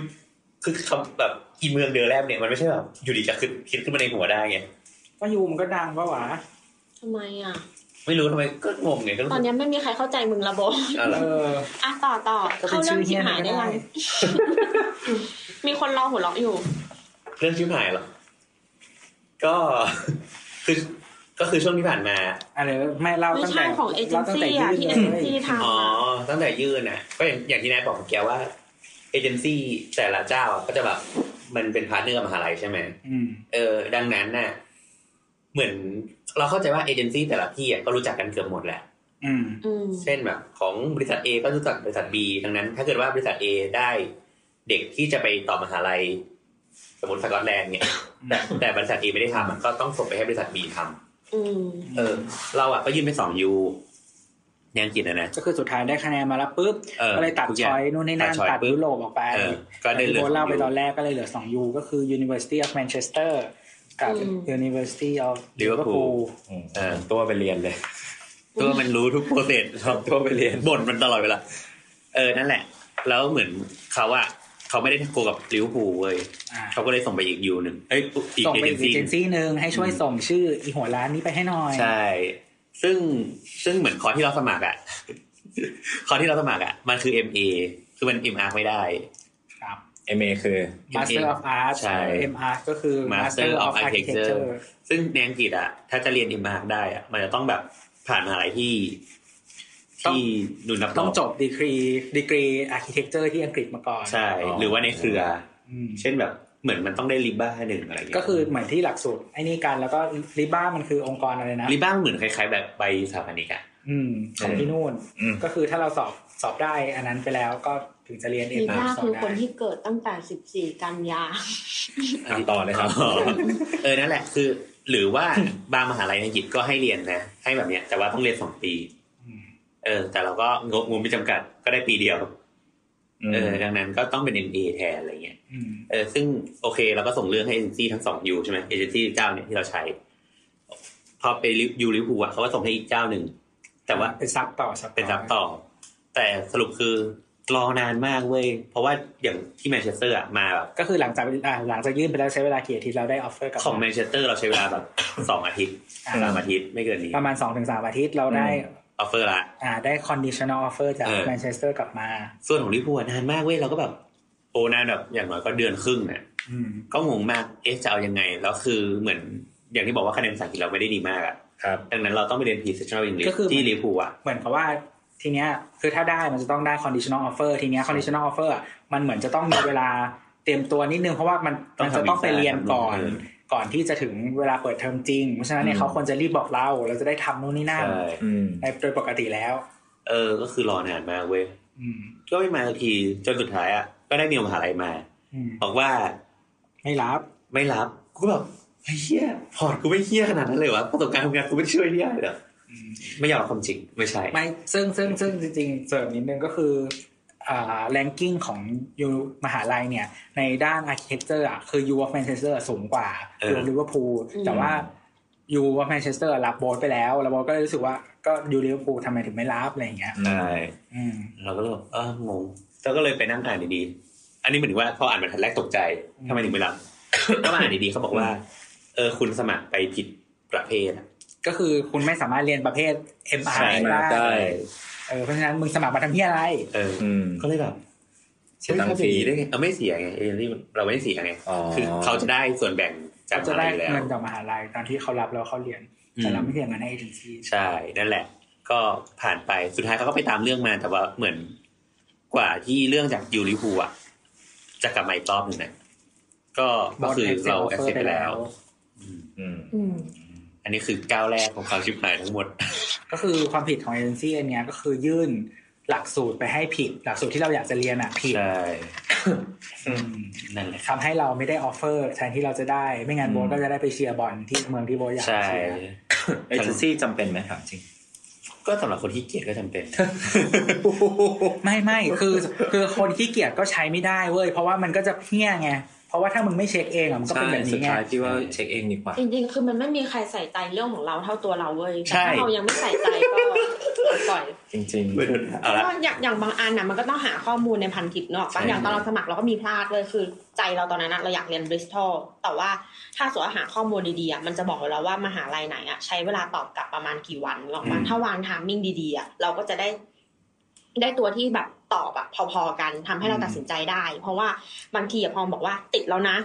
Speaker 3: คือคำแบบอีเมืองเดินแรกเนี่ยมันไม่ใช่แบบอยู่ดีจะคิดคิดขึ้นมาในหัวได้ไง
Speaker 4: ก็ยูมันก็ดังปะวะ
Speaker 6: ทำไมอ่ะ
Speaker 3: ไม่รู้ทำไมก็งงไงก็รู้
Speaker 6: ตอน
Speaker 3: สึก
Speaker 6: เนี้ยไม่มีใครเข้าใจมึงระบบ
Speaker 3: อะไร
Speaker 4: เออ
Speaker 6: อ่ะต่อต่อ
Speaker 4: ก็เป็
Speaker 6: เข้าน เรื่
Speaker 4: ชื่
Speaker 6: อง
Speaker 4: อ
Speaker 6: ชิ
Speaker 4: เฮี
Speaker 6: บ
Speaker 4: ย
Speaker 6: หาย
Speaker 4: ก็
Speaker 6: ได้
Speaker 4: ได้
Speaker 6: ยัง มีคนรอหัวเราะอยู่
Speaker 3: เรื่องชิบหายเหรอก็ คือก็คือช่วงที่ผ่านมา
Speaker 4: อะไรไม่เล่า
Speaker 6: ไม่
Speaker 4: ตั้ง
Speaker 6: ใช่
Speaker 4: แต่
Speaker 6: ของเอเจน
Speaker 4: ล่าตั้งแต่
Speaker 6: ซี่
Speaker 4: ยื่
Speaker 6: อ่ะ
Speaker 4: น
Speaker 6: ที่เอ
Speaker 4: เลย
Speaker 6: เจนซี่ทำ
Speaker 3: อ๋อ
Speaker 6: อะ
Speaker 3: ตั้งแต่ยื่นนะก็อย่างอย่างที่นายบอกเมื่อกี้ว่าเอเจนซี่แต่ละเจ้าก็จะแบบมันเป็นพาร์ทเนอร์มหาลัยใช่ไหม
Speaker 4: อืม
Speaker 3: เออดังนั้นน่ะเหมือนเราเข้าใจว่าเอเจนซี่แต่ละที่อ่ะก็รู้จักกันเกือบหมดแหละ
Speaker 4: อืม
Speaker 6: อืม
Speaker 3: เช่นแบบของบริษัท A ก็รู้จักบริษัท B ดังนั้น ถ้าเกิดว่าบริษัท A ได้เด็กที่จะไปต่อมหาลัย สมมติสกอตแลนด์เนี่ยแต่แต่บริษัท A ไม่ได้ทำอะก็ต้องส่งไปให้บริษัท B ทำ
Speaker 6: อืม
Speaker 3: เออ เราอ่ะก็ยื่นไปสองยูในอังกฤษนะนะ
Speaker 4: ก็คือสุดท้ายได้คะแนนมาแล้วปุ๊บ
Speaker 3: เออ
Speaker 4: ก็เลยตัด
Speaker 3: ทุกอ
Speaker 4: ช้
Speaker 3: ย่า
Speaker 4: อ
Speaker 3: ง
Speaker 4: ยนู่นนี่นั่น
Speaker 3: ตัดช้อย
Speaker 4: ตัด
Speaker 3: ปุ๊บ
Speaker 4: ยุโรปออกไป
Speaker 3: เออก็ได้เหลือ
Speaker 4: โบทเล่าไป
Speaker 3: สองยู
Speaker 4: ตอนแรกก็เลยเหลือสองยูก็คือ University of Manchester กับ
Speaker 6: อืม
Speaker 4: University of
Speaker 3: Liverpool เออตัวไปเรียนเลย ตัวมันรู้ทุกโปรเซสครับตัวไปเรียนบ่นมันตลอดเวลาเออนั่นแหละ แล้วเหมือนเขาอ่ะเขาไม่ได้โกกับลิเวอร์พูลเว้ย
Speaker 4: อ่า
Speaker 3: เขาก็เลยส่งไปอีกยูหนึ่งเอ้ยอีก
Speaker 4: ส่ง
Speaker 3: เอ
Speaker 4: ไป
Speaker 3: เจ
Speaker 4: อี
Speaker 3: น
Speaker 4: กเอ
Speaker 3: ซี่ห
Speaker 4: เจน
Speaker 3: นึ่ง
Speaker 4: ซี่หนึ่งให้ช่วย
Speaker 3: อืม
Speaker 4: ส่งชื่ออีหัวร้านนี้ไปให้หน่อย
Speaker 3: ใช่ ซึ่งซึ่งเหมือนคอร์สที่เราสมัครอ่ะ คอร์สที่เราสมัครอ่ะ มันคือ MA คือมัน MR ไม่ได้
Speaker 4: ครับ
Speaker 2: เอเมคือ
Speaker 4: Master of Arts
Speaker 3: ใช่
Speaker 4: MR ก็คือ
Speaker 3: Master of Architecture ซึ่งในอังกฤษอ่ะ ถ้าจะเรียน MR ได้อ่ะ มันจะต้องแบบผ่านมหาลัยที่
Speaker 4: ต้อง
Speaker 3: ที่ดูนับ
Speaker 4: ต้องจบดีกรีดีกรี architecture ที่อังกฤษมาก่อน
Speaker 3: ใช่ หรือว่าในเครือ
Speaker 4: อืม
Speaker 3: เช่นแบบเหมือนมันต้องได้ริบบ้าหนึ่งอะไรอย่างเงี้ย
Speaker 4: ก็คือเหมือนที่หลักสูตรไอ้นี่กันแล้วก็ริบ้ามันคือองค์กรอะไรนะ
Speaker 3: ริบบ้าเหมือนคล้าย ๆ แบบใบสถาปนิกอ่ะ
Speaker 4: อืมของ
Speaker 3: เออ
Speaker 4: ที่นู่น
Speaker 2: อืม
Speaker 4: ก็คือถ้าเราสอบสอบได้อันนั้นไปแล้วก็ถึงจะเรียนเอง
Speaker 6: มีล่า
Speaker 4: สอบ
Speaker 6: คือ
Speaker 4: ได้
Speaker 6: คนที่เกิดตั้งแต่สิบสี่กันยา
Speaker 2: อ่ะต่อเลยครับ
Speaker 3: อ๋อเออนั่นแหละคือ หรือว่าบางมหาลัยในอังกฤษก็ให้เรียนนะ ให้แบบเนี้ย แต่ว่าต้องเรียนสองปี
Speaker 4: อืม
Speaker 3: เออ แต่เราก็งบงบไม่จำกัดก็ได้ปีเดียว เออ ดังนั้นก็ต้องเป็น MA แทนอะไรเงี้ย
Speaker 4: อืม
Speaker 3: เออ ซึ่งโอเคเราก็ส่งเรื่องให้เอเจนซี่ทั้งสองยูใช่ไหมเอเจนซี่เจ้าเนี่ยที่เราใช้ พอไปยูริฟูลอ่ะเขาก็ส่งให้อีกเจ้าหนึ่ง แต่ว่า
Speaker 4: เป็นซับต่อซับ
Speaker 3: เป็นรับต่อ แต่สรุปคือรอนานมากเว้ย เพราะว่าอย่างที่แมนเชสเตอร์อะมาแบบ
Speaker 4: ก็คือหลังจากอ่าหลังจากยื่นไปแล้วใช้เวลากี่อาทิตย์เราได้ออฟเฟอร์กลับ
Speaker 3: ของแม
Speaker 4: มาน
Speaker 3: เชสเตอร์เราใช้เวลา แบบ สองอาทิตย์สามอาทิตย์ไม่เกินนี้
Speaker 4: ประมาณสองถึงสามอาทิตย์เราได้
Speaker 3: ออฟเฟอร์ละ
Speaker 4: อ่าได้ conditional offer จาก
Speaker 3: เออ
Speaker 4: แมนเชสเตอร์กลับมา
Speaker 3: ส่วนของลิเวอร์พูลอะนานมากเว้ยเราก็แบบโอ้นานแบบอย่างน้อยก็เดือนครึ่งเนี่ย
Speaker 4: อืม
Speaker 3: ก็งงมากเอ๊ะจะเอายังไง แล้วคือเหมือนอย่างที่บอกว่าคะแนนภาษาอังกฤษเราไม่ได้ดีมากอะ
Speaker 2: ครับ
Speaker 3: ดังนั้นเราต้องไปเรียน P-Sectional English ที่ลิเวอร์พูลอะ
Speaker 4: เหมือนกับว่าทีเนี้ยคือถ้าได้มันจะต้องได้ conditional offer ทีเนี้ย conditional offer อะมันเหมือนจะต้องมีเวลาเตรียมตัวนิดนึงเพราะว่ามันมันจะต้องไปเรียนก่อน
Speaker 3: เ
Speaker 4: ก่อนที่จะถึงเวลาเปิดเทอมจริง เพราะฉะนั้นเนี่ย
Speaker 2: อืม
Speaker 4: เขาควรจะรีบบอกเรา เราจะได้ทำนู่นนี่นั่น
Speaker 3: ใช่
Speaker 2: อืม
Speaker 4: ในโดยปกติแล้ว
Speaker 3: เออ ก็คือรอนานมากเว้ย
Speaker 4: อืม
Speaker 3: ก็ไม่มาสักทีจนสุดท้ายอะก็ได้เมลมหาลัยมา
Speaker 4: อืม
Speaker 3: บอกว่า
Speaker 4: ไม่รับ
Speaker 3: ไม่รับกูแบบเฮียพอร์ตกูไม่เฮียขนาดนั้นเลยวะประสบการณ์ทำงานกูไม่ได้ช่วยเฮียเหรอ
Speaker 4: อืม
Speaker 3: ไม่อยากเอาความจริงไม่ใช่
Speaker 4: ไม่ซึ่งซึ่งซึ่งจริงๆเสริมนิดนึงก็คืออ่าแรงกิ้งของยูมหาลัยเนี่ย ในด้าน architecture อะคือ U of Manchester อะสูงกว่า
Speaker 3: เอ
Speaker 4: U
Speaker 3: อ
Speaker 4: of Liverpool
Speaker 6: อืม
Speaker 4: แต่ว่า U of Manchester อะรับโบสไปแล้ว แล้วโบสก็เลยรู้สึกว่าก็ U Liverpool ทำไมถึงไม่รับอะไรอย่างเงี้ย
Speaker 3: ใช่
Speaker 4: อืม
Speaker 3: เราก็เลยแบบเอองงแล้วก็เลยไปนั่งอ่านดีๆอันนี้เหมือนว่าพออ่านมันทันแรกตกใจทำไมถึงไม่รับ ก็มาอ่านดีๆเขาบอกว่า เออคุณสมัครไปผิดประเภทอะ
Speaker 4: ก็คือคุณไม่สามารถเรียนประเภท MR
Speaker 2: ใช่ ได้
Speaker 4: ได้เออเพราะฉะนั้นมึงสมัครมาทำเพี้ยอะไร
Speaker 3: เออ
Speaker 2: อืม
Speaker 3: ก็เลยแบบ
Speaker 2: เสียตังค์
Speaker 3: ฮ้ทำอ
Speaker 2: ฟรี
Speaker 3: ย่านี้ได้ไงเออไม่เสียไงเออนี่เราไม่ได้เสียไง
Speaker 2: อ๋อ
Speaker 3: คือเขาจะได้ส่วนแบ่งจาก
Speaker 4: เขาจะ
Speaker 3: มหา
Speaker 4: ได้
Speaker 3: ลัยแล้ว
Speaker 4: เงินจากมหาลัยตอนที่เขารับแล้วเขาเรียน แต่เราไม่เรียนมันให้เอเจนซี่
Speaker 3: ใช่ นั่นแหละ ก็ผ่านไปสุดท้ายเขาก็ไปตามเรื่องมาแต่ว่าเหมือนกว่าที่เรื่องจากยูริฟูอ่ะ จะกลับมาอีกรอบหนึ่งนะก็ก็คือเราแอคเซปไปแล้ว
Speaker 2: อืม
Speaker 6: อืม
Speaker 3: อันนี้คือก้าวแรกของความชิบหายทั้งหมด
Speaker 4: ก็คือความผิดของเอเจนซี่อันเนี้ยก็คือยื่นหลักสูตรไปให้ผิด หลักสูตรที่เราอยากจะเรียนอ่ะผิด
Speaker 3: ใช่
Speaker 4: อืม
Speaker 3: นั่นแหละ
Speaker 4: ทำให้เราไม่ได้ออฟเฟอร์แทนที่เราจะได้ ไม่งั้น
Speaker 2: อืม
Speaker 4: โบทก็จะได้ไปเชียร์บอลที่เมืองที่โบทอยาก
Speaker 3: ใช่
Speaker 4: เชียร์
Speaker 2: เอเจนซี่จำเป็นไหมถามจริง
Speaker 3: ก็สำหรับคนที่เกลียดก็จำเป็น
Speaker 4: ไม่ไม่คือคือคนขี้เกียจก็ใช้ไม่ได้เว้ยเพราะว่ามันก็จะเพี้ยไงพอ
Speaker 8: ราะว่าถ้ามึงไม่เช็คเองอะมันก็
Speaker 9: ใช่
Speaker 8: เป็นแบบ
Speaker 9: สุ
Speaker 8: นี้
Speaker 9: ด
Speaker 8: ไง
Speaker 9: ท้ายพี่ว่า
Speaker 2: เช็คเองดีกว่า
Speaker 6: จริงๆ คือมันไม่มีใครใส่ใจเรื่องของเราเท่าตัวเราเว้ยแต่
Speaker 8: ใช่
Speaker 6: ถ้าเรายังไม่ใส่ใจก็ ปล่อย
Speaker 2: จริง ๆ
Speaker 3: เอาละ
Speaker 6: ก็อย่างอย่างบางอันน่ะมันก็ต้องหาข้อมูลในพันทิปเนาะ
Speaker 2: ใช่
Speaker 6: บางอย่างตอนเราสมัครเราก็มีพลาดเลยคือใจเราตอนนั้นน่ะเราอยากเรียนบริสตอลแต่ว่าถ้าสมมติว่าหาข้อมูลดีๆอ่ะมันจะบอกเราว่ามหาลัยไหนอ่ะใช้เวลาตอบกลับประมาณกี่วันหรอกมา
Speaker 8: อืม
Speaker 6: ถ้าวางทามมิ่งดีๆอ่ะเราก็จะได้ ได้ตัวที่แบบตอบอะพอๆกันทำให้เราตัดสินใจได้ เพราะว่าบางทีอะพอบอกว่าติดแล้วนะ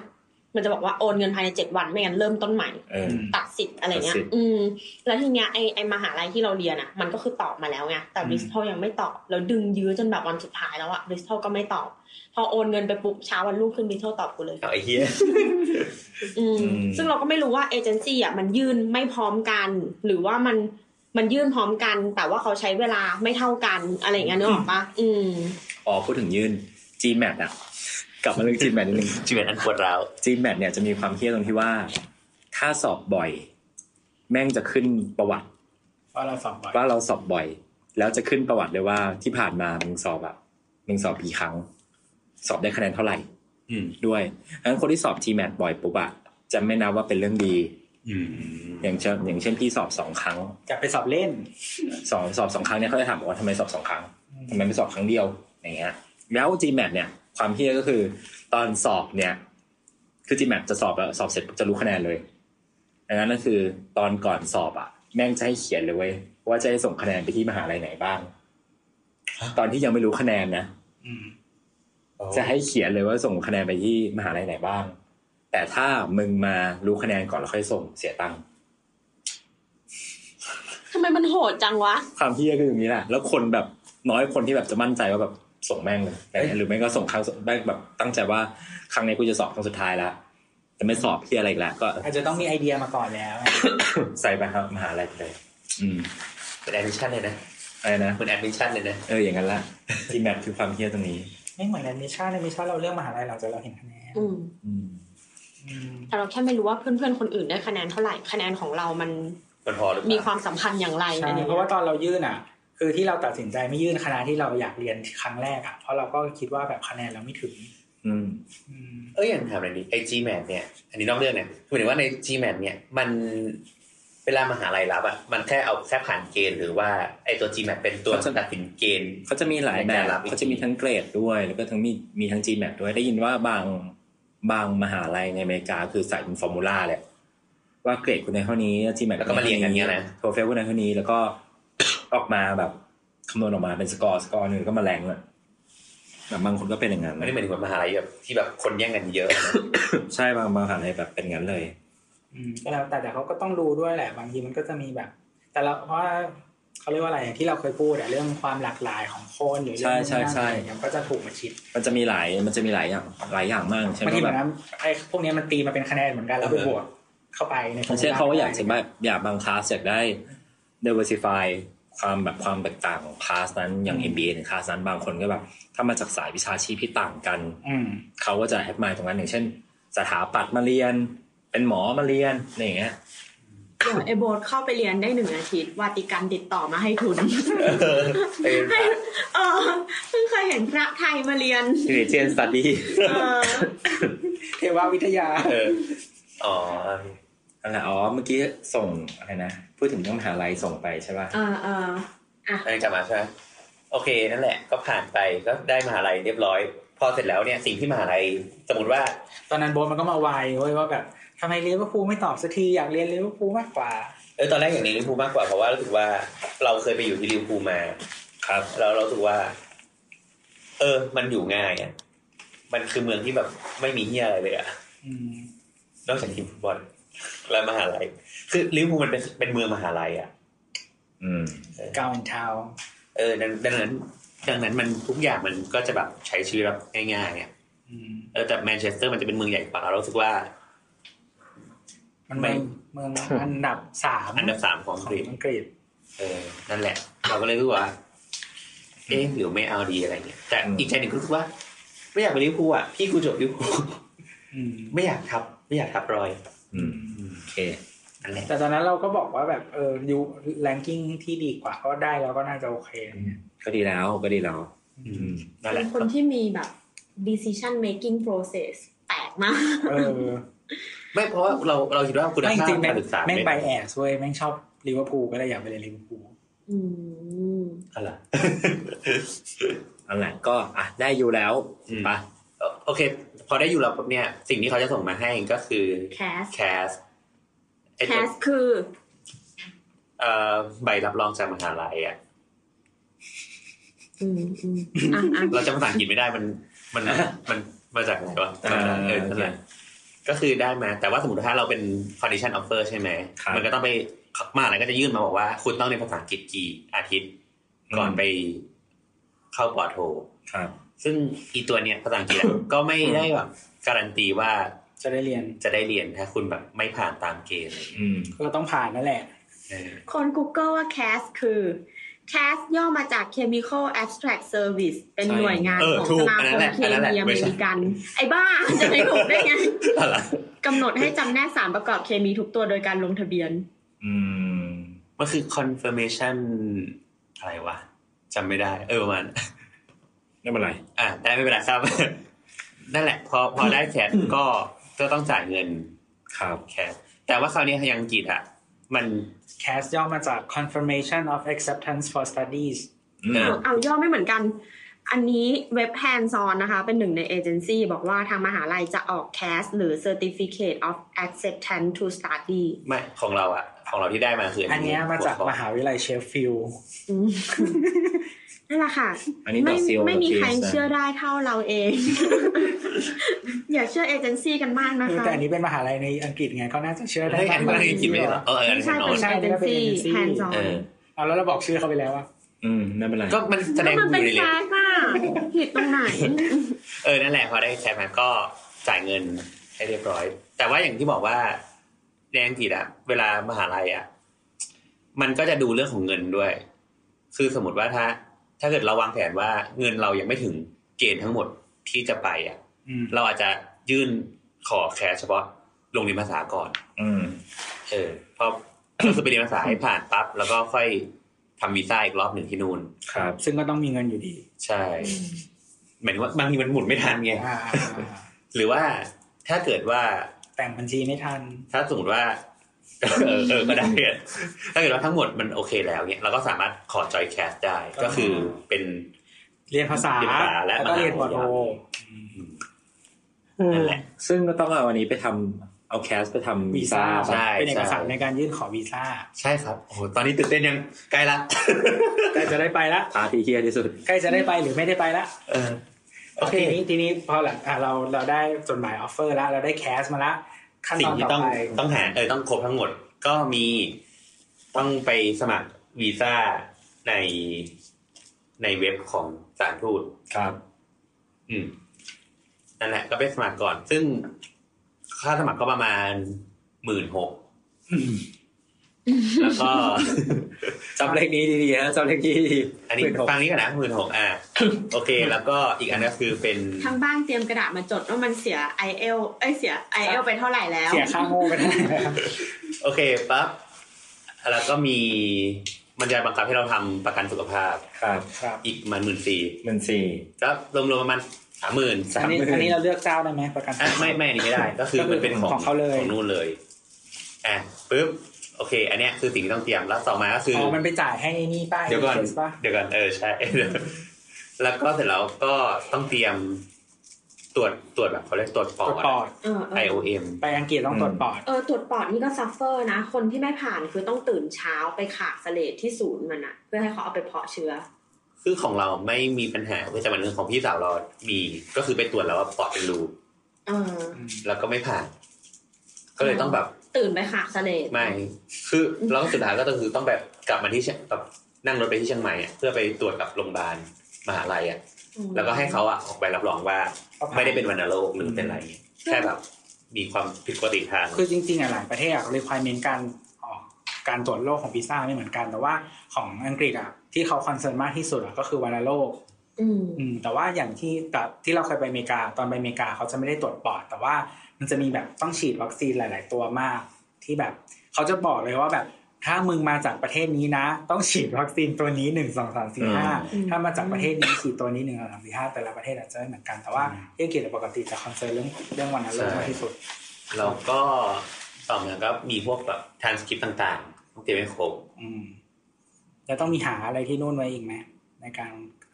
Speaker 6: มันจะบอกว่าโอนเงินภายในเจ็ดวันไม่งั้นเริ่มต้นใหม่
Speaker 2: เออ
Speaker 6: ตัดสิทธิ์อะไรเงี้ย
Speaker 2: ตัดสิทธิ์
Speaker 6: อืม แล้วทีเนี้ยไอไอมหาลัยที่เราเรียนอ่ะ มันก็คือตอบมาแล้วไง แต่
Speaker 8: อืม
Speaker 6: บริส t อ l ยังไม่ตอบ แล้วดึงยื้อจนแบบวันสุดท้ายแล้วอะบริส t อ l ก็ไม่ตอบ พอโอนเงินไปปุ๊บเช้าวันรุ่งขึ้นบริส t อ l ตอบกูเลย
Speaker 3: เอาไอ้เหี้ย
Speaker 6: อืม
Speaker 2: อืม
Speaker 6: ซึ่งเราก็ไม่รู้ว่าเอเจนซี่อ่ะมันยื่นไม่พร้อมกัน หรือว่ามันมันยื่นพร้อมกัน แต่ว่าเขาใช้เวลาไม่เท่ากันอะไรอย่างเงี้ยนึกออกปะอืม
Speaker 2: อ๋อพูดถึงยื่น GMAT อะกลับมาเรื่อง GMAT นิดนึง
Speaker 3: ชีวิตอันปวดร้าว
Speaker 2: GMAT เนี่ยจะมีความเฮี้ยตรงที่ว่า ถ้าสอบบ่อย แม่งจะขึ้นประวัติ
Speaker 4: เพราะเราสอบบ่อย
Speaker 2: ว่าเราสอบบ่อย แล้วจะขึ้นประวัติเลยว่าที่ผ่านมามึงสอบอะมึงสอบกี่ครั้ง สอบได้คะแนนเท่าไหร่
Speaker 7: อืม
Speaker 2: ด้วยงั้นคนที่สอบ GMAT บ่อยปุ๊บอะจะไม่นับว่าเป็นเรื่องดี
Speaker 7: อืม
Speaker 2: อย่างเช่นอย่างเช่นพี่สอบสองครั้ง
Speaker 4: จะไปสอบเล่น
Speaker 2: สอบสอบสองครั้งเนี่ยเขาจะถามว่าทำไมสอบสองครั้งทำไมไม่สอบครั้งเดียวอย่างเงี้ยแล้ว GMAT เนี่ยความเฮี้ยก็คือตอนสอบเนี่ย คือ GMAT จะสอบแล้วสอบเสร็จปุ๊บจะรู้คะแนนเลยดังนั้นก็คือตอนก่อนสอบอ่ะ แม่งจะให้เขียนเลยเว้ยว่าจะให้ส่งคะแนนไปที่มหาลัยไหนบ้าง ตอนที่ยังไม่รู้คะแนนนะ
Speaker 4: อืม
Speaker 2: จะให้เขียนเลยว่าส่งคะแนนไปที่มหาลัยไหนบ้าง แต่ถ้ามึงมารู้คะแนนก่อนแล้วค่อยส่งเสียตังค์
Speaker 6: ทำไมมันโหดจังวะ
Speaker 2: ความเฮี้ยคืออย่างนี้แหละแล้วคนแบบน้อยคนที่แบบจะมั่นใจว่าแบบส่งแม่งเลยแต่หรือไม่ก็ส่งครั้งได้แบบตั้งใจว่าครั้งนี้กูจะสอบครั้งสุดท้ายละจะไม่สอบเฮี้ยอะไรอีกแล้วก็
Speaker 4: อาจจะต้องมีไอเดียมาก่อนแล้วไง
Speaker 2: ใส่ไปครับมหาลัยไปเลย อืม
Speaker 3: เป็นแอดมิชชั่นเลยนะ
Speaker 2: อะไรนะ
Speaker 3: เป็นแอดมิชชั่นเลยนะ
Speaker 2: เอออย่างนั้นละทีแมทคือความเฮี้ยตรงนี้
Speaker 4: ไม่เหมือนแอดมิชชั่นแอดมิชชั่นเราเลือกมหาลัยเราจะเราเห็นคะแนน
Speaker 6: อืม
Speaker 2: อืม
Speaker 4: อืม
Speaker 6: แต่เราแค่ไม่รู้ว่าเพื่อนๆคนอื่นได้คะแนนเท่าไหร่ คะแนนของเรามัน
Speaker 3: มันพอหรือเป
Speaker 6: มี
Speaker 3: ล่า
Speaker 6: ความสำคัญอย่างไร
Speaker 4: ใช่
Speaker 6: อันนี้ย
Speaker 4: เพราะว่าตอนเรายื่นอ่ะ คือที่เราตัดสินใจไม่ยื่นคณะที่เราอยากเรียนครั้งแรกอ่ะเพราะเราก็คิดว่าแบบคะแนนเราไม่ถึง
Speaker 2: อืม
Speaker 4: อืม
Speaker 3: เอ้ยอย่างถามหน่อยดิไอ GMAT เนี่ย อันนี้นอกเรื่องเนี่ยคือหมายถึงว่าใน GMAT เนี่ย มันเวลามหาลัยรับอะมันแค่เอาแค่ผ่านเกณฑ์หรือว่าไอตัว GMAT เป็นตัวตัดสินเกณฑ์
Speaker 2: เขาจะมีหลายแบบ
Speaker 3: ในการรับอีก
Speaker 2: เขาจะมีทั้งเกรดด้วย แล้วก็ทั้งมีมีทั้ง GMAT ด้วยได้ยินว่าบางบางมหาลัยในอเมริกาคือใส่เป็นฟอร์มูลาเลยว่าเกรดคุณได้เท่านี้ GMAT
Speaker 3: แล้วก็มาเรียงกันเนี่ยนะ
Speaker 2: โทรเฟลคนนั้นคนนี้แล้วก็ ออกมาแบบคำนวณออกมาเป็นสกอร์สกอร์หนึ่งก็มาแรงอะแบบบางคนก็เป็นอย่างนั้น
Speaker 3: อันนี้หมายถึงว่ามหาลัยแบบที่แบบคนแย่งกันเยอะ
Speaker 2: ใช่บางบางมหาลัยแบบเป็นอย่างนั้นเลย
Speaker 4: อืมก็แล้วแต่แต่เขาก็ต้องดูด้วยแหละ บางทีมันก็จะมีแบบ แต่เราเพราะว่าเขาเรียกว่าอะไรอย่างที่เราเคยพูดอะเรื่องความหลากหลายของคนหรือเรื่อง
Speaker 2: ใช่ใช่ใช่
Speaker 4: อะไรอย่างเงี้ยมันก็จะถูกมาคิด
Speaker 2: มันจะมีหลายมันจะมีหลายอย่างหลายอย่างมากเช่น
Speaker 4: บางที
Speaker 2: ว่าแบ
Speaker 4: เหมือบ นนั้นไอ้พวกเนี้ยมันตีมาเป็นคะแนนเหมือนกันแล้วไป
Speaker 2: เออ
Speaker 4: บวกเข้าไปใน
Speaker 2: อย่างเช่นเขาก็อยากจะแบบอยากบางคลาสอยากได้ diversify ความแบบความแตกต่างของคลาสนั้นอย่าง MBA ในคลาสนั้นบางคนก็แบบถ้ามาจากสายวิชาชีพที่ต่างกัน
Speaker 4: อืม
Speaker 2: เขาก็จะแอดมายตรงนั้นอย่างเช่น สถาปัตย์มาเรียน เป็นหมอมาเรียนอะไรอย่างเงี้ย
Speaker 6: อย่างไอโบสเข้าไปเรียนได้หนึ่งอาทิตย์วาติกันติดต่อมาให้ทุน
Speaker 3: เออเออ
Speaker 6: ให้เออเพิ่งเคยเห็นพระไทยมาเรีย น
Speaker 2: เรียนสตัดดี้
Speaker 6: เออ
Speaker 4: เทววิทยา
Speaker 3: เอออ๋อ
Speaker 2: อะไรอ๋อเมื่อกี้ส่งอะไรนะพูดถึงเรื่องมหาลัยส่งไปใช่ป่ะ
Speaker 6: เออเออ
Speaker 3: อันนี้กลับมาใช่ไหมโอเคนั่นแหละก็ผ่านไปก็ได้มหาลัยเรียบร้อย พอเสร็จแล้วเนี่ยสิ่งที่มหาลัยสมมติว่า
Speaker 4: ตอนนั้นโบทมันก็มาไวายเว้ยว่าแบบทำไมเลี้ยวอร์พูลไม่ตอบสักทีอยากเรียนเลี้ยวอร์พูลมากกว่า
Speaker 3: เออตอนแรกอย่างนี้ลิเวอร์พูลมากกว่าเพราะว่ารู้สึกว่าเราเคยไปอยู่ที่ลิเวอร์พูลมา ครับแล้วเรารู้สึกว่า เออ มันอยู่ง่ายอ่ะมันคือเมืองที่แบบไม่มีเฮียอะไรเลยอ่ะ
Speaker 4: อืม
Speaker 3: นอกจากทีมฟุตบอลและมหาลัย คือลิเวอร์พูลมันเป็นเป็นเมืองมหาลัยอ่ะ
Speaker 2: อืม
Speaker 4: เกาแอนทาว
Speaker 3: เออดังดังนั้น ดังนั้นมันทุกอย่างมันก็จะแบบใช้ชีวิตแบบง่ายๆอ่ะ
Speaker 4: อืม
Speaker 3: เออแต่แมนเชสเตอร์มันจะเป็นเมืองใหญ่กว่าเรารู้สึกว่า
Speaker 4: มันเมืองเมืองอันดับสาม
Speaker 3: อันดับสามของอั
Speaker 4: ข
Speaker 3: ง
Speaker 4: อก ง
Speaker 3: ฤษ
Speaker 4: อังกฤษ
Speaker 3: เออนั่นแหละ เราก็เลยรู้สึกว่า เอ๊ะหรือไม่เอาดีอะไรเงี้ยแต่อีกใจหนึ่งก็รู้สึกว่า ไม่อยากไปลิเวอร์พูลอ่ะพี่กูจบลิเวอร์พูล
Speaker 4: อืม
Speaker 3: ไม่อยากทับ ไม่อยากทับรอย
Speaker 2: อืมโอเค
Speaker 3: นั่นแหละ
Speaker 4: แต่ตอนนั้นเราก็บอกว่าแบบเออยูแรงกิ้งที่ดีกว่าก็ได้เราก็น่าจะโอเค
Speaker 2: ก็ดีแล้วก็ดีแล้วอืม
Speaker 3: นั่นแห
Speaker 6: เป็
Speaker 3: ละ
Speaker 6: นคนที่มีแบบ decision making process แปด กมาก
Speaker 4: เออ
Speaker 3: ไม่เพราะว่าเราเราคิดว่าคุณ
Speaker 4: ไม่จ
Speaker 3: ภาพ
Speaker 4: ริงๆแม่
Speaker 3: การ
Speaker 4: ง
Speaker 3: ศึกษา
Speaker 4: แม่ง
Speaker 3: ด้
Speaker 4: ไปแอสเว้ยแม่งชอบลิเวอร์พูลก็เลยอยากไปเรียนลิเวอร์พูล
Speaker 6: อืม
Speaker 3: อะไร
Speaker 2: อันแหละก็อ่ะได้อยู่แล้ว
Speaker 3: อืม
Speaker 2: ไปะ
Speaker 3: เอ่อโอเค พอได้อยู่แล้วปุ๊บเนี่ย สิ่งที่เขาจะส่งมาให้ก็คือ
Speaker 6: แคส
Speaker 3: แคสไอ้
Speaker 6: แค
Speaker 3: ตัว
Speaker 6: สคือ
Speaker 3: เอ่อใบรับรองจากมหาลัยอ่ะ
Speaker 6: อืมอืมอ่ะอ่ะ
Speaker 3: เราจะภาษาอังกฤษไม่ได้มันมันมันมาจากไหนวะ
Speaker 2: อ่า
Speaker 3: เออ
Speaker 2: โอ
Speaker 3: นั่น
Speaker 2: เค
Speaker 3: แหละก็คือได้มา แต่ว่าสมมติถ้าเราเป็น condition offer ใช่ไหม
Speaker 2: ครับ
Speaker 3: มันก็ต้องไปมหาอะไรก็จะยื่นมาบอกว่า คุณต้องเรียนภาษาอังกฤษกี่อาทิตย์ก่อนไปเข้าปอโท
Speaker 2: ครับ
Speaker 3: ซึ่งอีตัวเนี้ยภาษาอังกฤษอะ ก็ไม่ได้แบบการันตีว่า
Speaker 4: จะได้เรียน
Speaker 3: จะได้เรียนถ้าคุณแบบไม่ผ่านตามเกณฑ์อะไรอย่างเงี้ย
Speaker 2: อืม
Speaker 4: ก็ต้องผ่านนั่นแหละ
Speaker 3: เออ
Speaker 6: คน Google ว่าแคสคือแคสย่อมาจาก Chemical Abstract Service เป็นหน่วยงาน
Speaker 3: เออ
Speaker 6: ของ
Speaker 3: ถู
Speaker 6: ส
Speaker 3: ก
Speaker 6: มา
Speaker 3: อันนั้น
Speaker 6: คม
Speaker 3: แหละ
Speaker 6: เค
Speaker 3: อันนั้นแหละ
Speaker 6: มีอเม
Speaker 3: ไม่ใช่
Speaker 6: ริกัน ไอ้บ้า จะไม่ถูกได้ไง
Speaker 3: อะไร
Speaker 6: กำหนดให้จำแนกสารประกอบเคมีทุกตัวโดยการลงทะเบียน
Speaker 2: อืม
Speaker 3: มันคือ confirmation อะไรวะจำไม่ได้ เออมัน
Speaker 2: ไม่เป็นไร
Speaker 3: อ่ะได้ไม่เป็นไรครับ นั่นแหละ พอพอได้แคสก็ก็ต้องจ่ายเงิน
Speaker 2: ครับ
Speaker 3: แคสแต่ว่าคราวนี้ยังอังกฤษอ่ะ มัน
Speaker 4: c a s ย่อมาจาก confirmation of acceptance for studies
Speaker 2: อืม
Speaker 6: เอาเอาย่อไม่เหมือนกัน อันนี้เว็บแฮนซอนนะคะ เป็นหนึ่งในเอเจนซี่บอกว่าทางมหาลัยจะออกแคสหรือ Certificate of Acceptance to Study
Speaker 3: ไม่ของเราอ่ะ ของเราที่ได้มาคือ
Speaker 4: อั
Speaker 3: อั
Speaker 4: นเนี้ยมาจาก
Speaker 3: หัวข้อ
Speaker 4: มหาวิทยาลัยเชฟฟิลด์
Speaker 6: อืมนั่นแหละค่ะ
Speaker 2: อันนี้ต่
Speaker 6: ไม่
Speaker 2: อซีล
Speaker 6: ไม่มีใครเชื่อ
Speaker 2: นะ
Speaker 6: ได้เท่าเราเอง อย่าเชื่อเอเจนซี่กันมากนะ
Speaker 4: เออ
Speaker 6: คะ
Speaker 4: แต่อันนี้เป็นมหาลัยในอังกฤษไงก็น่าจะเชื่อได้
Speaker 3: เฮ้ยอันนี้ไม่ได้อังกฤษไม่ได้เหรอเออเอออัน
Speaker 6: ไม่
Speaker 3: นี้
Speaker 6: ใช่
Speaker 3: นอ
Speaker 6: เป็น
Speaker 3: น
Speaker 6: เอเจนซี่แฮนซอน
Speaker 3: เออ
Speaker 4: เอาแล้วเราบอกชื่อเขาไปแล้วว่า
Speaker 2: อืม ไม่เป็นไร
Speaker 3: ก็มันแสด
Speaker 6: ก็
Speaker 3: ง
Speaker 6: มัน
Speaker 3: อ
Speaker 6: เป็น
Speaker 3: ยู่ในเลย
Speaker 6: แฟกต์อะผิดตรงไหน
Speaker 3: เออ นั่นแหละ พอได้แคสมาก็จ่ายเงินให้เรียบร้อย แต่ว่าอย่างที่บอกว่าในอังกฤษอ่ะ เวลามหาลัยอ่ะ มันก็จะดูเรื่องของเงินด้วย คือสมมติว่าถ้า ถ้าเกิดเราวางแผนว่าเงินเรายังไม่ถึงเกณฑ์ทั้งหมดที่จะไปอ่ะ
Speaker 4: อืม
Speaker 3: เราอาจจะยื่นขอแคสเฉพาะโรงเรียนภาษาก่อน
Speaker 2: อืม
Speaker 3: เออพอ ก็คือไปเรียนภาษาให้ผ่านปั๊บแล้วก็ค่อยทำวีซ่าอีกรอบหนึ่งที่นู่น
Speaker 2: ครับ
Speaker 4: ซึ่งก็ต้องมีเงินอยู่ดี
Speaker 3: ใช่หมายถึงว่าบางทีมันหมุนไม่ทันไง
Speaker 4: อ่า
Speaker 3: หรือว่าถ้าเกิดว่า
Speaker 4: แต่งบัญชีไม่ทัน
Speaker 3: ถ้าสมมติว่า เออเออก็ได้อะถ้าเกิดว่าทั้งหมดมันโอเคแล้วเนี่ยเราก็สามารถขอจอยแคสได้ก็คือเป็น
Speaker 4: เรียนภาษา
Speaker 3: เรียนภาษาและ
Speaker 4: แล้วก็เรียนปอโท
Speaker 3: มหาวิทยาลัย นั่นแหละ
Speaker 2: ซึ่งก็ต้องเอาอันนี้ไปทำเอาแคสไปทำ
Speaker 4: วีซ่า
Speaker 3: ใช่
Speaker 4: เป็นเอกสาร
Speaker 3: ใช่
Speaker 4: ในการยื่นขอวีซ่า
Speaker 3: ใช่ครับโอ้โหตอนนี้ตื่นเต้นยังใกล้ละ
Speaker 4: แต่จะได้ไปละ
Speaker 2: พาที่เฮียที่สุด
Speaker 4: ใกล้จะได้ไปหรือไม่ได้ไปละ
Speaker 3: เออ โอเค
Speaker 4: ทีนี้ทีนี้พอหลังอ่ะเราเราได้จดหมายออฟเฟอร์ละเราได้แคสมาละขั้นต
Speaker 3: สิ่ง
Speaker 4: อน
Speaker 3: ที่
Speaker 4: ต่อ
Speaker 3: ต้อง
Speaker 4: ไป
Speaker 3: ต้องหาเออต้องครบทั้งหมด ก็มีต้องไปสมัครวีซ่าในในเว็บของสถารทูต
Speaker 2: ครับ
Speaker 3: อืมนั่นแหละก็ไปสมัครก่อน ซึ่งค่าสมัครก็ประมาณหมื่นหกแล้วก็
Speaker 2: จำเลขนี้ดีๆนะจำเลขนี้ดีๆ
Speaker 3: อันนี้
Speaker 2: เป็นหก
Speaker 3: ฟังนี้ก่อนนะหมื่นหกอ่ะ โอเค แล้วก็อีกอันก็คือเป็น
Speaker 6: ทั้งบ้านเตรียมกระดาษมาจดว่ามันเสีย i อเอลเอ้ยเสีย i อเอลไปเท่าไหร่แล้ว
Speaker 4: เสียค่าโง่ไปเท่าไหร่แล้ว
Speaker 3: โอเคปั๊บแล้วก็มีมันจะบังคับให้เราทำประกันสุขภาพ
Speaker 2: ครับ
Speaker 4: ครับ
Speaker 3: อีกประมาณหมื่นสี่
Speaker 2: หมื่นสี่
Speaker 3: ก็รวมๆประมาณสามหมื่น
Speaker 2: สา
Speaker 4: อันนี้
Speaker 2: มหมื่น
Speaker 4: อันนี้เราเลือกเจ้าได้ไหมประกันสั
Speaker 3: อ่ะ
Speaker 4: งค
Speaker 3: ไม่ไม่อันนี้ไม่ได้ ก็คือ
Speaker 4: ก็คือ
Speaker 3: มันเป็นของ
Speaker 4: ของเขาเลย
Speaker 3: ของนู่นเลยอ่ะปุ๊บโอเค อันเนี้ยคือสิ่งที่ต้องเตรียมแล้วต่อมาก็คือ
Speaker 4: อ๋
Speaker 3: อ
Speaker 4: อมันไปจ่ายให้ไอ้นี่ป้า
Speaker 3: เดี๋ยวก่อน
Speaker 4: สป่ะ
Speaker 3: เดี๋ยวกันเออใช่ แล้วก็เสร็จแล้วก็ต้องเตรียมตรวจตรวจแบบเขาเรียกตรวจป
Speaker 4: ต
Speaker 3: อ
Speaker 4: รวจ
Speaker 3: ด
Speaker 4: ปอด
Speaker 6: เออเออ
Speaker 3: IOM
Speaker 4: ไปอังกฤษต้องตรวจปอด
Speaker 6: เออตรวจปอดนี่ก็ซัฟเฟอร์นะ คนที่ไม่ผ่านคือต้องตื่นเช้าไปขากเสลดที่ศูนย์มันอะเพื่อให้เขาเอาไปเพาะเชื้อ
Speaker 3: คือของเราไม่มีปัญหาเว้ยแต่วันหนึงของพี่สาวเรามีก็คือไปตรวจแล้วว่าปอดเป็นรู
Speaker 6: เออ
Speaker 3: แล้วก็ไม่ผ่าน ก็เลยต้องแบบ
Speaker 6: ตื่นไปขากเสลด
Speaker 3: ไม่ คือเราก็สุดท้ายก็ต้องคือต้องแบบกลับมาที่เชียงแบบนั่งรถไปที่เชียงใหม่อะเพื่อไปตรวจกับโรงพยาบาลมหาลัยอ่ะ
Speaker 6: อืม
Speaker 3: แล้วก็ให้เขาอ่ะออกใบรับรองว่า ไม่ได้เป็นวัณโรคหรือเป็นอะไรเงี้ยแค่แบบมีความผิดปกติทาง
Speaker 4: คือจริงๆอ่ะหลายประเทศอ่ะ requirement การออกการตรวจโรคของพิซซ่าไม่เหมือนกัน แต่ว่าของอังกฤษอ่ะที่เขาคอนเซิร์นมากที่สุดอ่ะก็คือวัณโรค
Speaker 6: อืม
Speaker 4: อืมแต่ว่าอย่างที่แบบที่เราเคยไปอเมริกาตอนไปอเมริกาเขาจะไม่ได้ตรวจปอด แต่ว่ามันจะมีแบบต้องฉีดวัคซีนหลาย ๆ ตัวมาก ที่แบบเขาจะบอกเลยว่าแบบ ถ้ามึงมาจากประเทศนี้นะ ต้องฉีดวัคซีนตัวนี้หนึ่งสองสามสี่ห้า
Speaker 6: อืม
Speaker 4: ถ้ามาจากประเทศนี้ฉีดตัวนี้หนึ่งสองสามสี่ห้าแต่ละประเทศอาจจะไม่เหมือนกันแต่ว่าเรื่องเกี่ยวกับปกติจะคอนเซิร์นเรื่องเรื่องวันนั้นเลยมากที่สุด
Speaker 3: แล้วก็ต่อมาก็มีพวกแบบทานสคริปต่างๆต้องเตรียมให้ครบ
Speaker 4: อืมแล้วต้องมีหาอะไรที่นู่นไว้อีกไหมในการ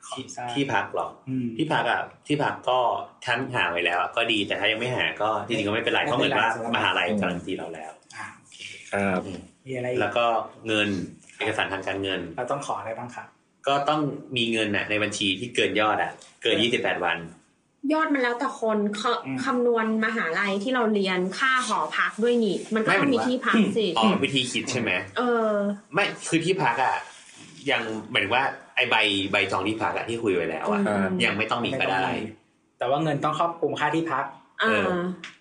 Speaker 4: ขอ
Speaker 3: ที่
Speaker 4: วีซ่า
Speaker 3: ที่พักหรอก
Speaker 4: อืม
Speaker 3: ที่พักอ่ะที่พักก็ท่านหาไว้แล้วอะก็ดีแต่ถ้ายังไม่หาก็จริงๆก็ไม่เป็นไร
Speaker 4: ไม่
Speaker 3: เพราะเห
Speaker 4: เป็
Speaker 3: มือน น
Speaker 4: ไร
Speaker 3: ว่า
Speaker 4: สำหรับ
Speaker 3: มหาลัยการันตีเราแล้ว
Speaker 4: อ่า
Speaker 2: ครับ
Speaker 4: มีอะไรอีก
Speaker 3: แล้วก็เงินเอกสารทางการเงิน
Speaker 4: เราต้องขออะไรบ้างครับ
Speaker 3: ก็ต้องมีเงินน่ะในบัญชีที่เกินยอดอ่ะ เกิน 28 วัน
Speaker 6: ยอดมันแล้วแต่คนเขาคำนวณมหาลัยที่เราเรียนค่าหอพักด้วยนี่ มันก็
Speaker 3: ไม่
Speaker 6: ต้องมีที่พักสิ
Speaker 3: อ๋อวิธีคิดใช่ไหม
Speaker 6: เออ
Speaker 3: ไม่คือที่พักอ่ะยังเหมือนว่าไอใบใบจองที่พักอ่ะที่คุยไว้แล้วอ่ะ
Speaker 6: อืม
Speaker 3: ยังไม่ต้องมีก็ได้
Speaker 4: ม่ต้องมีแต่ว่าเงินต้องครอบคลุมค่าที่พัก
Speaker 6: อ่า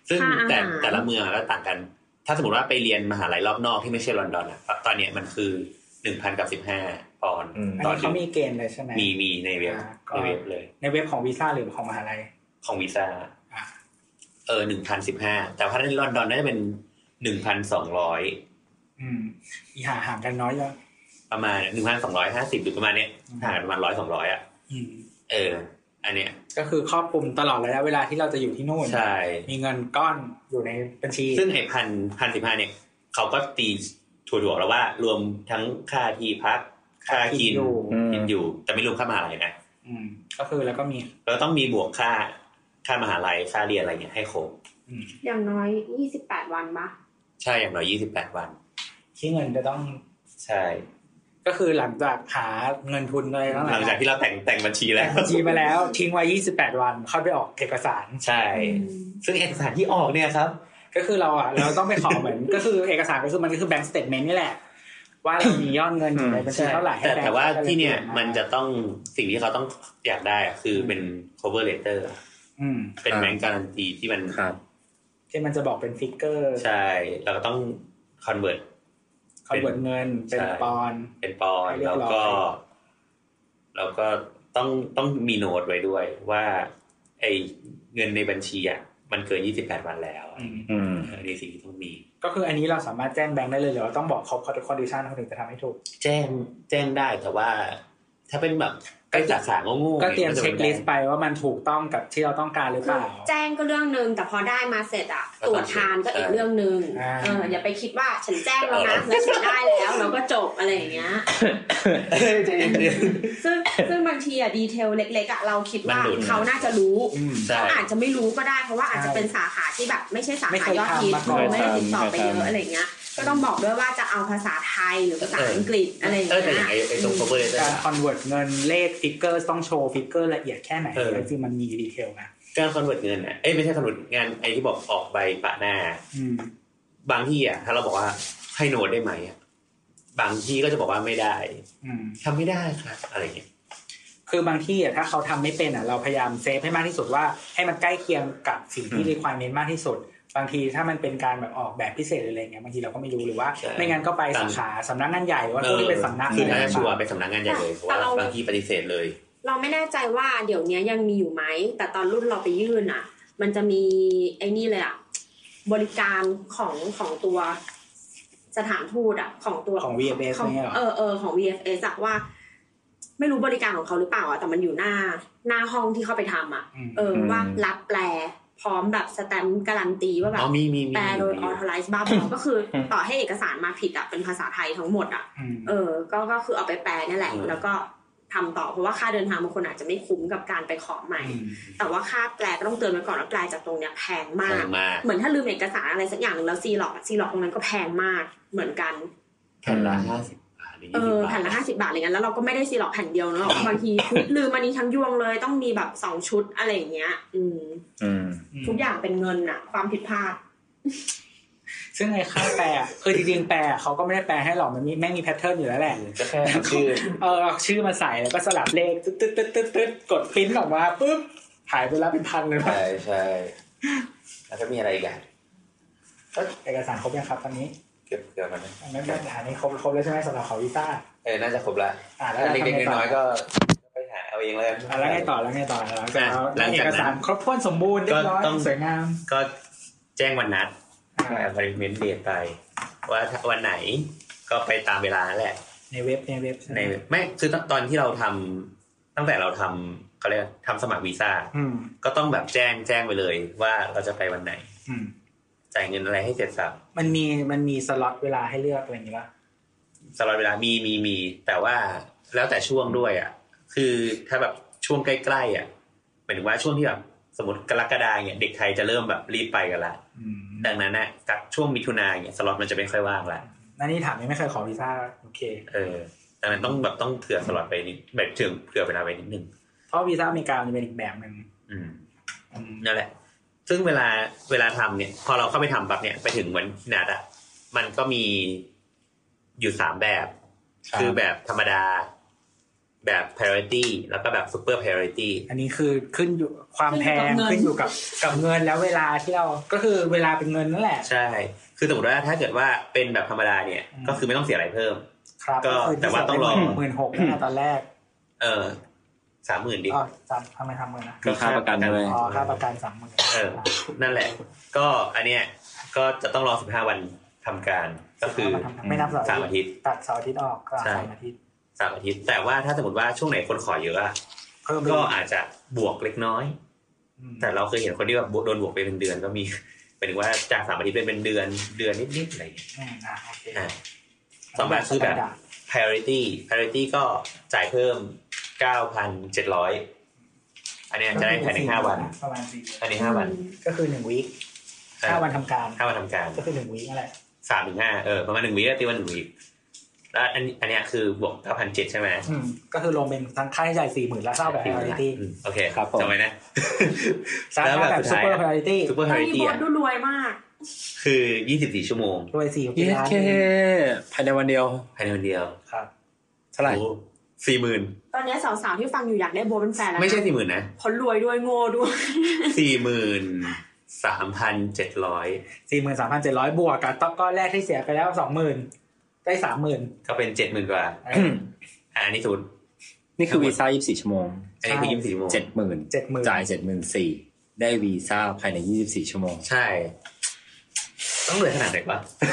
Speaker 3: ซึ่ง
Speaker 6: ค่าอาหาร
Speaker 3: แต่แต่ละเมืองก็ต่างกัน ถ้าสมมติว่าไปเรียนมหาลัยรอบนอกที่ไม่ใช่ลอนดอนอะตอนเนี้ยมันคือหนึ่งพันกับสิบห้าปอนด์
Speaker 2: อืม
Speaker 4: อัน
Speaker 3: ต่อ
Speaker 4: นี้
Speaker 3: เดื
Speaker 4: เขา
Speaker 3: อน
Speaker 4: มีเกณฑ์เลยใช่ไหม
Speaker 3: มีมีในเว็บ
Speaker 4: อ่าก็
Speaker 3: ในเว็บเลย
Speaker 4: ในเว็บของวีซ่าหรือของมหาลัย
Speaker 3: ของวีซ่า
Speaker 4: อ่ะ
Speaker 3: เออหนึ่งพันสิบห้าแต่ว่าถ้าในลอนดอนน่าจะเป็นหนึ่งพันสองร้อย
Speaker 4: อืมอีหาห่างกันน้อยยัง
Speaker 3: ประมาณหนึ่งพันสองร้อยห้าสิบหรือประมาณเนี้ยห่างกันประมาณร้อยสองร้อยอ่ะ
Speaker 4: อืม
Speaker 3: เออ อันเนี้ย
Speaker 4: ก็คือครอบคลุมตลอดระยะเวลาที่เราจะอยู่ที่นู่น
Speaker 3: ใช่
Speaker 4: มีเงินก้อนอยู่ในบัญชี
Speaker 3: ซึ่งไอ้พันพันสิบห้าเนี่ยเขาก็ตีถั่วๆแล้วว่ารวมทั้งค่าที่พักค่ากิน
Speaker 4: ค่ากินอยู่
Speaker 3: กินอยู่ แต่ไม่รวมค่ามหาลัยนะ
Speaker 4: อืม ก็คือแล้วก็มี
Speaker 3: เราต้องมีบวกค่าค่ามหาลัยค่าเรียนอะไรเงี้ยให้ครบ
Speaker 4: อืม
Speaker 6: อย่างน้อยยี่สิบแปดวันปะ
Speaker 3: ใช่อย่างน้อยยี่สิบแปดวัน
Speaker 4: ที่เงินจะต้อง
Speaker 3: ใช่
Speaker 4: ก็คือหลังจากหาเงินทุนอะไรทั้งห
Speaker 3: ห
Speaker 4: ลา
Speaker 3: ลั
Speaker 4: ย
Speaker 3: งจากที่เราแต่งแต่งบัญชีแล้ว
Speaker 4: บัญชีมาแล้ว ทิ้งไว้ 28 วันค่อยไปออกเอกสาร
Speaker 3: ใช่ ซึ่งเอกสารที่ออกเนี่ยครับ
Speaker 4: ก็คือเราอ่ะ เราต้องไปขอเหมือน ก็คือเอกสารก็คือมันก็คือแบงก์สเตทเมนต์นี่แหละ ว่าเรามียอดเงินอยู่ในบัญชี
Speaker 3: ใช่
Speaker 4: เท่าไหร่ให้
Speaker 3: แต่
Speaker 4: บงก์
Speaker 3: แต่ว่าที่เนี่ย
Speaker 4: ก็ล
Speaker 3: มันจะต้องสิ่งที่เขาต้องอยากได้อะคือเป็น cover letter
Speaker 4: อืม
Speaker 3: เป็น
Speaker 2: ครับ
Speaker 3: แบงก์การันตีที่มัน
Speaker 2: ครับ
Speaker 4: ที่มันจะบอกเป็นฟิกเกอร์
Speaker 3: ใช่ เราก็ต้อง convert
Speaker 4: คอนเวิร์ตเงินเป็น
Speaker 3: ใช่
Speaker 4: ปอนด์
Speaker 3: เป็นปอนด์
Speaker 4: ให้เรีย
Speaker 3: แล้
Speaker 4: บร้อ
Speaker 3: ว
Speaker 4: ย
Speaker 3: ก็แล้วก็ต้องต้องมีโน้ตไว้ด้วยว่า ไอ้เงินในบัญชีอ่ะมันเกินยี่สิบแปดวันแล้ว
Speaker 4: อืม
Speaker 2: อืม
Speaker 3: อันนี้สิ่งที่ต้องมี
Speaker 4: ก็คืออันนี้เราสามารถแจ้งแบงก์ได้เลยหรือเราต้องบอกเขาคอนดิชันเขาถึงจะทำให้ถูก
Speaker 3: แจ้งแจ้งได้แต่ว่า ถ้าเป็นแบบใกล้สาขาโง่ๆ
Speaker 4: ก็เตรียม
Speaker 3: นี่
Speaker 4: เช็คลิสต์
Speaker 3: มันจะไม่ไ
Speaker 4: ไปว่ามันถูกต้องกับที่เราต้องการหรือเป
Speaker 6: คือ
Speaker 4: ล่า
Speaker 6: แจ้งก็เรื่องหนึ่งแต่พอได้มาเสร็จอะ
Speaker 3: ก็ต้อง
Speaker 6: ตรวจทานก็อีกเรื่องหนึ่ง
Speaker 4: อ่า
Speaker 6: เอออย่าไปคิดว่าฉันแจ้งแล้วนะแล้วฉันได้แล้วแล้วก็จบอะไรอย่างเงี้ย
Speaker 3: ด้
Speaker 6: ซึ่งซึ่งบางทีอะดีเทลเล็กๆอะเราคิด
Speaker 3: มั
Speaker 6: ว่า
Speaker 3: นหลุด
Speaker 6: เขาน่าจะรู้
Speaker 4: อืม
Speaker 3: ใช่
Speaker 6: อาจจะไม่รู้ก็ได้เพราะว่าอาจจะเป็นสาขาที่แบบไม่ใช่สาขายอดฮิต
Speaker 4: ไม่เคยทำมาก่อน
Speaker 6: หรือไม่ได้ติดต่อไปเย
Speaker 2: ไม่เคยทำ
Speaker 6: อะอะไรเงี้ย ก็ต้องบอกด้วยว่าจะเอาภาษาไทยหรือภาษาอังกฤษอะไรอย่าง
Speaker 3: เออแต่
Speaker 6: เงี้
Speaker 3: อย่ายงไอ้ไอ้ตรง cover letter
Speaker 4: การ
Speaker 3: อะ
Speaker 4: คอนเวิร์ตเงินเลขฟิกเกอร์ต้องโชว์ฟิกเกอร์ละเอียดแค่ไหน
Speaker 3: เออ
Speaker 4: จริงๆมันมีดีเทลนะ
Speaker 3: การ convert เงินอ่ะเอ้ยไม่ใช่ convert งานไอ้ที่บอกออกใบปะหน้า
Speaker 4: อืม
Speaker 3: บางที่อ่ะถ้าเราบอกว่าให้โน้ตได้ไหมอะบางที่ก็จะบอกว่าไม่ได้
Speaker 4: อืม
Speaker 3: ทำไม่ได้ครับอะไรอย่างเงี้ย
Speaker 4: คือบางที่อะถ้าเขาทำไม่เป็นอะเราพยายามเซฟให้มากที่สุดว่า ให้มันใกล้เคียงกับสิ่งที่ requirement มากที่สุด บางทีถ้ามันเป็นการแบบออกแบบพิเศษหรืออะไรเงี้ยบางทีเราก็ไม่รู้หรือว่า
Speaker 3: ใช่
Speaker 4: ไม่งั้นก็ไปสาขาสำนักงานใหญ่หรือว่าพวกที่เป็นสำนัก
Speaker 3: คือถ้า
Speaker 4: ะไร
Speaker 3: ชัวร์เป็นสำนักงานใหญ่เลยเพราะว่าบางที่ปฏิเสธเลย
Speaker 6: เราไม่แน่ใจว่าเดี๋ยวนี้ยังมีอยู่ไหม แต่ตอนรุ่นเราไปยื่นอ่ะ มันจะมีไอ้นี่เลยอ่ะ บริการของของตัวสถานทูตอ่ะ ของตัว
Speaker 4: ของ VFS
Speaker 6: ของ
Speaker 4: เนี่ยเหรอ
Speaker 6: เออเออของ VFS อะว่า ไม่รู้บริการของเขาหรือเปล่าอะแต่มันอยู่หน้าหน้าห้องที่เข้าไปทำอะ
Speaker 4: อืม
Speaker 6: เออ
Speaker 2: อืม
Speaker 6: ว่ารับแปลพร้อมแบบสแตมป์การันตีว่าแบ
Speaker 3: อ๋
Speaker 6: บ
Speaker 3: อมีมีมี
Speaker 6: แปลโดย
Speaker 3: มี
Speaker 6: authorized บ้าบอก็คือต่อให้เอกสารมาผิดอะเป็นภาษาไทยทั้งหมดอะ
Speaker 4: อืม
Speaker 6: เออ ก็ก็คือเอาไปแปลนี่แหละ
Speaker 3: อืม
Speaker 6: แล้วก็ทำต่อเพราะว่าค่าเดินทางบางคนอาจจะไม่คุ้มกับการไปขอใหม่
Speaker 4: อืม
Speaker 6: แต่ว่าค่าแปลก็ต้องเตือนไว้ก่อนว่าแปลจากตรงเนี้ยแพงมาก
Speaker 3: แรงมาก
Speaker 6: เหมือนถ้าลืมเอกสารอะไรสักอย่างหนึ่งแล้วซีหลอกซีหลอกตรงนั้นก็แพงมากเหมือนกัน
Speaker 3: แผ่นละห้าสิบบาทหรือ
Speaker 6: เอ
Speaker 3: ยี่สิบ
Speaker 6: อ
Speaker 3: บา
Speaker 6: แผ่
Speaker 3: ท
Speaker 6: นละห้าสิบาทอะไรเงี้ยแล้วเราก็ไม่ได้ซีหรอกแผ่นเดียวเน อะบางทีลืมอันนี้ทั้งยวงเลยต้องมีแบบสองชุดอะไรอย่างเงี้ย อืม
Speaker 2: อืม
Speaker 6: ทุกอย่างเป็นเงินอะความผิดพลาด
Speaker 4: ซึ่งไอ้ค่าแปลอะคือจริงๆแปลอะเขาก็ไม่ได้แปลให้หรอกมันมีแม่งมีแพทเทิร์นอยู่แล้วแหละ
Speaker 3: ก็แค่ชื่อ
Speaker 4: เออเอาชื่อมาใส่แล้วก็สลับเลขตึ๊ดตึ๊ดตึ๊ดตึ๊ดตึ๊ดกดปริ้นออกมาปุ๊บหายไปแล้วเป็นพันเลยว่ะ
Speaker 3: ใช่ใช่แล้วก็มีอะไรอีกอ่ะ
Speaker 4: เอกสารครบยังครับตอนนี้
Speaker 3: เกือบเกือบมันนะ
Speaker 4: อันนั้นไม่ได้อันนี้ครบครบแล้วใช่ไหมสำหรับของวิซ่า
Speaker 3: เออน่าจะครบละ
Speaker 4: อ่ะแล้วเรา
Speaker 3: เล็ก
Speaker 4: ทำไง
Speaker 3: ๆ
Speaker 4: ต่อ
Speaker 3: น้อยๆก็ไปหาเอาเองแล้วกัน
Speaker 4: อ่ะแล้วไงต่อแล้วไงต่อแล้วก็เอา
Speaker 3: หลังจากนั้น
Speaker 4: เอกสารครบถ้วนสมบูรณ์เรียบร้อย
Speaker 3: ก็ต้อง
Speaker 4: สวยงาม
Speaker 3: ก็แจ้งวันนัด
Speaker 4: อ่า
Speaker 3: แอปพลิเมนต์เดทไป ว่าวันไหน ก็ไปตามเวลานั่นแหละ
Speaker 4: ในเว็บในเว็บใช่ไหม
Speaker 3: ในไม่คือตอนที่เราทำตั้งแต่เราทำเขาเรียกทำสมัครวีซ่า
Speaker 4: อืม
Speaker 3: ก็ต้องแบบแจ้งแจ้งไปเลยว่าเราจะไปวันไหน
Speaker 4: อืม
Speaker 3: จ่ายเงินอะไรให้เสร็จสับ
Speaker 4: มันมีมันมีสล็อตเวลาให้เลือกอะไรอย่างนี้ป่ะ
Speaker 3: ตลอดเวลามีมีมี แต่ว่าแล้วแต่ช่วงด้วยอ่ะคือถ้าแบบช่วงใกล้ๆอ่ะหมายถึงว่าช่วงที่แบบสมมติกรกฎาเนี่ยเด็กไทยจะเริ่มแบบรีบไปกันละ
Speaker 4: อืม
Speaker 3: ดังนั้นน่ะสักช่วงมิถุนาเนี่ยสล็อตมันจะไม่ค่อยว่างละ
Speaker 4: นั่นนี่ถามยังไม่เคยขอวีซ่าโอเค
Speaker 3: เออดังนั้นต้องแบบต้องเผื่อสล็อตไปนิดแบบเผื่อเผื่อเวลาไปนิดนึง
Speaker 4: เพราะวีซ่าอเมริกามันจะเป็นอีกแบบหนึ่ง
Speaker 3: อืม
Speaker 4: อืม
Speaker 3: นั่นแหละ ซึ่งเวลาเวลาทำเนี่ย พอเราเข้าไปทำแบบเนี่ยไปถึงวันนัดอะมันก็มีอยู่สามแบบ คือแบบธรรมดา แบบ priority แล้วก็แบบ super priority
Speaker 4: อันนี้คือขึ้นอยู่ความแพง
Speaker 6: ขึ้
Speaker 4: ขึ้น
Speaker 6: น
Speaker 4: อ
Speaker 6: อยู่
Speaker 4: ยู่
Speaker 6: กั
Speaker 4: กับบ กับเงินแล้วเวลาที่เราก็คือเวลาเป็นเงินนั่นแหละ
Speaker 3: ใช่ คือสมมติว่าถ้าเกิดว่าเป็นแบบธรรมดาเนี่ย
Speaker 4: อืม
Speaker 3: ก็คือไม่ต้องเสียอะไรเพิ่ม
Speaker 4: ครับ
Speaker 3: ก็แต่ว่าต้องรอ
Speaker 4: หมื่นหกนะตอนแร ก
Speaker 3: เออสามหมื่นดิ
Speaker 4: อ๋อจำทำไมทำเงินนะ
Speaker 9: มีค่าประกันด้วย
Speaker 4: อ๋อค่าประกันสามหมื่น
Speaker 3: เออ นั่นแหละ ก็อันเนี้ยก็จะต้องรอสิบห้าวันทำการ ก็คือ
Speaker 4: ไม่นับเสาร์
Speaker 3: สาม
Speaker 4: อา
Speaker 3: อา
Speaker 4: ทิ
Speaker 3: ทิ
Speaker 4: ตย์
Speaker 3: ตย์
Speaker 4: ตัดเสาร์อาทิตย์ออกก็
Speaker 3: ใช่
Speaker 4: สามอาทิตย์
Speaker 3: สามอาทิตย์ แต่ว่าถ้าสมมติว่าช่วงไหนคนขอเยอะอะ
Speaker 4: เพิ่มไป
Speaker 3: ก็
Speaker 4: อีก
Speaker 3: อาจจะบวกเล็กน้อย
Speaker 4: อืม
Speaker 3: แต่เราเคยเห็นคนที่แบบโดนบวกไปเป็นเดือนก็มี เป็นว่าจากสามอาทิตย์เป็นเป็นเดือนเดือนนิดๆอะไรอย่างเงี้ย
Speaker 4: อืมอ่ะโอเค
Speaker 3: อ่ะ สองแบบคือแบบ priority priority ก็จ่ายเพิ่ม 9,700 อันเนี้ยจะได้ภายในห้าวัน
Speaker 4: ประมาณสี่
Speaker 3: ภายในห้าวัน
Speaker 4: ก็คือหนึ่งวีค
Speaker 3: เออ
Speaker 4: ห้าวันทำการ
Speaker 3: ห้าวันทำการ
Speaker 4: ก็คือหนึ่งวีคนั่นแหละ
Speaker 3: สามถึงห้าเออประมาณหนึ่งวิตีว่าหนึ่งวิแล้วอันอันเนี้ยคือบวก 9,700 ใช่ไหม
Speaker 4: อืมก็คือลงเป็นทั้งค่าใช้จ่ายสี่หมื่นแล้วเท่าแบบ priority
Speaker 3: อืมโอเค
Speaker 9: ครับผม
Speaker 3: จำไว้นะ
Speaker 4: สาม
Speaker 3: แล้ว
Speaker 4: ค่า
Speaker 3: แบบ
Speaker 4: แบบ
Speaker 3: สุดท้าย
Speaker 4: super priority
Speaker 3: super
Speaker 6: ต้องมี
Speaker 3: priority
Speaker 6: โบส
Speaker 3: อ่ะ
Speaker 6: ดูรวยมาก
Speaker 3: คือ 24 ชั่วโมง
Speaker 4: รวยสี่
Speaker 9: เย้
Speaker 4: ล้าน
Speaker 9: แค่ภายในวันเดียว
Speaker 3: ภายในวันเดียว
Speaker 4: ครับ
Speaker 9: เท่าไหร่
Speaker 3: สี่หมื่น
Speaker 6: ตอนเนี้ยสาวๆที่ฟังอยู่อยากได้โบสเป็นแฟนแล้วนะ
Speaker 3: ไม่ใช่สี่หมื่นนะ
Speaker 6: คนรวยด้วยโง่ด้วย
Speaker 3: สี่หมื่นสามพันเจ็ดร้อย
Speaker 4: สี่หมื่นสามพันเจ็ดร้อยบวกกับก้อนแรกที่เสียไปแล้วสองหมื่นได้สามหมื่น
Speaker 3: ก็เป็นเจ็ดหมื่นกว่าอ่าอันนี้สมมุด
Speaker 9: นี่คือวีซ่า24 ชั่วโมง
Speaker 3: อันนี้คือยี่สิบสี่โมง
Speaker 9: 70,000
Speaker 4: 70,000
Speaker 9: จ่าย 74,000ได้วีซ่าภายใน 24 ชั่วโมง
Speaker 3: ใช่ ต้องเหลือขนาดไหนวะ
Speaker 6: ค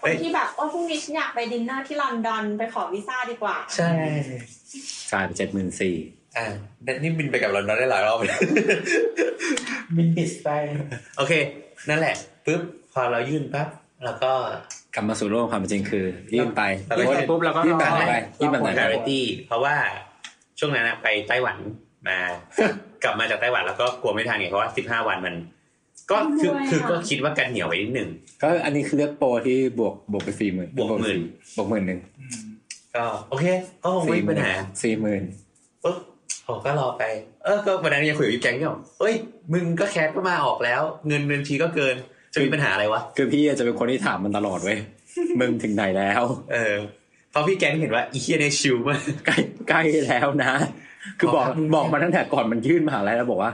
Speaker 3: เฮ้
Speaker 6: น
Speaker 3: ย
Speaker 6: ที่แบบโอ้พรุ่งนี้ฉันอยากไปดินเนอร์ที่ลอนดอนไปขอวีซ่าดีกว่า
Speaker 3: ใช่
Speaker 9: จ่ายไป74,000
Speaker 3: อ่านี่บินไปกับลอนดอนได้หลายรอบเลย
Speaker 4: มินิสไป
Speaker 3: โอเค นั่นแหละปุ๊บพอเรายื่นปั๊บแล้วก็
Speaker 9: กลับมาสู่โลกความเป็นจริงคือ ยื่นไป
Speaker 3: แล้วก็
Speaker 4: ยื่นไปปุ๊บเราก็
Speaker 9: ยื่นแบบ
Speaker 4: ร
Speaker 9: ไหน
Speaker 4: อ
Speaker 9: ไปยื่นแบบไหนไป
Speaker 3: priority เพราะว่าช่วงนั้นอะไปไต้หวันมา กลับมาจากไต้หวันแล้วก็กลัวไม่ทันไงเพราะว่าสิบห้าวันมัน ก็คือ
Speaker 6: รวยอะ
Speaker 3: คือก็คิดว่ากันเหนียวไว้นิดหนึ่ง
Speaker 9: ก็อันนี้คือเลือกโปรที่บวกบวกไปสี่หมื่น
Speaker 3: บวกหมื่น
Speaker 9: บวกหมื่นหนึ่ง
Speaker 4: อืม
Speaker 3: ก็โอเคก็คงไม่มีปัญหา
Speaker 9: สี่หมื่น
Speaker 3: ปุ๊บผมก็รอไป เออ ก็วันนั้นยังคุยกับพี่แจ็คเนี่ยบอกเอ้ย มึงก็แคสก็มาออกแล้ว เงินเงินทีก็เกิน จะมีปัญหาอะไรวะ
Speaker 9: คือพี่อาจจะเป็นคนที่ถามมันตลอดเว้ย มึงถึงไหนแล้ว
Speaker 3: เออเพราะพี่แก๊งเห็นว่าอีเคียในยชิลมาก
Speaker 9: ใกล้ใกล้แล้วนะ คือบอกบอกมาตั้งแต่ก่อนมันยื่นมหาลัยแล้วบอกว่า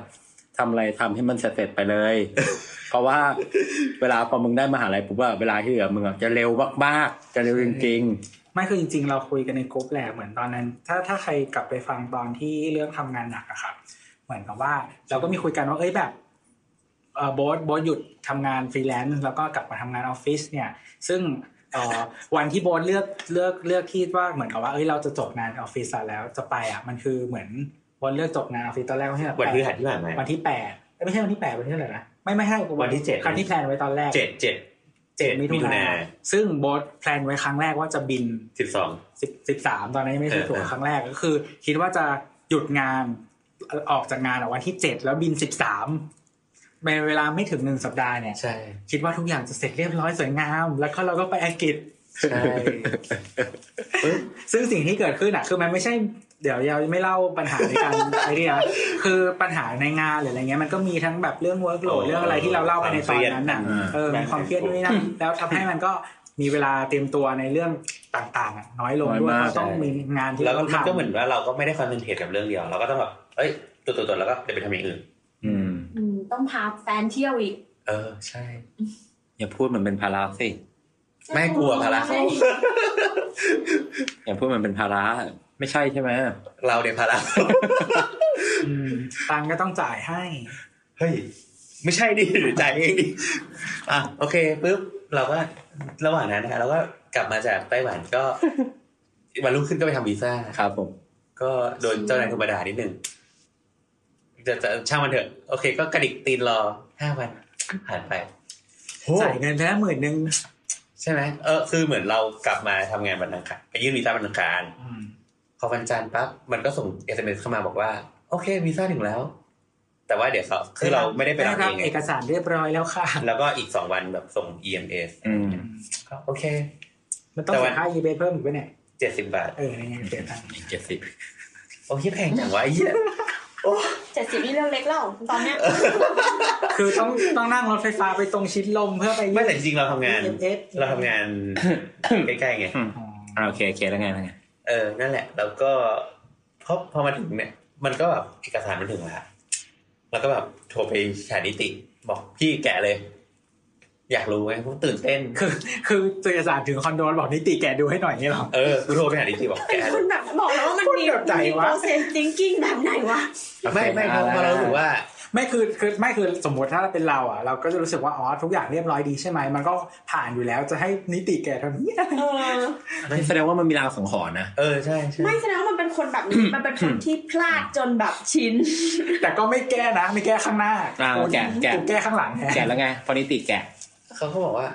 Speaker 9: ทำอะไรทำให้มันเสร็จไปเลย เพราะว่าเวลาพอมึงได้มหาลัยปุ๊บว่าเวลาที่เหลือมึงอะจะเร็วมากๆ จะเร็วจริง
Speaker 4: ไม่คือจริงๆ เราคุยกันในกรุ๊ปแหละเหมือนตอนนั้น ถ้าถ้าใครกลับไปฟังตอนที่เรื่องทำงานหนักอะครับ เหมือนกับว่า เราก็มีคุยกันว่าเอ้ยแบบเออโบสโบสหยุดทำงานฟรีแลนซ์แล้วก็กลับมาทำงานออฟฟิศเนี่ย ซึ่งเอ่อวันที่โบสเลือกเลือกเลือกที่ว่าเหมือนกับว่าเอ้ยเราจะจบงานออฟฟิศอะแล้วจะไปอะมันคือเหมือนโบสเลือกจบงานออฟฟิศตอนแรกว่าให้แบบ
Speaker 3: วันพฤหัสที่ผ่านมา
Speaker 4: วันที่แปดเอ้ยไม่ใช่วันที่แปดวันที่เท่าไหร่นะไม่ไม่ใช่
Speaker 3: วันที่เจ็ด
Speaker 4: ครั้งที่แพลนไว้ตอนแรก
Speaker 3: เจ็ดเจ็ดเจ็ดมิถุนา
Speaker 4: ซึ่งโบสแพลนไว้ครั้งแรกว่าจะบิน
Speaker 3: สิบสอง
Speaker 4: สิบสิบสามตอนนั้นยังไม่ซื้อตั๋ว
Speaker 3: เออ
Speaker 4: ครั้งแรกก็คือ คิดว่าจะหยุดงานออกจากงานอะวันที่เจ็ดแล้วบินสิบสามในเวลาไม่ถึงหนึ่งสัปดาห์เนี่ย
Speaker 3: ใช่
Speaker 4: คิดว่าทุกอย่างจะเสร็จเรียบร้อยสวยงาม แล้วก็เราก็ไปอังกฤษ
Speaker 3: ใช่ปึ๊บ
Speaker 4: ซึ่งสิ่งที่เกิดขึ้นอ่ะคือมันไม่ใช่เดี๋ยวเราไม่เล่าปัญหาในการ ไอ้นี่นะคือปัญหาในงานหรืออะไรเงี้ยมันก็มีทั้งแบบเรื่อง workload เรื่องอะไรที่เราเล่าไปในตอนนั้นอ่ะเออมีความเครียดด้วยนะแล้วทำให้มันก็มีเวลาเตรียมตัวในเรื่องต่างๆอ่ะน้อยลงด้วยเพราะต้องมีงานที่
Speaker 3: แล้วก็
Speaker 4: ต้อง
Speaker 3: มันก็
Speaker 4: ทำ
Speaker 3: เหมือนว่าเราก็ไม่ได้คอนเซนเทรตกับเรื่องเดียว เราก็ต้องแบบ เอ้ยตัวตัวตัวแล้วก็เดี๋ยวไปทำอย่างอื่น
Speaker 9: ๆ อืม
Speaker 6: อืมต้องพาแฟนเที่ยวอีก
Speaker 3: เออ ใช่
Speaker 9: อย่าพูดเหมือนเป็นภาระสิ
Speaker 3: ไม่กลัวภาระเขา
Speaker 9: อย่าพูดเหมือนเป็นภาระไม่ใช่ใช่ไหม
Speaker 3: เราเนี่ยภาระ
Speaker 4: อืมตังค์ก็ต้องจ่ายให้
Speaker 3: เฮ้ย ไม่ใช่ดิ จ่ายเองดิ อ่ะ โอเคปุ๊บเราก็ระหว่างนั้นนะฮะเราก็ กลับมาจากไต้หวันก็ วันรุ่งขึ้นก็ไปทำวีซ่า
Speaker 7: ครับผม
Speaker 3: ก็โดนเจ้านายธรรมดานิดหนึ่งจะจะช่างมันเถอะ โอเค ก็กระดิกตีนรอห้าวันผ่านไป
Speaker 4: จ่ายเงินไปแล้วหมื่นหนึ่ง
Speaker 3: ใช่ไหมเออคือเหมือนเรากลับมาทำงานบันทังคารไปยื่นวีซ่าบันทังคาร พอวันจันทร์ปั๊บมันก็ส่งเอสเอ็มเอสเข้ามาบอกว่า โอเควีซ่าถึงแล้ว แต่ว่าเดี๋ยวเขาคือเราไม่ได้ไปรับเองไง
Speaker 4: เอกสารเรียบร้อยแล้วค่ะ
Speaker 3: แล้วก็อีกสองวันแบบส่ง EMS
Speaker 7: อืม
Speaker 3: ก็โอเค
Speaker 4: มันต้อง
Speaker 3: แต่
Speaker 4: เสี
Speaker 3: วัน
Speaker 4: ยค่าอีเบเพิ่มอีกไหมเนี่ย
Speaker 3: เจ็ดสิบบาท
Speaker 4: เออยังเสียตังค์
Speaker 2: อีกเจ็ดสิบ
Speaker 3: โอ้ยแพงจังวะไอ้เหี้ย
Speaker 6: เจ็ดสิบนี่เรื่องเล็กแล้วตอนเนี้ย
Speaker 4: คือต้องต้องนั่งรถไฟฟ้าไปตรงชิดลมเพื่อไปยื่น
Speaker 3: ไม่แต่จริงๆเราทำงาน
Speaker 4: EMS
Speaker 3: เราทำงาน ใกล้ๆไง
Speaker 4: อ๋อ
Speaker 2: อ่าโอเคโอเคแล้วไงแล้วไง
Speaker 3: เออ นั่นแหละ แล้วก็พอพอมาถึงเนี่ย มันก็แบบเอกสารมันถึงละแล้วก็แบบโทรไปสถานิติ บอกพี่แกะเลย อยากรู้ไหมผมตื่นเต้น
Speaker 4: คือคือตัวเอกสารถึงคอนโดแล้วบอกนิติแกดูให้หน่อยนี่หรอ
Speaker 3: เออกูโทรไปสถานิติบอก
Speaker 6: เป็น
Speaker 3: แกะ
Speaker 6: ค
Speaker 3: เลย
Speaker 6: นแบบบอกแล้วว่ามันมี
Speaker 4: พูดแบบไหนวะ
Speaker 6: โปรเซสจิงกิ้งแบบไหนวะ
Speaker 3: ไม่ไม่เพราะเพราะเรารู้สึกว่า
Speaker 4: ไม่คือคือไม่คือสมมติถ้าเป็นเราอ่ะ เราก็จะรู้สึกว่าอ๋อทุกอย่างเรียบร้อยดีใช่ไหมมันก็ผ่านอยู่แล้วจะให้นิติแกทำนี้
Speaker 6: เออ
Speaker 2: นี่แสดงว่ามันมีรางสังหรณ์นะ
Speaker 3: เออ ใช่ใช่
Speaker 6: ไม่แสดงว่ามันเป็นคนแบบนี้ มันเป็นคนที่พลาดจนแบบชิน
Speaker 4: แต่ก็ไม่แก้นะ ไม่แก้ข้างหน้า
Speaker 2: อ่า
Speaker 4: กู
Speaker 2: แกะแกะ
Speaker 4: กูแก้ข้างหลังแทน
Speaker 2: แกะแล้วไงพอนิติแกะ
Speaker 3: เขาก็บอกว่า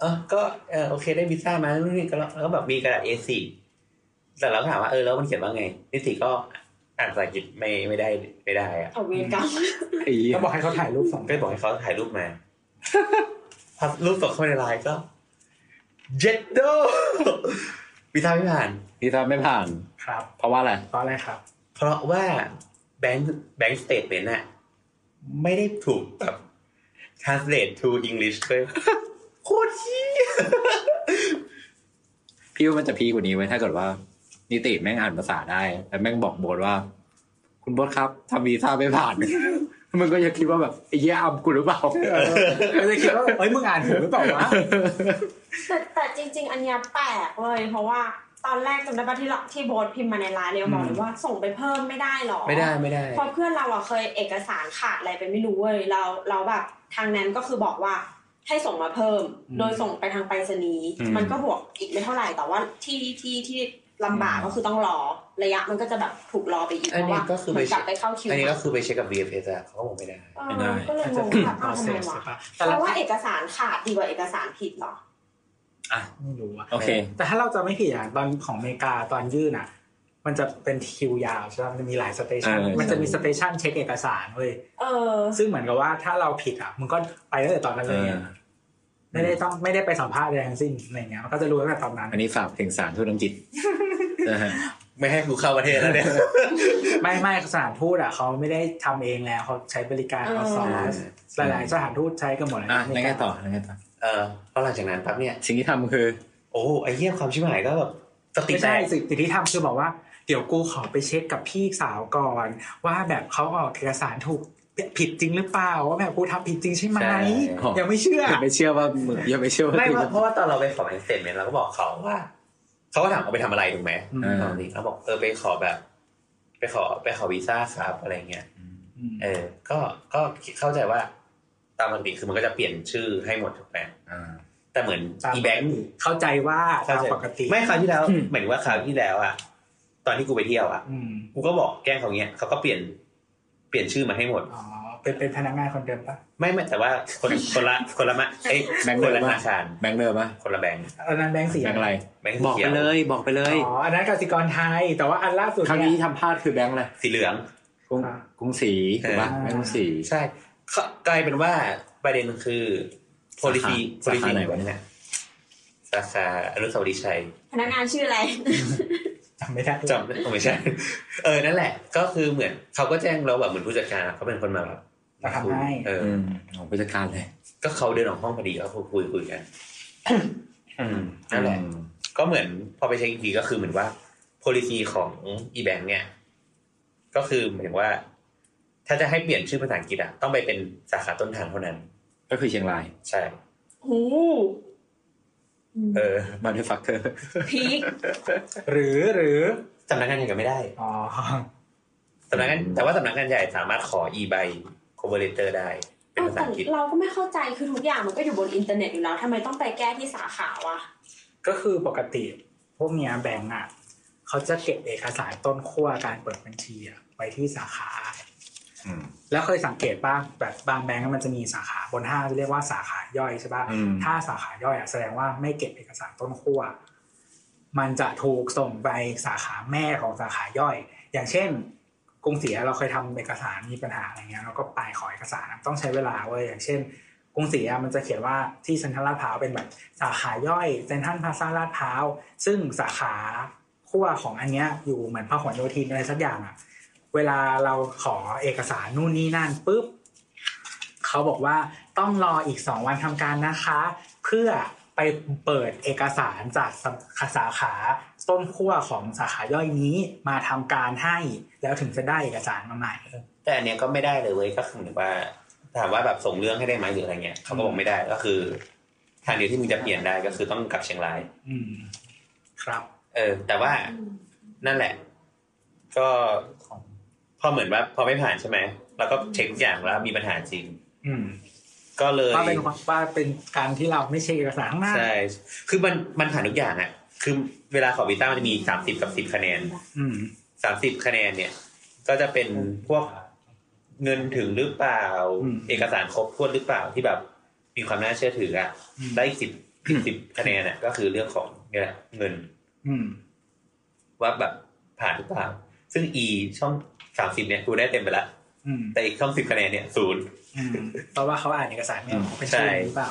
Speaker 3: เออก็เออโอเคได้วีซ่ามานู่นนี่ก็แล้วแล้วก็แบบมีกระดาษ A4 แต่เราก็ถามว่าเออแล้วมันเขียนว่าไง นิติก็อ่านภาษาอังกฤษไม่ไม่ได้ไม่ได้อะ
Speaker 6: เอาเวรกรรม
Speaker 7: ไอ้เหี้ย
Speaker 4: ก็บอกให้เขาถ่ายรูปสอง
Speaker 3: ก็บอกให้เขาถ่ายรูปมา พอรูปส่งเข้ามาในไลน์ก็ เจ็ดโด วิธาไม่ผ่าน
Speaker 2: พี่ทาไม่ผ่าน
Speaker 4: ครับ
Speaker 2: เพราะว่าอะไร
Speaker 4: เพราะอะไรครับ
Speaker 3: เพราะว่าแบงค์แบงค์สเตทเมนต์อะไม่ได้ถูกแบบ translate to English เลย โคตรชี้ย
Speaker 2: พี่ว่ามันจะพีกว่านี้ไว้ยถ้าเกิดว่า นิติแม่งอ่านภาษาได้แต่แม่งบอกโบทว่า คุณโบทครับทำวีซ่าไม่ผ่าน มันก็จะคิดว่าแบบไอ้เหี้ยอัมกูหรือเปล่า
Speaker 4: เออก็จะคิดว่าเอ้ยมึงอ่านถูกหรือเปล่าวะ
Speaker 6: แต่แต่จริง ๆ อันเนี้ยแปลกเลย เพราะว่าตอนแรกจำได้ปะที่เราที่โบสพิมพ์มาในไลน์เลยบอกเลยว่าส่งไปเพิ่มไม่ได้หรอ
Speaker 3: ไม่ได้ไม่ได้
Speaker 6: เพราะเพื่อนเราอะเคยเอกสารขาดอะไรไปไม่รู้เว้ยเราเราแบบทางนั้นก็คือบอกว่าให้ส่งมาเพิ่ม โดยส่งไปทางไปรษณีย์
Speaker 2: อืม
Speaker 6: มันก็บวกอีกไม่เท่าไหร่แต่ว่าที่ที่ที่ลำบากก็คือต้องรอระยะมันก็จะแบบถูกรอไปอีก
Speaker 3: อั
Speaker 6: เพ
Speaker 3: นนี้
Speaker 6: ราะว่า
Speaker 3: ก็คือ
Speaker 6: เหมือนกลับ
Speaker 3: ไป
Speaker 6: ไปเข้าคิว
Speaker 3: อันนี้ก็คือไปเช็คกับ VFS อะเขาก็บอกไม่ได้
Speaker 6: เออก็เลยงงว่า
Speaker 4: ก็
Speaker 6: เอาทำ
Speaker 4: เสี
Speaker 6: ไม
Speaker 4: ยส
Speaker 6: วะ
Speaker 4: ภาพ
Speaker 6: เพ
Speaker 4: แต่เรา
Speaker 6: ราะว่าเอกสารขาดดีกว่าเอกสารผิดเหรอ
Speaker 4: ไม่รู้อะ
Speaker 2: โอเค
Speaker 4: แต่ถ้าเราจะไม่ผิดอ่ะตอนของอเมริกาตอนยื่นอ่ะ มันจะเป็นคิวยาวใช่ไหมมันจะมีหลายสเตชัน
Speaker 2: เออ
Speaker 4: มันจะมีสเตชันเช็คเอกสารเว้ย
Speaker 6: เออ
Speaker 4: ซึ่งเหมือนกับว่าถ้าเราผิดอ่ะมันก็ไปตั้งแต่ตอนนั้น
Speaker 2: เอ
Speaker 4: เลย
Speaker 2: อ
Speaker 4: ไงไม่ได้ต้องไม่ได้ไปสัมภาษณ์อะไรทั้งสิ้นอะไรเงี้ยมันก็จะรู้ตั้งแต่ตอนนั้น
Speaker 2: อันนี้ฝากถึงสารทูตอังกฤษนะฮะ
Speaker 3: ไม่ให้กูเข้าประเทศแล้วเนี่ย
Speaker 4: ไม่ไม่สถานทูตอ่ะเขาไม่ได้ทำเองแล้วเขาใช้บริการ
Speaker 6: เออ
Speaker 4: เอาซอสหลายๆสถานทูตใช้กันหมดเลย
Speaker 2: อ่ะ
Speaker 4: นะ
Speaker 2: แล้วไงต่อแล้วไงต่อ
Speaker 3: เออพอหลังจากนั้นปั๊บเนี่ย
Speaker 2: สิ่งที่ทำคือ
Speaker 3: โอ้ไอ้เหี้ยความชิบหายก็แบบสติ
Speaker 4: ไม่
Speaker 3: แต
Speaker 4: ใช่
Speaker 3: ก
Speaker 4: สิสิ่งที่ทำคือบอกว่าเดี๋ยวกูขอไปเช็คกับพี่สาวก่อน ว่าแบบเขาออกเอกสารถูกผิดจริงหรือเปล่าว่าแบบกูทำผิดจริงใช่ไหม
Speaker 3: ใช่
Speaker 4: ยังไม่เชื่อ
Speaker 2: อย่าไปเชื่อว่ามึงอย่าไปเชื่อว่า
Speaker 3: ไม่
Speaker 2: คุณจะ
Speaker 3: เพราะเพราะว่าตอนเราไปขอเป็นสเตทเมนต์เราก็บอกเขาว่า เขาก็ถามเอาไปทำอะไรถูกไหม
Speaker 4: อืม
Speaker 3: ตอนนี้เราบอกเออไปขอแบบ ไปขอไปขอวีซ่าครับอะไรเงี้ยเออ ก็ก็เข้าใจว่า ตามปกติคือมันก็จะเปลี่ยนชื่อให้หมดถูกไหมแต่เหมือน
Speaker 4: ตาม
Speaker 3: อีแบงค์
Speaker 4: เข้าใจว่าตามปกติ
Speaker 3: ไม่คราวที่แล้วเหมือนว่าคราวที่แล้วอะตอนที่กูไปเที่ยวอะ
Speaker 4: อืม
Speaker 3: กูก็บอกแกล้งเขาเงี้ยเขาก็เปลี่ยนเปลี่ยนชื่อมาให้หมด
Speaker 4: อ๋อเป็นเป็นพนักงานคนเดิมปะ
Speaker 3: ไม่ไม่แต่ว่าคนคนละคนละมะเอ้ย
Speaker 2: แบงค์
Speaker 3: ค
Speaker 2: เดิ
Speaker 3: น
Speaker 2: ม
Speaker 3: ละธ
Speaker 2: ปะ
Speaker 3: นาคาร
Speaker 2: แบงค์เดิมปะ
Speaker 3: คนละแบงค์
Speaker 4: อันนั้นแบงค์สี
Speaker 2: แบงค์อะไร
Speaker 3: แบงค์
Speaker 2: บอก
Speaker 3: ขี
Speaker 2: ไป
Speaker 3: ว
Speaker 2: เลยบอกไปเลย
Speaker 4: อ๋ออันนั้นกสิกรไทย แต่ว่าอันล่าสุด
Speaker 2: ครั้งนี้
Speaker 4: เนี่ย
Speaker 2: ทำพลาดคือแบงค์อะไร
Speaker 3: สีเหลือง
Speaker 2: กรุง
Speaker 4: อ่าก
Speaker 2: รุงศรีถูกปะ
Speaker 4: อ่า
Speaker 2: แบงค์กรุงศรี
Speaker 3: ใช่ก็กลายเป็นว่าประเด็นคือ policy
Speaker 2: สาขา
Speaker 3: policy
Speaker 2: ไหนวะ
Speaker 3: ของมัเนี่ยสาขาอนุสาวรีย์ชัย
Speaker 6: พนักงานชื่ออะไร
Speaker 4: จำไม่ได้
Speaker 3: จำเออไม่ใช่ เออ นั่นแหละ ก็คือเหมือนเขาก็แจ้งเราแบบเหมือนผู้จัดการเขาเป็นคนมาแบบ
Speaker 4: มาทำให้
Speaker 3: เออ
Speaker 2: อืมของผู้จัดการเลย
Speaker 3: ก็เขาเดินออกห้องพอดีเขาคุยคุยกันอืมนั่นแหละ
Speaker 2: อืม
Speaker 3: ก็เหมือนพอไปเช็คอีกทีก็คือเหมือนว่า policy ของ e-bank เนี่ย ก็คือเหมือนว่า ถ้าจะให้เปลี่ยนชื่อภาษาอังกฤษอะต้องไปเป็นสาขาต้นทางเท่านั้น
Speaker 2: ก็คือเชียงราย
Speaker 3: ใช่
Speaker 6: หู
Speaker 3: เออ
Speaker 2: มาด้วยฟักเธอร์
Speaker 6: พีค
Speaker 4: หรือหรือ
Speaker 3: สำนักงานยังกันไม่ได้
Speaker 4: อ๋อ
Speaker 3: สำนักงานแต่ว่าสำนักงานใหญ่สามารถขอ e ใบ cooperator ได้ เป็นภาษา
Speaker 6: แต่
Speaker 3: อังกฤษ
Speaker 6: เราก็ไม่เข้าใจคือทุกอย่างมันก็อยู่บนอินเทอร์เน็ตอยู่แล้วทำไมต้องไปแก้ที่สาขาวะ
Speaker 4: ก็คือปกติพวกเนี้ยแบงก์อ่ะเขาจะเก็บเอกสารต้นขั้วการเปิดบัญชีอ่ะไว้ที่สาขา
Speaker 8: อืม
Speaker 4: แล้วเคยสังเกตป่ะแบบบางแบงก์มันจะมีสาขาบนห้างจะเรียกว่าสาขาย่อยใช่ป่ะ
Speaker 8: อืม
Speaker 4: ถ้าสาขาย่อยอ่ะแสดงว่าไม่เก็บเอกสารต้นขั้วมันจะถูกส่งไปสาขาแม่ของสาขาย่อย อย่างเช่น กรุงศรีอะเราเคยทำเอกสารมีปัญหาอะไรเงี้ยเราก็ไปขอเอกสารอะต้องใช้เวลาเว้ยอย่างเช่น กรุงศรีอะมันจะเขียนว่าที่เซ็นทรัลลาดพร้าวเป็นแบบสาขาย่อยเซ็นทรัลพลาซาลาดพร้าวซึ่งสาขาขั้วของอันเนี้ยอยู่เหมือนพหลโยธินอะไรสักอย่างอะ เวลาเราขอเอกสารนู่นนี่นั่นปุ๊บเขาบอกว่าต้องรออีกสองวันทำการนะคะ เพื่อไปเปิดเอกสารจากสาขาต้นขั้วของสาขาย่อยนี้มาทำการให้แล้วถึงจะได้เอกสารมาใหม่
Speaker 3: แต่อันเนี้ยก็ไม่ได้เลยเว้ยก็คือเหมือนว่าถามว่าแบบส่งเรื่องให้ได้ไหมหรืออะไรเงี้ยเขาก็บอกไม่ได้ก็คือ ทางเดียวที่มึงจะเปลี่ยนได้ก็คือต้องกลับเชียงราย
Speaker 4: อืม ครับ
Speaker 3: เออ แต่ว่านั่นแหละ ก็พอเหมือนว่าพอไม่ผ่านใช่ไหมแล้วก็เช็คทุกอย่างแล้วมีปัญหาจริง
Speaker 4: อืม
Speaker 3: ก็เลย
Speaker 4: ว่าเป็นว่าเป็นการที่เราไม่ใช่เอกสารข้างหน้า
Speaker 3: ใช่ คือมันมันผ่านทุกอย่างอะคือเวลาขอวีซ่ามันจะมีสามสิบกับสิบคะแนน
Speaker 4: อืม
Speaker 3: สามสิบคะแนนเนี่ย ก็จะเป็นพวกเงินถึงหรือเปล่า
Speaker 4: อืม
Speaker 3: เอกสารครบถ้วนหรือเปล่าที่แบบมีความน่าเชื่อถืออ่ะ
Speaker 4: อืม
Speaker 3: ได้สิบสิบคะแนนอ่ะก็คือเรื่องของเนี่ยแหละเงิน
Speaker 4: อืม
Speaker 3: ว่าแบบผ่านหรือเปล่า ซึ่งอีช่องสามสิบเนี่ยกูได้เต็มไปละ
Speaker 4: อืม
Speaker 3: แต่อีกช่องสิบคะแนนเนี่ยศูนย์
Speaker 4: อืมเพราะว่าเขาอ่านเอกสารไม่ออกเป็นชื่อหรือเปล่า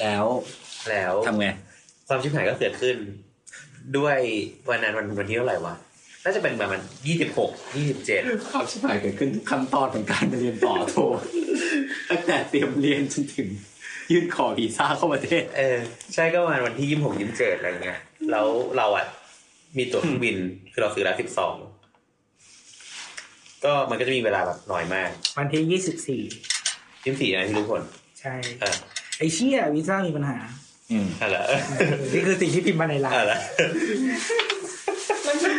Speaker 2: แล้ว
Speaker 3: แล้ว
Speaker 2: ทำไง
Speaker 3: ความชิบหายก็เกิดขึ้น ด้วยวันนั้นวันวันที่เท่าไหร่วะน่าจะเป็นประมาณยี่สิบหกยี่สิบเจ็ด
Speaker 7: ความชิบหายเกิดขึ้นทุกขั้นตอนของการเรียนต่อโทตั้งแต่เตรียมเรียนจนถึง ยื่นขอวีซ่าเข้าประเทศ
Speaker 3: เออใช่ก็ประมาณวันที่ยี่สิบหกยี่สิบเจ็ดอะไรเงี้ยแล้วเราอ่ะมีตั๋วเครื่องบินคือเราซื้อแล้วสิบสองก็มันก็จะมีเวลาแบบน้อยมาก
Speaker 4: วันที่ยี่สิบสี่
Speaker 3: ยี่สิบสี่นะที่ทุกคน
Speaker 4: ใช่
Speaker 3: เออ
Speaker 4: ไอเชี่ยวีซ่ามีปัญหา
Speaker 8: อืม
Speaker 3: อะไร
Speaker 4: นี่คือสิ่งที่พิมพ์มาในไลน์
Speaker 3: อะไร
Speaker 6: มันพิม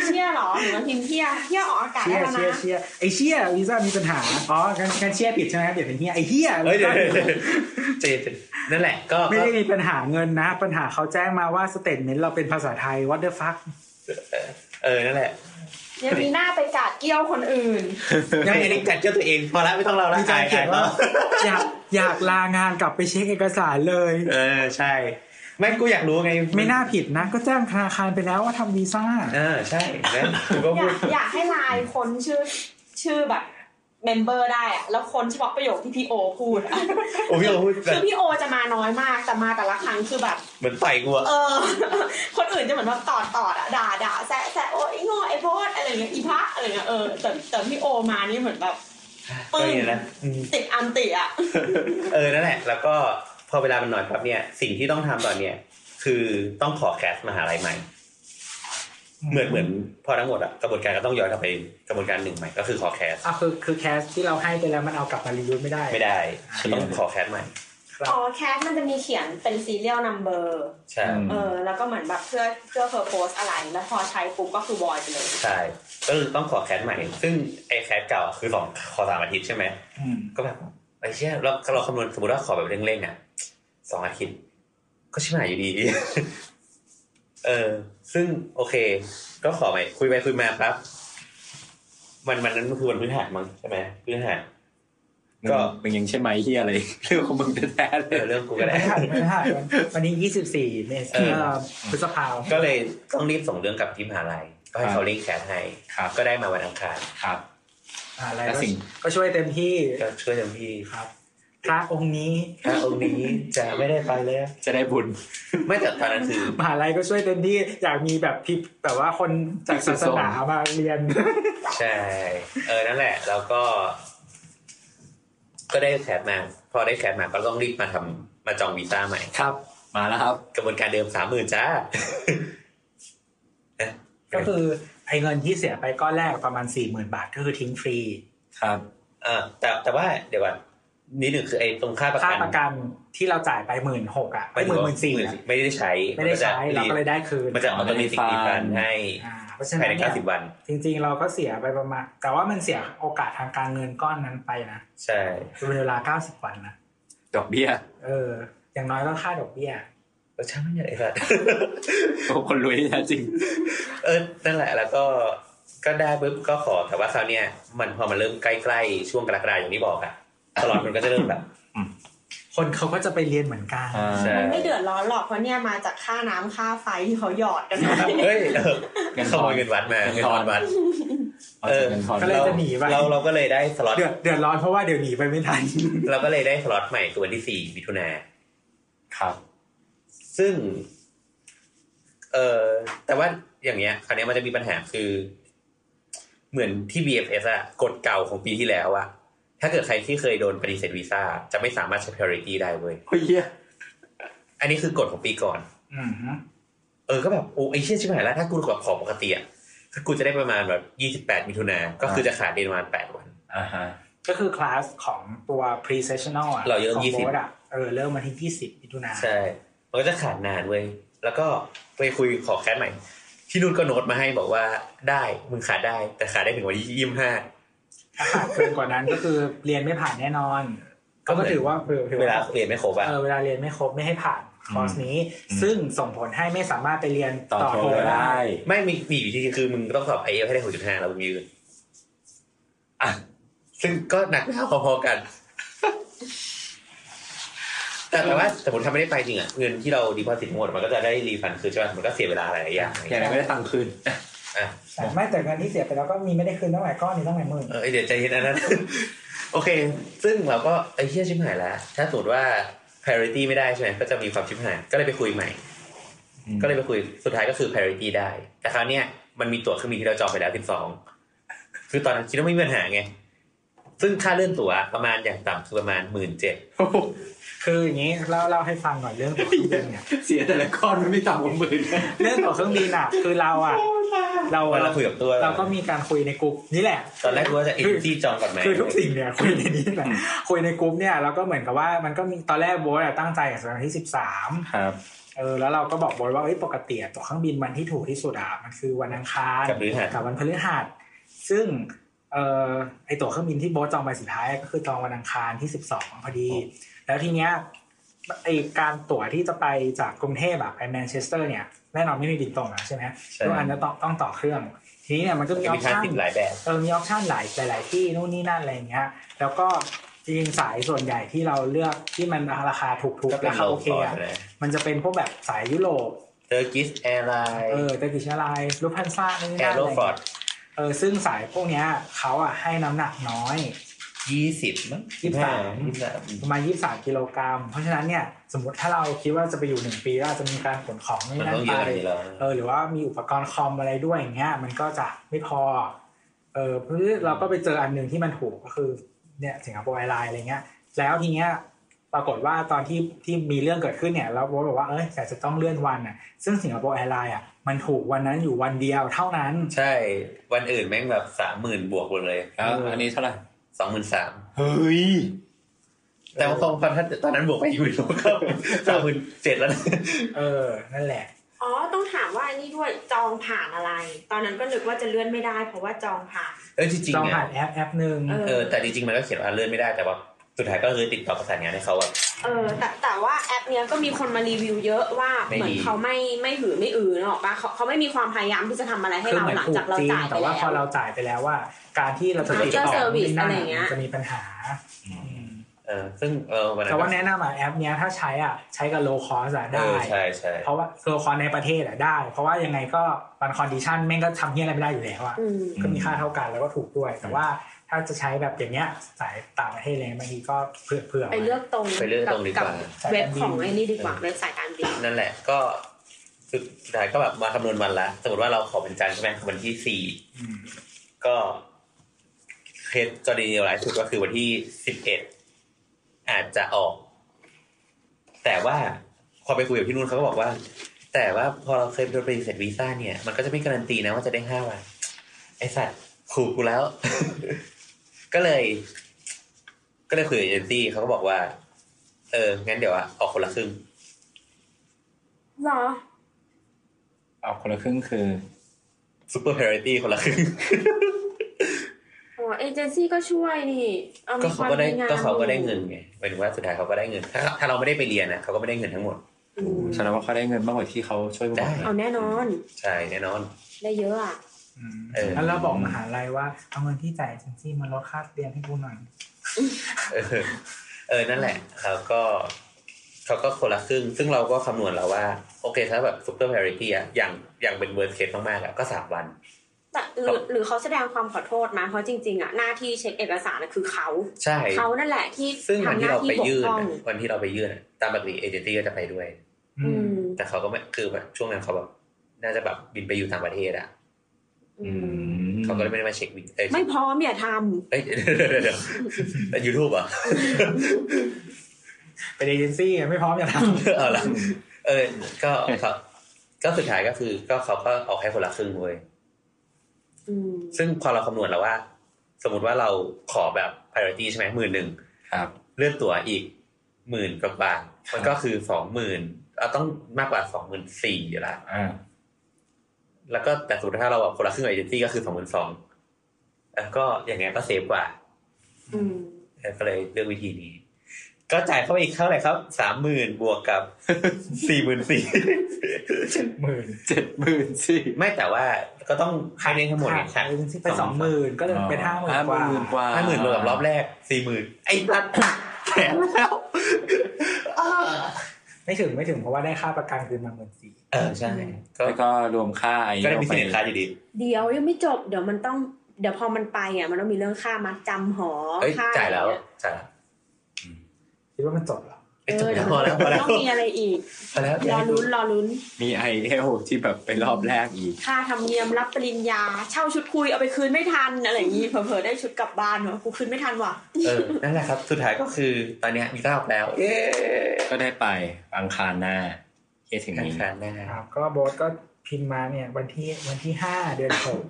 Speaker 6: พ์เชี่ยเหรอหรือมันพิมพ์เที่ยเที่ยออกอากาศ
Speaker 4: เชี
Speaker 6: ได้
Speaker 4: ย
Speaker 6: แล้ว
Speaker 4: เชีย
Speaker 6: นะ
Speaker 4: เชียไอเชียวีซ่ามีปัญหา อ๋อการการเชียผิดใช่ไหมเปลี่ยนเป็นเฮียไอเฮีย
Speaker 3: เฮ้ยเดี๋ยวเดี๋ยวเดี๋ยวเจเจนั่นแหละ ก็
Speaker 4: ไม่
Speaker 3: ก็
Speaker 4: ได้มีปัญหาเงินนะ ปัญหาเขาแจ้งมาว่าสเตทเมนต์เราเป็นภาษาไทย what the fuck
Speaker 3: เออนั่นแหละ
Speaker 6: เดี๋ยวมีหน้าไปกาดเกี้ยวคนอื่น
Speaker 3: ยังไม่ได้กัดเจ้าตัวเองพอแล้วไม่ต้องเราละ
Speaker 4: มีการ
Speaker 3: อาย
Speaker 4: เขียน
Speaker 3: อาย
Speaker 4: ว่า
Speaker 3: เนาะ
Speaker 4: อยากอยากลางานกลับไปเช็คเอกสารเลย
Speaker 3: เออใช่ ไม่กูอยากรู้ไง
Speaker 4: ไม่น่าผิดนะ ก็แจ้งธนาคารไปแล้วว่าทำวีซ่า
Speaker 3: เออใช่แล้วกูก็
Speaker 6: อ
Speaker 3: พู
Speaker 6: ยา
Speaker 3: ด
Speaker 6: กอยากให้ไลน์คนชื่อชื่อแบบเมมเบอร์ได้อะแล้วคนเฉพาะประโยคที่พี่โอพูดอะ
Speaker 3: โอ้พี่เราพูดแบ
Speaker 6: คื
Speaker 3: บ
Speaker 6: อพี่โอจะมาน้อยมากแต่มาแต่ละครั้งคือแบบ
Speaker 3: เหมือนต่อยกูอะ
Speaker 6: เออ คนอื่นจะเหมือนแบบตอดตอดอะด่าด่าแซะแซะโอ้ยไอ้โง่ไอ้โบดอะไรอย่างเงี้ยอีพระอะไรอย่างเงี้ยเออแต่แต่พี่โอมานี่เหมือนแบบปึ้ง
Speaker 3: ก็อย่างนั้น
Speaker 6: ติดอันติอะ
Speaker 3: เออนั่นแหละ แล้วก็พอเวลามันน้อยครับเนี่ย สิ่งที่ต้องทำตอนเนี้ยคือต้องขอแคสมหาลัยใหม่ เหมือนเหมือนพอทั้งหมดอะกระบวนการก็ต้องย้อนกลับไปกระบวนการหนึ่งใหม่ก็คือขอแคส
Speaker 4: อ่ะคือคือแคสที่เราให้ไปแล้วมันเอากลับมารีวิวไม่ได้
Speaker 3: ไม่ได้คือต้องขอแคสใหม่
Speaker 4: ครับ
Speaker 6: อ๋อแคสมันจะมีเขียนเป็นซีเรียลนัมเบอร์
Speaker 3: ใช่
Speaker 8: อืม
Speaker 6: เออ แล้วก็เหมือนแบบเพื่อเพื่อเพอร์โพสอะไร แล้วพอใช้ปุ๊บก็คือวอยไปเลย
Speaker 3: ใช่ก็คือต้องขอแคสใหม่ ซึ่งไอ้แคสเก่าอะคือสองขอสามอาทิตย์ใช่ไหม
Speaker 4: อืม
Speaker 3: ก็แบบไอ้เชี่ยเราเราคำนวณสมมติว่าขอแบบเร่งๆอะสองอาทิตย์ ก็ชิบหายอยู่ดี เออ ซึ่งโอเค ก็ขอไปคุยไปคุยมาปั๊บวันวันนั้นมันคือวันพฤหัสมั้งใช่ไหมพฤหัส ก็
Speaker 8: ก็มึงยังใช่ไหมเฮียอะไรเรื่องของมึงแท้ๆเล
Speaker 3: เอย อเรื่องกูก็ได้
Speaker 4: ไม่ทันไม่ทันวันนี้ยี่สิบสี่เมษา
Speaker 3: เออ
Speaker 4: พฤษภาคม
Speaker 3: ก็เลยต้องรีบส่งเรื่องกลับที่มหาลัยก็ให้เขาเร่งแคสให้
Speaker 8: ครับ
Speaker 3: ก็ได้มาวันอังคาร
Speaker 8: ครับ
Speaker 4: อะไร
Speaker 8: และ
Speaker 4: ก็
Speaker 8: สิ่ง
Speaker 4: ก็ช่วยเต็มที่
Speaker 3: ก็ช่วยเต็มที่
Speaker 4: ครับพระองค์นี้
Speaker 3: ถ้าองค์นี้จะไม่ได้ไปแล้ว
Speaker 8: จะได้บุญ
Speaker 3: ไม่แต่ตอนนั้นคือ
Speaker 4: มหาลัยก็ช่วยเต็มที่อยากมีแบบพิแบบว่าคนจากศาสนามาเรียน
Speaker 3: ใช่ เออ นั่นแหละ แล้วก็ ก็ได้แคสมา พอได้แคสมาก็ต้องรีบมาทำมาจองวีซ่าใหม่
Speaker 8: ครับ มาแล้วครับ
Speaker 3: กระบวนการเดิมสามหมื่นจ้า
Speaker 4: ก็คือไอ้เงินที่เสียไปก้อนแรกประมาณสี่หมื่นบาทก็คือทิ้งฟรี
Speaker 8: ครับ
Speaker 3: อ่าแต่แต่ว่าเดี๋ยวก่อนนิดหนึ่งคือไอ้ตรงค่าประ
Speaker 4: ค่า
Speaker 3: กัน
Speaker 4: ประกันที่เราจ่ายไปหมื่นหกอ่ะไปหมื่นหมื่นสี่
Speaker 3: หมื่นไม่ได้ใช้
Speaker 4: ไม่ได้ใช้เราก็เลยได้คืน
Speaker 3: มันจะมันจะมีสิ่งที่ฟันให้
Speaker 4: อ่าเพราะฉะ
Speaker 3: ภา
Speaker 4: นั้
Speaker 3: ย
Speaker 4: น
Speaker 3: ใน
Speaker 4: เนี่
Speaker 3: เก้าย สิบวัน
Speaker 4: จริง ๆ เราก็เสียไปประมาณ แต่ว่ามันเสียโอกาสทางการเงินก้อนนั้นไปนะ
Speaker 3: ใช่
Speaker 4: เป็นเวลาเก้าสิบวันนะ
Speaker 8: ดอกเบี้ย
Speaker 4: เออ อย่างน้อยก็ค่าดอกเบี้ย
Speaker 3: เออช่างไม่ใหญ่สัตว์
Speaker 8: โอ้คนรวยที่แท้จริง
Speaker 3: เออ นั่นแหละ แล้วก็ ก็ได้ปุ๊บ ก็ขอ แต่ว่าคราวเนี้ย มันพอมันเริ่มใกล้ๆ ช่วงกรกฎาอย่างที่บอกอะตลอดมันก็จะเริ่มแบบ
Speaker 4: คนเขาก็จะไปเรียนเหมือนกัน
Speaker 8: ใช่
Speaker 6: มันไม่เดือดร้อนหรอกเพราะเนี่ยมาจากค่าน้ำค่าไฟที่เขาหยอดกันมา
Speaker 3: เฮ้ยเออ
Speaker 8: เงินทอน
Speaker 3: ขโมยเงินวัดมา
Speaker 8: เงินท
Speaker 3: เงินท
Speaker 8: อ
Speaker 3: อน นวัด
Speaker 8: เอาจากเงินทอน
Speaker 4: ก็เลยจะหนีไป
Speaker 3: เราเราก็เลยได้สล็อต
Speaker 4: เดือดเดือดร้อนเพราะว่าเดี๋ยวหนีไปไม่ทัน
Speaker 3: เราก็เลยได้สล็อตใหม่คือวันที่สี่มิถุนา
Speaker 8: ครับ
Speaker 3: ซึ่ง เออแต่ว่าอย่างเงี้ย คราวเนี้ยมันจะมีปัญหาคือ เหมือนที่ BFS อะกฎเก่าของปีที่แล้วอะถ้าเกิดใครที่เคยโดนปฏิเสธวีซ่าจะไม่สามารถใช้ priority ได้เว้ย
Speaker 8: เฮ้ยเหี้ย
Speaker 3: อันนี้คือกฎของปีก่อน
Speaker 4: อืมฮะ
Speaker 3: เออ ก็แบบโอ้ไอเชี่ยชิบหายแล้ว ถ้ากูกดของปกติอะคือกูจะได้ประมาณแบบยี่สิบแปดมิถุนาก็คือจะขาดเดือนประมาณแปดวัน
Speaker 8: อ่าฮะ
Speaker 4: ก็คือคลาสของตัว pre sessional อ่ะ
Speaker 3: เราเริ่ม
Speaker 4: ของ
Speaker 3: ยี่สิบ
Speaker 4: โบ๊ทอ่ะเออเริ่มมาที่ยี่สิบมิถุนา
Speaker 3: ใช่ มันก็จะขาดนานเว้ย แล้วก็ไปคุยขอแคสใหม่ ที่นู่นก็โน้ตมาให้บอกว่าได้ มึงขาดได้ แต่ขาดได้ถึงวันที่ยี่สิบห้า
Speaker 4: ถ้าขาดเกินกว่านั้นก็คือเรียนไม่ผ่านแน่นอนเขาก็ถือว่าเออถือ
Speaker 3: เวลาเรียนไม่ครบอะ
Speaker 4: เออเวลาเรียนไม่ครบไม่ให้ผ่านคอร์สนี้ ซึ่งส่งผลให้ไม่สามารถไปเรียน
Speaker 8: ต่อ
Speaker 4: ต่อ
Speaker 8: โทร
Speaker 4: โทได้
Speaker 8: ได้
Speaker 3: ไม่มีมีอยู่ที่คือมึงต้องสอบไอเอฟให้ได้หกจุดห้าแล้วมึงยืนอ่ะซึ่งก็หนักหน้าพอๆกัน แต่แต่ว่าสมมติถ้าไม่ได้ไปจริงอะเงินที่เราดีพอสิตทั้งหมดมันก็จะได้รีฟันคืนใช่ไหมมันก็เสียเวลาหลายๆอย่าง
Speaker 8: อย่างไรไม่ได้ตังค์คืน
Speaker 3: อ่ะ
Speaker 4: แต่ไม่แต่เงินที่เสียไปแล้วก็มีไม่ได้คืนตั้งหลายก้อนนี่ตั้งหลายหมื่น
Speaker 3: เออเดี๋ยวใจเย็นอันนั้น โอเค ซึ่งเราก็ไอ้เชี่ยชิบหายแล้ว ถ้าสมมติว่า priority ไม่ได้ใช่ไหมก็จะมีความชิบหายก็เลยไปคุยใหม่
Speaker 8: อืม
Speaker 3: ก็เลยไปคุยสุดท้ายก็คือ parity ได้ แต่คราวเนี้ยมันมีตั๋วเครื่องบินที่เราจองไปแล้ว 12 คือตอนนั้นคิดว่าไม่มีปัญหาไง ซึ่งค่าเลื่อนตั๋วประมาณอย่างต่ำคือประมาณหมื่นเจ็ด
Speaker 4: คืออย่างนี้เล่าเล่าให้ฟังหน่อยเรื่องตัวเครื่องบินเนี่ย
Speaker 8: เสียแต่ละก้อนมันไม่ต่ำกว่าหมื่น
Speaker 4: เรื่องตั๋วเครื่องบินอ่ะ คือเราอ่ะ เรา
Speaker 3: ตอนเราคุยกับตัว
Speaker 4: เราก็มีการคุยในกลุ่มนี่แหละ
Speaker 3: ตอนแรกว่าจะเอเจนซี่จองก่อนไหม
Speaker 4: คือทุกสิ่งเนี่ย คุยในนี้แหละคุยในกลุ่มเนี่ยเราก็เหมือนกับว่ามันก็มีตอนแรกโบ๊ทอะตั้งใจกับสถานที่สิบสาม
Speaker 8: ครับ
Speaker 4: เออแล้วเราก็บอกโบ๊ทว่าเอ้ยปกติอะตั๋วเครื่องบินมันที่ถูกที่สุดอ่ะมันคือวันอังคาร
Speaker 3: กับหรือหา
Speaker 4: กับวันพฤหัสซึ่งเออไอตั๋วเครื่องบินที่โบ๊ทจองไปสุดท้ายก็คือจองวันอังคารที่สิบสองพอดี แล้วทีเนี้ยไอการตั๋วที่จะไปจากกรุงเทพอะไปแมนเชสเตอร์เนี่ยแน่นอนไม่มีบินตรงแล้วใช่ไหมทุกอันจะต้องต้องต่อเครื่อง ทีนี้เนี่ยมันก็มีออ
Speaker 3: มี
Speaker 4: ป
Speaker 3: ค่า
Speaker 4: ชั่น
Speaker 3: สิทธิ์หลายแบบ
Speaker 4: เออมีออปชันหลายหลาย ๆ ที่นู่นนี่นั่นอะไรอย่างเงี้ย แล้วก็จริงๆสายส่วนใหญ่ที่เราเลือกที่มันราคาถูก
Speaker 3: ก็
Speaker 4: ๆ
Speaker 3: เป็น
Speaker 4: ราคา
Speaker 3: โล
Speaker 4: โอ
Speaker 3: ค
Speaker 4: เค
Speaker 3: อร์
Speaker 4: อ่ะ
Speaker 3: นะ
Speaker 4: มันจะเป็นพวกแบบสายยุโรป
Speaker 3: เตอร์กิสแอร์ไลน์
Speaker 4: เออเตอร์กิชไลน์ลูพันซ่านู่นนี่
Speaker 3: แอ
Speaker 4: นั่นอะ
Speaker 3: ร์โร
Speaker 4: ไรอย่าง
Speaker 3: ฟอร์ด
Speaker 4: เงี้ยเออซึ่งสายพวกเนี้ยเขาอ่ะให้น้ำหนักน้อย
Speaker 3: ยี่สิบมั้ง
Speaker 4: 23
Speaker 3: ยี่สิบสาม
Speaker 4: ประมาณ 23 กิโลกรัม เพราะฉะนั้นเนี่ยสมมติถ้าเราคิดว่าจะไปอยู่ 1 ปีก็อาจจะมีการขนของนู่น
Speaker 3: มัน
Speaker 4: นี่นั่
Speaker 3: ต้อน งเย
Speaker 4: ไป
Speaker 3: อะกว่านี้แล้ว
Speaker 4: เออหรือว่ามีอุปกรณ์คอมอะไรด้วยอย่างเงี้ยมันก็จะไม่พอเออเพราะฉะนั้นเราก็ไปเจออันหนึ่งที่มันถูกก็คือเนี่ยสิงคโปร์แอร์ไลน์อะไรเงี้ย แล้วทีเนี้ยปรากฏว่าตอนที่ที่มีเรื่องเกิดขึ้นเนี่ยแล้วโบทบอกว่าเอ้ยแต่จะต้องเลื่อนวันอ่ะซึ่งสิงคโปร์แอร์ไลน์อ่ะมันถูกวันนั้นอยู่วันเดียวเท่านั้น
Speaker 3: ใช่วันอื่นแม่งแบบสามหมื่นบวกหมดเลย
Speaker 8: แล้วอันนี้เท่าไหร่
Speaker 3: สองหมื่นสาม
Speaker 8: เฮ้ย
Speaker 3: แต่ว่าตอนตอนนั้นบวกไปอยู่หนู ก็สามหมื่นเจ็ดแล้วนะ
Speaker 4: เออนั่นแหละ
Speaker 6: อ๋อ ต้องถามว่าอันนี้ด้วยจองผ่านอะไร ตอนนั้นก็นึกว่าจะเลื่อนไม่ได้ เพราะว่าจองผ่าน
Speaker 3: เออจริง
Speaker 4: จอ
Speaker 3: ๆ
Speaker 4: ง
Speaker 3: เนี่
Speaker 4: ผ่าย นแอปแอปหนึ่ง
Speaker 3: เออแต่จริงๆมันก็เขียนว่าเลื่อนไม่ได้แต่ว่าสุดท้ายก็คือติดต่อประสานงานให้เขาอะ
Speaker 6: เออแต่แต่ว่าแอปเนี้ยก็มีคนมารีวิวเยอะว่า
Speaker 3: ไม่
Speaker 6: เหมือ
Speaker 3: ดี
Speaker 6: นเขาไม่ไม่หือไม่อือเนกอะปะเขาเขาไม่มีความพยายามที่จะทำอะไรให้
Speaker 4: คือ
Speaker 6: เรา
Speaker 4: เหมือน
Speaker 6: หลัง
Speaker 4: ถู
Speaker 6: จากกเรา
Speaker 4: จริง
Speaker 6: จ่ายไป
Speaker 4: แต่ว่า
Speaker 6: แล้
Speaker 4: พอเรา
Speaker 6: ว
Speaker 4: จ่ายไปแล้วว่า การที่เราจะติดต่อ
Speaker 6: After service
Speaker 4: นั่น
Speaker 6: อะไรอย่างเงี้ย
Speaker 4: มันจะมีปัญหา
Speaker 3: เออซึ่งเออวันนั้
Speaker 4: แต่
Speaker 3: น
Speaker 4: ว่าแนะนำอ่ะแอปเนี้ยถ้าใช้อ่ะใช้กับโลคอสอะ
Speaker 3: เอ
Speaker 4: ได้
Speaker 3: อใช่ใช่
Speaker 4: เพราะว่าโลคอสในประเทศอ่ะได้ เพราะว่ายังไงก็บันคอนดิชันแม่งก็ทำเฮี้ยอะไรไม่ได้อยู่แล้วอ่ะ
Speaker 6: อืม
Speaker 4: ก็มีค่าเท่ากันแล้วก็ถูกด้วย แต่ว่าถ้าจะใช้แบบอย่างเงี้ยสายต่างประเทศเลยบางทีก็เผื่อเผื่อ
Speaker 6: ไปเลือกตรง
Speaker 3: ไปเรื่องตรงดีกว่า
Speaker 6: เว็บของไอ้นี่ดีกว่าเว็บสายการบิน
Speaker 3: นั่นแหละก็สุดท้ายก็แบบมาคำนวณวันละสมมติว่าเราขอเป็นจันทร์ใช่ไหมวันที่สี่ก็เคสกรณีหลายสุดก็คือวันที่สิบเอ็ดอาจจะออก แต่ว่าพอไปคุยกับที่นู่นเขาก็บอกว่า แต่ว่าพอเราเคยโดนปฏิเสธวีซ่าเนี่ย มันก็จะไม่การันตีนะว่าจะได้ห้าวัน ไอสัตว์ขู่กูแล้ว ก็เลย ก็เลยคุยกับเอเจนซี่เขาก็บอกว่า เอองั้นเดี๋ยวอะออกคนละครึ่ง
Speaker 6: หรอ
Speaker 8: เอาคนละครึ่งคือ
Speaker 3: ซูเปอร์พาริตี้คนละครึ่ง
Speaker 6: อ๋อเอเจนซี่ก็ช่วยนี่อมี
Speaker 3: ก็เขาก็ได้
Speaker 6: ควมดีม
Speaker 3: ก็เขาก็ได้เงินไงหมายถึงว่าสุดท้ายเขาก็ได้เงิน ถ้าถ้าเราไม่ได้ไปเรียนนะเขาก็ไม่ได้เงินทั้งหมด
Speaker 6: อืม
Speaker 8: แสดงว่าเขาได้เงินมากกว่าที่เขาช่วยผม
Speaker 3: ได้
Speaker 6: เอาแน่นอน
Speaker 3: ใช่แน่นอน
Speaker 6: ได้เยอะอ่ะ
Speaker 3: เออ
Speaker 4: แล้วเราบอกมหาลัยว่า เอาเงินที่จ่ายเอเจนซี่มาลดค่าเรียนให้กูหน่อย
Speaker 3: เออเออนั่นแหละแล้วก็เขาก็คนละครึ่ง ซึ่งเราก็คำนวณแล้วว่า โอเคถ้าแบบซูเปอร์พาริตี้อะอย่างอย่างเป็นเวิร์สเคสมากๆอะก็สามวัน
Speaker 6: แต่หรือหรือเขาแสดงความขอโทษนะเพราะจริงๆอ่ะหน้าที่เช็คเอกสารน่ะคือเขา
Speaker 3: ใช่
Speaker 6: เขานั่นแหละที่
Speaker 3: ซึ่งวัน
Speaker 6: ทำห
Speaker 3: ที่
Speaker 6: น้า
Speaker 3: เรา
Speaker 6: ที่
Speaker 3: ไป
Speaker 6: บก
Speaker 3: ยื่น
Speaker 6: พร่อง
Speaker 3: อะวันที่เราไปยื่นอะตามปกติเอเจนซี่ก็จะไปด้วย
Speaker 6: อืม
Speaker 3: แต่เขาก็ไม่คือแบบช่วงนั้นเขาแบบน่าจะแบบบินไปอยู่ต่างประเทศอะ
Speaker 6: อื
Speaker 8: อื
Speaker 6: ม
Speaker 8: ม
Speaker 3: เขาก็เลยไม่ได้มาเช็คบินเอ้ย
Speaker 6: ไม่พร้อมอย่าท
Speaker 3: เอ้ยเดี๋ยวยูทูบอ่ะ
Speaker 4: เป็นเอเจนซี่ไงไม่พร้อมอย่าทำ
Speaker 3: เอาละเออ ก็เขาก็สุดท้ายก็คือ ก็เขาก็เอาให้คนละครึ่งเว้ย
Speaker 6: ำอืม
Speaker 3: ซึ่งพอเราคำนวณแล้วว่า สมมติว่าเราขอแบบ priority ใช่ไหมหมื่นหนึ่ง
Speaker 8: ครับ
Speaker 3: เลื่อนตั๋วอีกหมื่นกว่าบาทมันก็คือสองหมื่นเราต้องมากกว่าสองหมื่นสี่อยู่ละ
Speaker 8: อ่า
Speaker 3: แล้วก็แต่สมมติถ้าเราแบบคนละครึ่งเอเจนซี่ก็คือสองหมื่นสองแล้วก็อย่างเงี้ยก็เซฟกว่า
Speaker 6: อืม
Speaker 3: เออก็เลยเลือกวิธีนี้ ก็จ่ายเข้าไปอีกเท่าไหร่ครับสามหมื่นบวกกับ สี่หมื่นสี่
Speaker 4: หมื่น
Speaker 8: เจ็ดหมื่นสี่
Speaker 3: ไม่แต่ว่าก็ต้องให้เล่นทั้งหมดเนี่ย
Speaker 4: ขา
Speaker 3: หั
Speaker 4: ดเอ
Speaker 3: ก
Speaker 4: เจนซี่ไปสองหมื่นก็เลยเป็นห้าหมื่นกว่า
Speaker 8: กว่า
Speaker 3: ห้าหมื่นรวมกับรอบแรกสี่หมื่นไอ้รัด แสนแล้วอ้า
Speaker 4: ไม่ถึงไม่ถึงเพราะว่าได้ค่าประกันคืนมาหมื่นสี่
Speaker 3: เออใช่ ก็
Speaker 8: แล้วก็รวมค่าไอ้
Speaker 3: ก็ได้มีสินค้าอยู่ดี
Speaker 6: เดี๋ยวยังไม่จบเดี๋ยวมันต้อง เดี๋ยวพอมันไปอ่ะมันต้องมีเรื่องค่ามัดจำหอ
Speaker 3: เอ้ย
Speaker 6: ค่า
Speaker 3: จ่ายแล้วจ่ายแล้ว
Speaker 4: คิดว่ามันจบเหรอ
Speaker 3: เอ้ย
Speaker 6: เอ
Speaker 3: จบ
Speaker 6: อ
Speaker 3: แล้
Speaker 6: เดี๋ยวว
Speaker 3: พอแล้วพอแล้ว
Speaker 6: ต้องมีอะไรอีก
Speaker 3: พอแล้ว
Speaker 6: รอลุ้นรอลุ้น
Speaker 8: มีไอเอลที่แบบไปรอบแรกอีก
Speaker 6: ค่าธรรมเนียมรับปริญญา เช่าชุดคุยเอาไปคืนไม่ทันอะไรอย่างงี้เผลอๆได้ชุดกลับบ้านวะกูคืนไม่ทันว่ะ
Speaker 3: เออนั่นแหละครับ สุดท้ายก็คือตอนเนี้ยมีรอบแล้วเย้
Speaker 8: ก็ได้ไปอังคารหน้าเที่ยถึง
Speaker 3: กัน
Speaker 8: นี้
Speaker 3: ครันแน่
Speaker 4: ครับก็โบสก็พิมพ์มาเนี่ยวันที่วันที่ห้าเดือนหก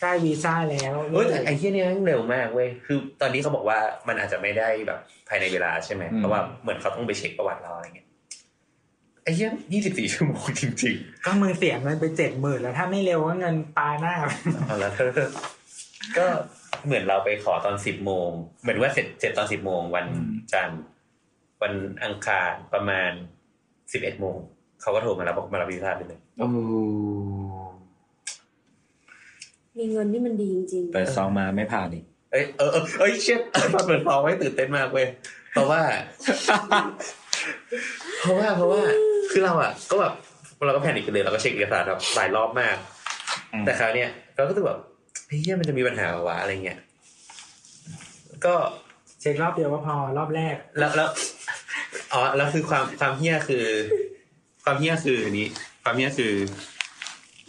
Speaker 4: ได้วีซ่าแล้ว
Speaker 3: เอ้ยแต่ไอ้ที่นี้ยเร็วมากเว้ยคือ ตอนนี้เขาบอกว่ามันอาจจะไม่ได้แบบภายในเวลาใช่ไหมเพราะว่าเหมือนเขาต้องไปเช็คประวัติเราอะไรเงี้ยไอ้เหี้ยยี่สิบสี่ชั่วโมงจริง
Speaker 4: ก็มือเสียเงินไปเจ็ดหมื่นแล้วถ้าไม่เร็วก็เงินปลาหน้า
Speaker 3: ๆเอาละเธอก็เหมือนเราไปขอตอนสิบโมงเหมือนว่าเสร็จเสร็จตอนสิบโมงวัน
Speaker 4: อืม
Speaker 3: จันทร์วันอังคารประมาณสิบเอ็ดโมงเขาก็โทรมาแล้วบอกมารับวีซ่าไปเลย
Speaker 8: โอ้โห
Speaker 6: มีเงินนี่มันดีจริง
Speaker 8: เปิดซองมาไม่ผ่านอีก
Speaker 3: เอ้ยเออเออเอ้ยเชี่ยตอนเปิดฟองไว้ตื่นเต้นมากเว้ยเพราะว่า เพราะว่าเพราะว่าคือเราอ่ะ ก็แบบเราก็แพนิคกันเลยเราก็เช็คเอกสารแบบหลายรอบมาก
Speaker 8: อืม
Speaker 3: แต่คราวเนี้ยเราก็รู้สึกแบบเฮ้ยเหี้ยมันจะมีปัญหาเหรอวะอะไรเงี้ยก็
Speaker 4: เช็ครอบเดียวว่าพอรอบแรก
Speaker 3: แล้วแล้วอ๋อแล้วคือความความเฮี้ยคือ ความเฮี้ยคืออันนี้ ความเฮี้ยคือ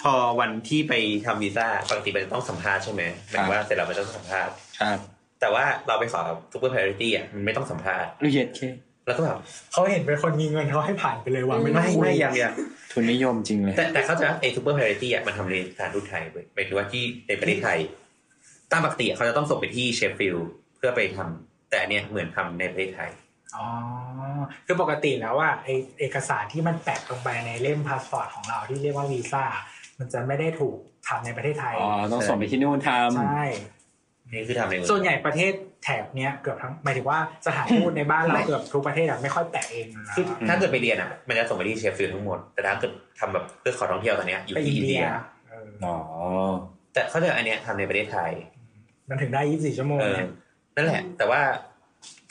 Speaker 3: พอวันที่ไปทำวีซ่าปกติมันจะต้องสัมภาษณ์ใช่ไหมหมายถึงว่าเสร็จแล้วมันจะต้องสัมภาษณ์
Speaker 8: ครับ
Speaker 3: แต่ว่าเราไปขอซูเปอร์พาริตี้อ่ะมันไม่ต้องสัมภาษณ์
Speaker 8: ละเอียดเค
Speaker 3: แล้วก็แบบ
Speaker 4: เขาเห็นเป็นคนมีเงินเขาให้ผ่านไปเลยว่ะไม่ต้อง
Speaker 3: ไม่
Speaker 4: คุย
Speaker 3: ไม่ยังยัง
Speaker 8: ทุนนิยมจริงเลย
Speaker 3: แต่แต่เขาใจะไอซูเปอร์พาริตี้อ่ะมันทำในสถานทูตไทยเว้ยหมายถึงว่าที่ในประเทศไทย ตามปกติอะเขาจะต้องส่งไปที่เชฟฟิลด์เพื่อไปทำแต่อันเนี้ยเหมือนทำในประเทศไทย
Speaker 4: อ๋อคือปกติแล้วว่าไอเอกสารที่มันแปะลงไปในเล่มพาสปอร์ตของเราที่เรียกว่าวีซ่ามันจะไม่ได้ถูกทำในประเทศไทย
Speaker 8: อ๋อ ต้องส่งไปที่นู่นท
Speaker 4: ใช่
Speaker 3: นี่คือทำในเมือง
Speaker 4: ส่วนใหญ่ประเทศแถบเนี้ยเกือบทั้งหมายถึงว่าสถานทูตในบ้านเราเกือบทุกประเทศอะไม่ค่อยแปะเองนะ
Speaker 3: คือถ้าเกิดไปเรียนอ่ะมันจะส่งไปที่เชฟฟิลด์ทั้งหมด แต่ถ้าเกิดทำแบบเพื่อขอท่องเที่ยวตอนเนี้ยอยู่
Speaker 4: ไป
Speaker 3: ที่
Speaker 4: อิ
Speaker 3: อิ
Speaker 4: น
Speaker 3: น
Speaker 4: เดี
Speaker 3: เดี
Speaker 4: ย
Speaker 3: ย
Speaker 4: เออ
Speaker 8: ำอ๋อ
Speaker 3: แต่เขาจะอันเนี้ยทำในประเทศไทย
Speaker 4: มันถึงได้ 24 ชั่วโมง
Speaker 3: เออ
Speaker 4: เนี่ย
Speaker 3: นั่นแหละ แต่ว่า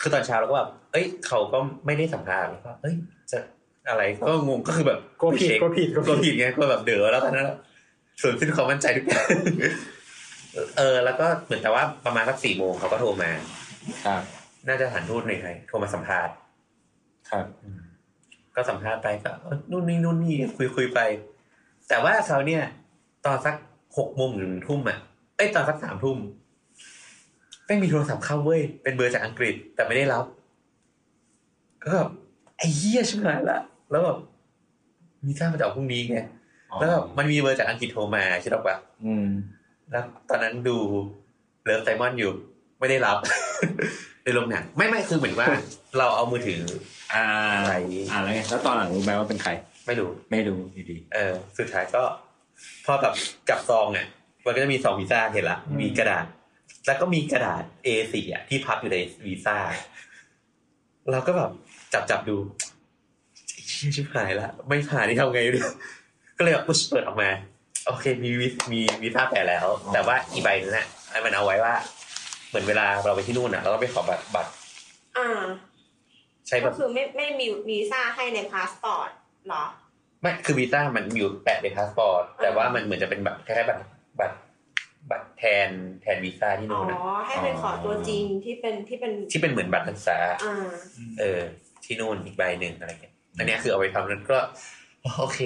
Speaker 3: คือตอนเช้าเราก็แบบเอ้ย เขาก็ไม่ได้สัมภาษณ์แล้วก็เอ้ย จะอะไรก็งงก็คือแบบ
Speaker 4: กลัวผิด
Speaker 3: ไม่เช็
Speaker 4: ก
Speaker 3: ค
Speaker 4: ลัวผิดกลัว
Speaker 3: กลัว
Speaker 4: ผิด
Speaker 3: ผิดไงกลัวแบบเดือแล้วตอนนั้นอะส่วนสิ้นความมั่นใจทุกอย่างเออ แล้วก็เหมือนแต่ว่าประมาณสักสี่โมงเขาก็โทรมา
Speaker 8: ครับ
Speaker 3: น่าจะสถานทูตในไทยโทรมาสัมภาษณ์
Speaker 8: ครับ
Speaker 3: ก็สัมภาษณ์ไปก็เออนู่นนี่นู่นนี่คุยคุยไป แต่ว่าเขาเนี่ย ตอนสักหกโมงหรือหนึ่งทุ่มอ่ะเอ้ยตอนสักสามทุ่มแม่งมีโทรศัพท์เข้าเว้ย เป็นเบอร์จากอังกฤษแต่ไม่ได้รับ ก็แบบไอ้เหี้ยชิบหายละแล้วแบบมีซ่ามาจากพรุ่งนี้ไงแล้วแบบมันมีเบอร์จากอังกฤษโทรมาใช่หรอปะ
Speaker 8: อืม
Speaker 3: แล้วตอนนั้นดูเลิฟไซมอนอยู่ ไม่ได้รับ ในโรงหนังไม่ไม่คือเหมือนว่า เราเอามือถือ
Speaker 8: อ่า
Speaker 3: อะไร
Speaker 8: อ่าแล้วไง แล้วตอนหลังรู้ไหมว่าเป็นใคร
Speaker 3: ไม่รู้
Speaker 8: ไม่รู้อยู่ดี
Speaker 3: เออสุดท้ายก็ พอแบบจับซองอ่ะ มันก็จะมีซองวีซ่าเห็นละมีกระดาษ แล้วก็มีกระดาษ A4 อ่ะที่พับอยู่ในวีซ่าเราก็แบบจับจับดู ชิบหายละ ไม่ผ่านนี่ทำไงดีก็เลยแบบปุ๊บเปิดออกมา โอเค มีวิมีมีภาพแปลแล้ว แต่ว่าอีใบนั้นน่ะไอ้มันเอาไว้ว่า เหมือนเวลาเราไปที่นู่นน่ะเราก็ไปขอบัตรบัตร
Speaker 10: อ่า
Speaker 3: ใช้แบ
Speaker 10: ก็
Speaker 3: บ
Speaker 10: คือไม่ไม่มีวีซ่าให้ในพาสปอร์ตเหรอ
Speaker 3: ไม่คือวีซ่ามันอยู่แปะในพาสปอร์ตแต่ว่ามันเหมือนจะเป็นแบบคล้ายๆบัตรบัตรบัตรแทนแทนวีซ่าที่
Speaker 10: อ๋
Speaker 3: นู่
Speaker 10: อ
Speaker 3: นน่ะ
Speaker 10: ให้เป็นขอตัวจริงที่เป็นที่เป็น
Speaker 3: ที่เป็นเหมือนบัตรนักศึกษา
Speaker 10: อ่า
Speaker 3: เออ ที่นู่นอีกใบหนึ่งอะไรเงี้ยอันเนี้ยคือเอาไปทำนั้นก็โอเค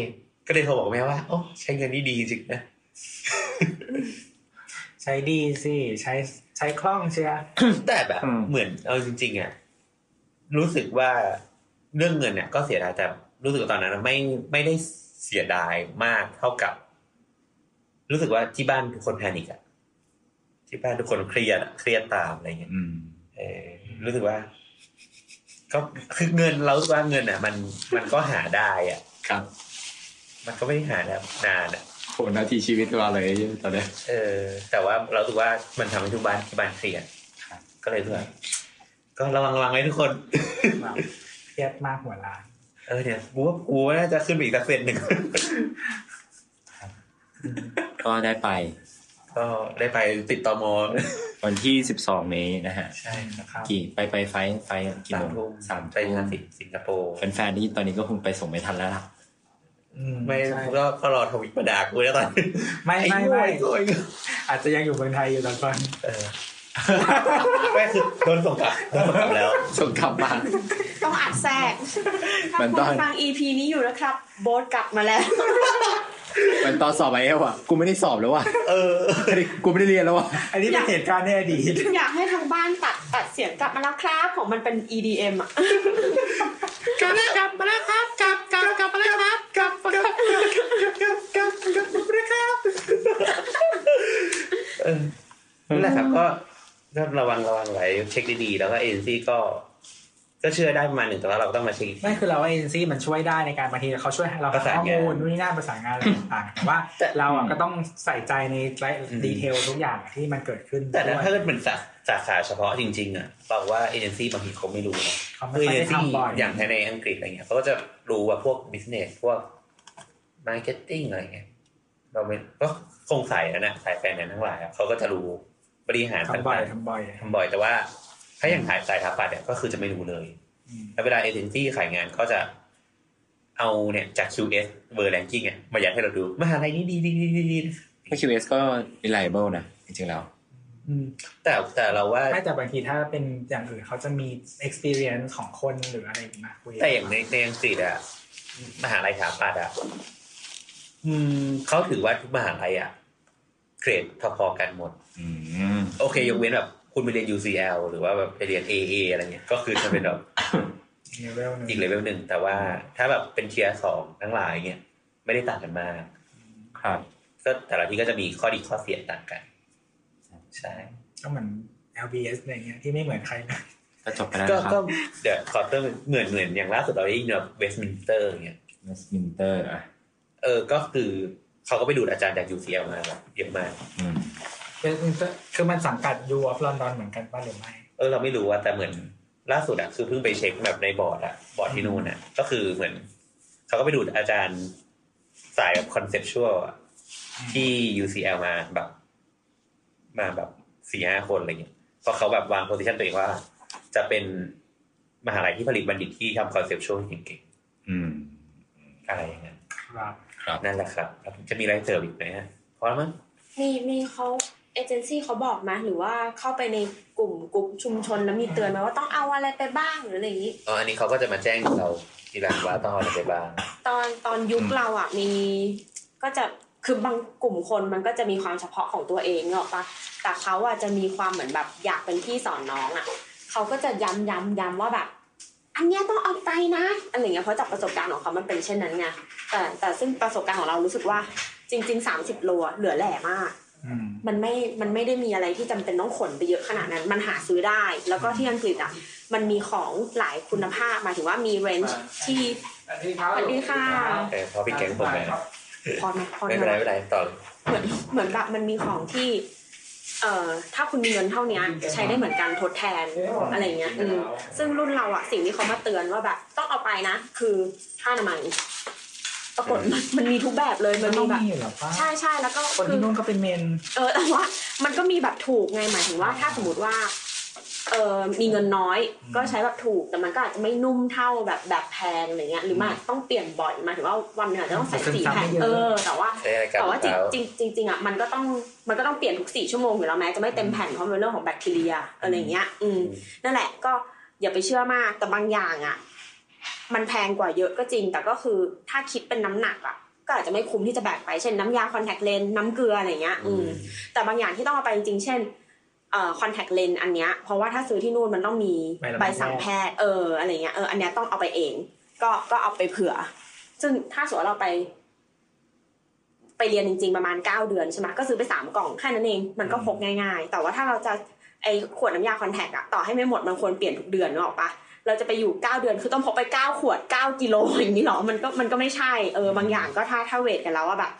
Speaker 3: ก็เลยโทรบอกแม่ว่าโอ้ใช้เงินนี่ดีจริงๆนะ
Speaker 4: ใช้ดีสิใช้ใช้คล่องเชียร์
Speaker 3: แต่แบบ
Speaker 2: อืม
Speaker 3: เหมือนเอาจริงๆอ่ะรู้สึกว่าเรื่องเงินเนี่ยก็เสียดายแต่รู้สึกว่าตอนนั้นอะไม่ไม่ได้เสียดายมากเท่ากับ รู้สึกว่าที่บ้านทุกคนแพนิกอ่ะที่บ้านทุกคนเครียดอะเครียดตามอะไรเงี้ย
Speaker 2: อืม
Speaker 3: เออรู้สึกว่า ก็คือเงินเรารู้สึกว่าเงินอ่ะ มันมันก็หาได้อ่ะ
Speaker 2: ครับ
Speaker 3: มันก็ไม่ได้หาได้นานอ่ะ
Speaker 2: โหนาทีชีวิตเราเลยตอนเนี้ย
Speaker 3: เออแต่ว่าเราถือว่ามันทำให้ทุกบ้านที่บ้านเครียดก็เลยเพื่อก็ระวังระวังไว้ทุกคน
Speaker 4: เครียดมากหัวล้าน
Speaker 3: เออเนี่ยกูว่ากูว่าน่าจะขึ้นไปอีกสักเซนหนึ่ง
Speaker 2: ก็ได้ไป
Speaker 3: ก็ได้ไปติดตอมอ
Speaker 2: วันที่สิบสองนี้นะฮะ
Speaker 3: ใช่
Speaker 4: นะครับ
Speaker 2: กี่ไปไปไฟท์ไฟท์กี่
Speaker 3: สา
Speaker 2: โมง
Speaker 3: มทุ่ม
Speaker 2: สาม
Speaker 3: ไป
Speaker 2: ทุ่ม
Speaker 3: งานสิสิงคโปร์
Speaker 2: แฟนๆที่ตอนนี้ก็คงไปส่งไม่ทันแล้วล่ะ
Speaker 4: อืม
Speaker 3: ไม่
Speaker 4: ใช่
Speaker 3: ก็ก็รอทวิตประดากูแล้วตอนนี้
Speaker 4: ไม่ไม่ไม่
Speaker 3: โง่ไอ้โง่
Speaker 4: อาจจะยังอยู่เมืองไทยอยู่ตอนก่อน
Speaker 3: เออไม่คือโดนส่งกลับโดนส่งกลับแล้ว
Speaker 2: ส่งกลับมา
Speaker 10: ต้องอัดแทร กถ้า
Speaker 2: มัน
Speaker 10: คุ
Speaker 2: ต้
Speaker 10: ณ
Speaker 2: อง
Speaker 10: ฟัง EP นี้อยู่นะครับ โบ๊ทกลับมา แล้ว
Speaker 2: มันตอนสอบไอเอลอ่ะ กูไม่ได้สอบแล้วว่ะ
Speaker 3: เออ
Speaker 2: กูไม่ได้เรียนแล้วว่ะ
Speaker 4: อันนี้เป็นเหตุการณ์ในอดีต
Speaker 10: อยากให้ทางบ้านตัดตัดเสียงกลับมาแล้วครับของมันเป็น EDM อ่ะ กลับกลับมาแล้วครับกลับกลับกลับมาแล้วครับกลับกลับกลับกลับกลับกลับมาแล้วครับ
Speaker 3: เออนั่นแหละครับก็ก็ระวังระวังไว้เช็คดีๆแล้วก็เอเจนซี่ก็ ก็เชื่อได้ประมาณหนึ่งแต่ว่าเราก็ต้องมาเช็คอีกที
Speaker 4: ไม่คือเราว่าเอเจนซี่มันช่วยได้ในการบางทีเขาช่วยให้เรา
Speaker 3: ประสา
Speaker 4: หานข้อง
Speaker 3: าน
Speaker 4: มูลนู่นนี่นั่นประสานงานอะไรต่างๆแต่ว่า
Speaker 3: แต่
Speaker 4: เราอ่ะก็ต้องใส่ใจในราย
Speaker 2: อืม
Speaker 4: ดีเทลทุกอย่างที่มันเกิดขึ้น
Speaker 3: แต่
Speaker 4: ด้วย
Speaker 3: ถ้าเกิดเป็นสาสาขาเฉพาะจริงๆอ่ะบอกว่าเอเจนซี่บางทีเขาไม่รู้นะ
Speaker 4: เขาไม่
Speaker 3: คือ
Speaker 4: ค่
Speaker 3: เอ
Speaker 4: อยได้
Speaker 3: เจนซี่
Speaker 4: ทำบ่อย
Speaker 3: อย่างในอังกฤษอะไรเงี้ยเขาก็จะรู้ว่าพวก business พวก marketing อะไรเงี้ยเราไม่ก็คงสายนะนะสายแฟนเนี่ยทั้งหลายอะเขาก็จะรู้บริหารต่า
Speaker 4: ทำบ่อย
Speaker 3: ง
Speaker 4: ทำบ่อย
Speaker 3: ๆทำบ่อยแต่ว่า ถ้าอย่างสายสายถาปัดเนี่ยก็คือจะไม่รู้เลย
Speaker 4: อืม
Speaker 3: แล้วเวลาเอเจนซี่ขายงานก็จะเอาเนี่ยจาก QS เบอร์แรงกิ้งเนี่ยมายัดให้เราดูมหาลัยนี้ดีดีดีดีดี
Speaker 2: ก็ QS ก็ reliable นะ จริงๆแล้ว
Speaker 4: อืม
Speaker 3: แต่แต่เราว่า
Speaker 4: ไม่แต่บางทีถ้าเป็นอย่างอื่นเขาจะมี experience ของคนหรืออะไรมาคุย
Speaker 3: แต่อย่างในในอังกฤษอะมหาลัยสถาปัตย์อะอืมเขาถือว่าทุกมหาลัยอะเกรดพอๆกันหมด
Speaker 2: อืม
Speaker 3: โอเคยกเว้นแบบคุณไปเรียน UCL หรือว่าแบบไปเรียน AA อะไรเงี้ยก็คือจะเป็นแบบ
Speaker 4: เลเวลหนึ่ง
Speaker 3: อีกเลเวลหนึ่งแต่ว่าถ้าแบบเป็นเทียร์สองทั้งหลายเงี้ยไม่ได้ต่างกันมาก
Speaker 2: ครับ
Speaker 3: ก็แต่ละที่ก็จะมีข้อดีข้อเสียต่างกัน ใช่
Speaker 4: ก็เหมือน LBS อะไรเงี้ยที่ไม่เหมือนใครนะ
Speaker 2: ก็จบไปแล้ว
Speaker 3: ก็
Speaker 2: นะค
Speaker 3: ก็
Speaker 2: รับ
Speaker 3: เดี๋ยวขอเติมเหมือนเหมือนอย่างล่าสุดเราได้ยินแบบเวสต์มินสเตอร์เงี้ย
Speaker 2: Westminster อ่ะ
Speaker 3: เออก็คือเขาก็ไปดูดอาจารย์จาก UCL มาแบบเยอะมาก
Speaker 2: อืม
Speaker 4: เป็นคือมันสังกัด U of London เหมือนกันป่ะหรือไม่
Speaker 3: เออเราไม่รู้ว่าแต่เหมือนล่าสุดอะคือเพิ่งไปเช็คแบบในบอร์ดอะบอร์ดที่นู่นอะก็คือเหมือนเขาก็ไปดูดอาจารย์สายแบบคอนเซปชวลที่ UCL มาแบบ มาแบบสี่ห้าคนอะไรเงี้ยเพราะเขาแบบวางโพ i ิชันตัวเองว่า จะเป็นมหาลัยที่ผลิตบัณฑิตที่ทำคอนเซปชวลเก่ง
Speaker 2: อืม
Speaker 3: ๆอะไรอย่างเงี้ย
Speaker 4: ครับ
Speaker 2: ครับ
Speaker 3: นั่นแหละครับแล้วจะมีอะไรเสริมอีกไหมฮะพอแล้วมั้ง
Speaker 11: มีมีเขาเอเจนซี่เขาบอกไหมาหรือว่าเข้าไปในกลุ่มกลุ่มชุมชนแล้วมีเตือนไหมว่าต้องเอาอะไรไปบ้างหรืออะไรอย่างนี้
Speaker 3: อ๋ออันนี้เขาก็จะมาแจ้งเราทีหลังว่าต้องเอาอะไรไปบ้าง
Speaker 11: ตอนตอนยุคเราอ่ะมีก็จะคือบางกลุ่มคนมันก็จะมีความเฉพาะของตัวเองเนอะปะแต่เขาอ่ะจะมีความเหมือนแบบอยากเป็นพี่สอนน้องอ่ะเขาก็จะย้ำย้ำย้ำว่าแบบ อันเนี้ยต้องเอาไปนะอะไรเงี้ยเพราะจากประสบการณ์ของเขามันเป็นเช่นนั้นไงแต่แต่ซึ่งประสบการณ์ของเรารู้สึกว่าจริง ๆ 30โลอะเหลือแหล่มาก
Speaker 4: อืม
Speaker 11: มันไม่ มันไม่ได้มีอะไรที่จำเป็นต้องขนไปเยอะขนาดนั้น มันหาซื้อได้ แล้วก็ที่อังกฤษอ่ะ มันมีของหลายคุณภาพหมายถึงว่ามีเรนจ์ที่
Speaker 4: สวัสดีครับ
Speaker 11: สวัสดีค่ะ
Speaker 3: เออเพราะพี่แก๊งผมนะ
Speaker 11: พอไหมพอไห
Speaker 3: ไม่เป็นไร
Speaker 11: ม
Speaker 3: ไม่เป็นไรต่อ
Speaker 11: เหมือน เหมือนแบบมันมีของที่ เอ่อถ้าคุณมีเงินเท่าเนี้ยใช้ได้เหมือนกันทดแทนอะไรเงี้ยอืมซึ่งรุ่นเราอะสิ่งที่เขามาเตือนว่าแบบ ต้องเอาไปนะ คือค่าอนามัยปรากฏมันมันมีทุกแบบเลยมันมีแบบ
Speaker 12: เหรอป้า
Speaker 11: ใช่ใช่แล้วก็
Speaker 12: คน
Speaker 11: คื
Speaker 12: ที่
Speaker 11: อ
Speaker 12: นู่นก็เป็นเมน
Speaker 11: เอ อแต่ว่ามันก็มีแบบถูกไงหมายถึงว่าถ้าสมมติว่าเออมีเงินน้อยก็ใช้แบบถูกแต่มันก็อาจจะไม่นุ่มเท่าแบบแบบแพงอะไรเงี้ยหรือมันอาจจะต้องเปลี่ยนบ่อยหมายถึงว่าวันหนึงอาจจะต้องใส่สี่แผ่นเออแต่ว่า
Speaker 3: ใช้ในการ
Speaker 11: แต่ว่า
Speaker 3: เท้า
Speaker 11: จริงจริงจริงๆอ่ะมันก็ต้องมันก็ต้องเปลี่ยนทุกสี่ชั่วโมงอยู่แล้วแม้จะไม่เต็มแผ่นเพราะมันเป็นเรื่องของแบคทีเรียอะไรอย่างเงี้ย อืมนั่นแหละก็อย่าไปเชื่อมากแต่บางอย่างอ่ะ มันแพงกว่าเยอะก็จริง แต่ก็คือถ้าคิดเป็นน้ำหนักอ่ะ ก็อาจจะไม่คุ้มที่จะแบกไปเช่นน้ำยาคอนแทคเลนส์น้ำเกลืออะไรเงี้ย อืม แต่บางอย่างที่ต้องเอาไปจริงๆเช่นเอ่อคอนแทคเลนส์อันเนี้ยเพราะว่าถ้าซื้อที่นู่นมันต้องมี
Speaker 12: ใบรับรอง
Speaker 11: ใบสั่งแพทย์เอออะไรเงี้ยเอออันเนี้ยต้องเอาไปเอง ก็ก็เอาไปเผื่อ ซึ่งถ้าสมมติว่าเราไป ไปเรียนจริง ๆ ประมาณ 9 เดือนใช่ไหมก็ซื้อไป 3 กล่องแค่นั้นเอง มันก็พกง่ายๆ แต่ว่าถ้าเราจะไอขวดน้ำยาคอนแทคอะต่อให้ไม่หมดมันควรเปลี่ยนทุกเดือนนึกออกปะเราจะไปอยู่ 9 เดือนคือต้องพกไป 9 ขวด 9 กิโลอย่างนี้เหรอมันก็มันก็ไม่ใช่เออบางอย่างก็ถ้าถ้าเวทกันแล้วอะแบบ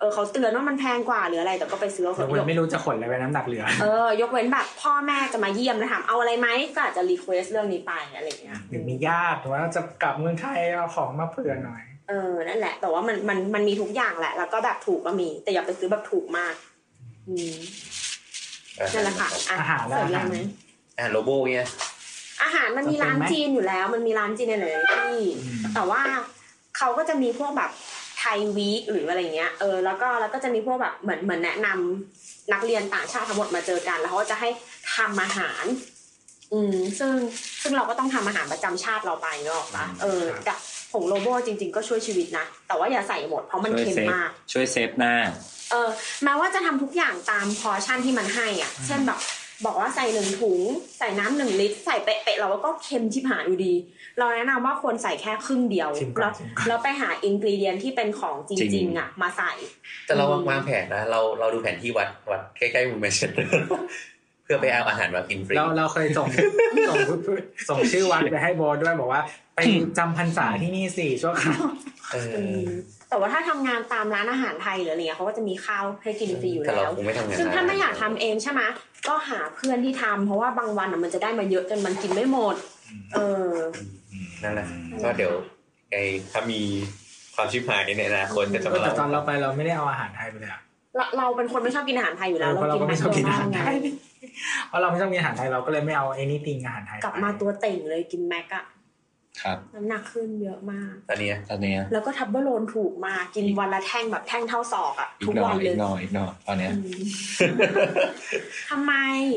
Speaker 11: เออเขาเตือนว่ามันแพงกว่าหรืออะไรแต่ก็ไปซื้อเอา
Speaker 4: เรา
Speaker 11: เถ
Speaker 4: เว้
Speaker 11: อะ
Speaker 4: นไม่รู้จะขนอะไรไปน้ำหนักเหลือ
Speaker 11: เออยกเว้นแบบพ่อแม่จะมาเยี่ยมแล้วถามเอาอะไรไหมก็อาจจะรีเควสเรื่องนี้ไปอะไรอย่างเงี้ย
Speaker 12: หรือมีญาติว่าจะกลับเมืองไทยเอาของมาเผื่อหน่อย
Speaker 11: เออนั่นแหละ แต่ว่ามันมันมันมีทุกอย่างแหละ แล้วก็แบบถูกก็มี แต่อย่าไปซื้อแบบถูกมากอืมนั่นแหละค่ะอ่ะ
Speaker 12: อาหารและ
Speaker 11: เสริม
Speaker 12: อา
Speaker 11: ยั
Speaker 12: หาร
Speaker 11: งไหม
Speaker 3: อ่าโลโบเนี่ย
Speaker 11: อาหารมันมีร้าน
Speaker 12: จำเป็นไหม
Speaker 11: จีนอยู่แล้ว มันมีร้านจีนในหลายๆที่ แต่ว่าเขาก็จะมีพวกแบบไทยวีคหรืออะไรเงี้ยเออแล้วก็แล้วก็จะมีพวกแบบเหมือนเหมือนแนะนำนักเรียนต่างชาติทั้งหมดมาเจอกัน แล้วเขาก็จะให้ทำอาหาร อืมซึ่งซึ่งเราก็ต้องทำอาหารประจำชาติเราไปเนอะปะเออแต่ผงโลโบจริง ๆ ก็ช่วยชีวิตนะ แต่ว่าอย่าใส่หมดเพราะมัน
Speaker 2: ช่วย
Speaker 11: เค็ม
Speaker 2: เซฟ
Speaker 11: มาก
Speaker 2: ช่วยเซฟหน้า
Speaker 11: เออแม้ว่าจะทำทุกอย่างตามพอร์ชั่นที่มันให้อ่ะ เช่นแบบบอกว่าใส่หนึ่งถุง ใส่น้ำหนึ่งลิตร ใส่เป๊ะๆเราก็เค็มชิบหายอยู่ดี เราแนะนำว่าควรใส่แค่ครึ่งเดียว
Speaker 12: ชิมก่อน
Speaker 11: แล้ว
Speaker 12: ชิมก่อน
Speaker 11: แล้วไปหาอินกรีเดียนที่เป็นของจ
Speaker 2: จริ
Speaker 11: ริง
Speaker 2: ง
Speaker 11: ๆอ่ะ มาใส่
Speaker 3: แต่เราวางวางแผนนะเราเราดูแผนที่วัดวัดใกล้ๆมูเมชั่น เพื่อไปเอาอาหารมากินฟรี
Speaker 4: เราเราเคยส่ง ส่งส่งชื่อวัดไปให้โบสด้วยบอกว่า ไปจำพรรษาที่นี่สี่ชั่วคราว
Speaker 3: เออ
Speaker 11: แต่ว่าถ้าทำงานตามร้านอาหารไทยหรืออะไรเงี้ยเขาก็จะมีข้าวให้กินฟรีอยู่
Speaker 3: แต่เรา
Speaker 11: แล้ว
Speaker 3: คงไม่ทำงาน
Speaker 11: ซึ่งถ้าไม่อยากทำเองใช่ไหมก็หาเพื่อนที่ทำเพราะว่าบางวันอะมันจะได้มาเยอะจนมันกินไม่หมด เออ
Speaker 3: นั่นแหละก็เดี๋ยวไอ้ถ้ามีความชิบหายในอนาคตจะจะ
Speaker 4: เอ
Speaker 3: มา
Speaker 4: อแต่
Speaker 3: เล่า
Speaker 4: ตอนเราไปเราไม่ได้เอาอาหารไทยไปเลยอะ
Speaker 11: เราเราเป็นคนไม่ชอบกินอาหารไทยอยู่แล้ว
Speaker 4: เพราะเราก็ไม่ชอบกินอาหาร
Speaker 11: ไง
Speaker 4: ไทยเพราะเราไม่ชอบกินอาหารไทยเราก็เลยไม่เอา anything อาหารไทยไป
Speaker 11: กลับมาตัวเต่งเลยกินแม็กอะ
Speaker 2: ครับ
Speaker 11: น้ำหนักขึ้นเยอะมาก
Speaker 3: ตอนเนี้ย
Speaker 2: ตอนเนี้ย
Speaker 11: แล้วก็ทับเบอร์โลนถูกมากกินวันละแท่งแบบแท่งเท่าศอกอะ
Speaker 2: อี
Speaker 11: ทุ
Speaker 2: ก
Speaker 11: ก
Speaker 2: หน่อ
Speaker 11: วัน
Speaker 2: ย
Speaker 11: เล
Speaker 2: อี
Speaker 11: ย
Speaker 2: กหน่อยอีกหน่อยตอนเนี้ย
Speaker 11: อืมทำไม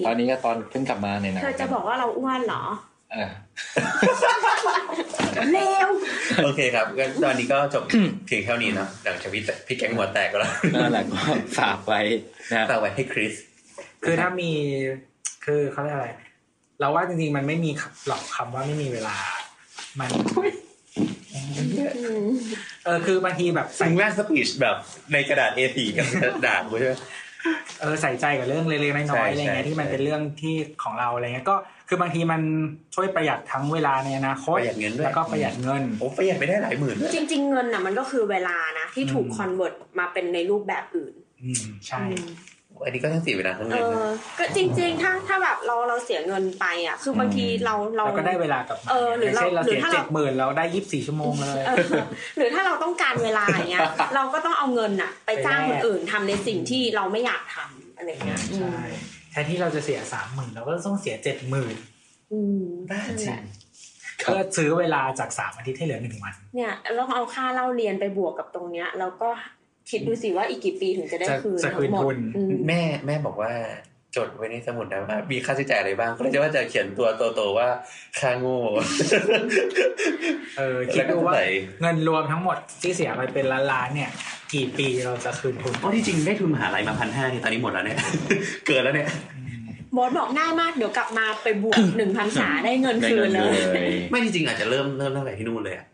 Speaker 2: ตอนนี้ก็ตอนเพิ่งกลับมาเนี่ยนะ
Speaker 11: เธอจะบอกว่าเราอ้วนเหรอ
Speaker 2: เออ
Speaker 11: เลว
Speaker 3: โอเคครับงั้นตอนนี้ก็จบเพียงเท่านี้เนอะหลังจากพี่พี่แก๊งหัวแตกก็แล้ว
Speaker 2: นั่นแหละก็ฝากไว้นะครับ
Speaker 3: ฝากไว้ให้คริส
Speaker 4: คือถ้ามีคือเขาเรียกอะไร เราว่าจริงๆมันไม่มีหรอกคำว่าไม่มีเวลา มัน
Speaker 11: อืม
Speaker 4: เออคือบางทีแบบ
Speaker 3: ซึ่
Speaker 4: ใส่
Speaker 3: งแรกสปีชแบบในกระดาษ A4 กับกระดาษกูใช่ไหม
Speaker 4: เออใส่ใจกับเรื่องเล็กๆ
Speaker 3: ใช่
Speaker 4: น้อยๆอะไรเงี้
Speaker 3: ใช่
Speaker 4: ยที่มัน
Speaker 3: ใช่
Speaker 4: เป็นเรื่องที่ของเราอะไรเงี้ยก็คือบางทีมันช่วยประหยัดทั้งเวลาในอนาค
Speaker 3: ป
Speaker 4: ต
Speaker 3: ระหยัดเงินด้วย
Speaker 4: แล้วก็ประหยัดเงิน
Speaker 3: โอ้ประหยัดไม่ได้หลายหมื่นด้วย
Speaker 11: จริง ๆ เงินน่ะมันก็คือเวลานะ ที่ถูกคอนเวิร์ตมาเป็นในรูปแบบอื่น
Speaker 4: อืมใช่
Speaker 11: อืม
Speaker 3: อันนี้ก็ทั้งเสียเวลาทั้ง
Speaker 11: เอ
Speaker 3: เงิน
Speaker 11: อ ก็จริง ๆ ถ้าถ้าแบบเราเราเสียเงินไปอ่ะ คือบางทีเราเรา
Speaker 4: แล้วก็ได้เวลากลับมา
Speaker 11: เออหรือ
Speaker 4: ไม่ใช่
Speaker 11: เรา
Speaker 4: เรา
Speaker 11: หรือ
Speaker 4: เสีย
Speaker 11: ถ้าเรา
Speaker 4: เจ็ดหมื่นเราได้ยี่สิบสี่ชั่วโมงเลย
Speaker 11: เอ อหรือถ้าเราต้องการเวลาอย่างเงี้ย เราก็ต้องเอาเงินน่ะ ไปจ้างคนอื่นทำในสิ่งที่เราไม่อยากทำอะไรเงี้ย
Speaker 4: ใช่แทนที่เราจะเสียสามหมื่นเราก็ต้องเสียเจ็ดหมื่น
Speaker 11: อืม
Speaker 3: บ้าจริง
Speaker 4: เพื่อซื้อเวลาจากสามอาทิตย์ให้เหลือหนึ่งวัน
Speaker 11: เนี่ยเราเอาค่าเล่าเรียนไปบวกกับตรงเนี้ยแล้วก็คิดดูสิว่าอีกกี่ปีถึงจะได้
Speaker 4: จะ
Speaker 11: คืน
Speaker 4: จะ
Speaker 11: ทั้
Speaker 4: คืน
Speaker 11: งหม
Speaker 4: ทุ
Speaker 11: ด
Speaker 4: น
Speaker 11: อืม
Speaker 3: แม่แม่บอกว่าจดไว้ในสมุดนะว่ามีค่าใช้จ่ายอะไรบ้างก็เลยจะว่าจะเขียนตัวโตๆว่าค่าโง่
Speaker 4: เออคิด
Speaker 3: แล้วก็
Speaker 4: ดูว่า
Speaker 3: เท่าไหร่
Speaker 4: เงินรวมทั้งหมดที่เสียไปเป็นล้านล้านๆเนี่ย กี่ปีเราจะคืนทุน
Speaker 13: เพราะที่จริงได้ทุนมหาลัยมาพันห้าเนี่ยตอนนี้หมด แล้วเนี่ย เกินแล้วเนี่ย
Speaker 11: บอสบอกง่ายมากเดี๋ยวก ลับมาไปบวกหนึ่งพันษาได้เงินคืนเลย
Speaker 2: ได้เงินคืนเลย
Speaker 3: ไม่ที่จริงอาจจะเริ่มเริ่มตั้งแต่ที่นู่นเลยอะ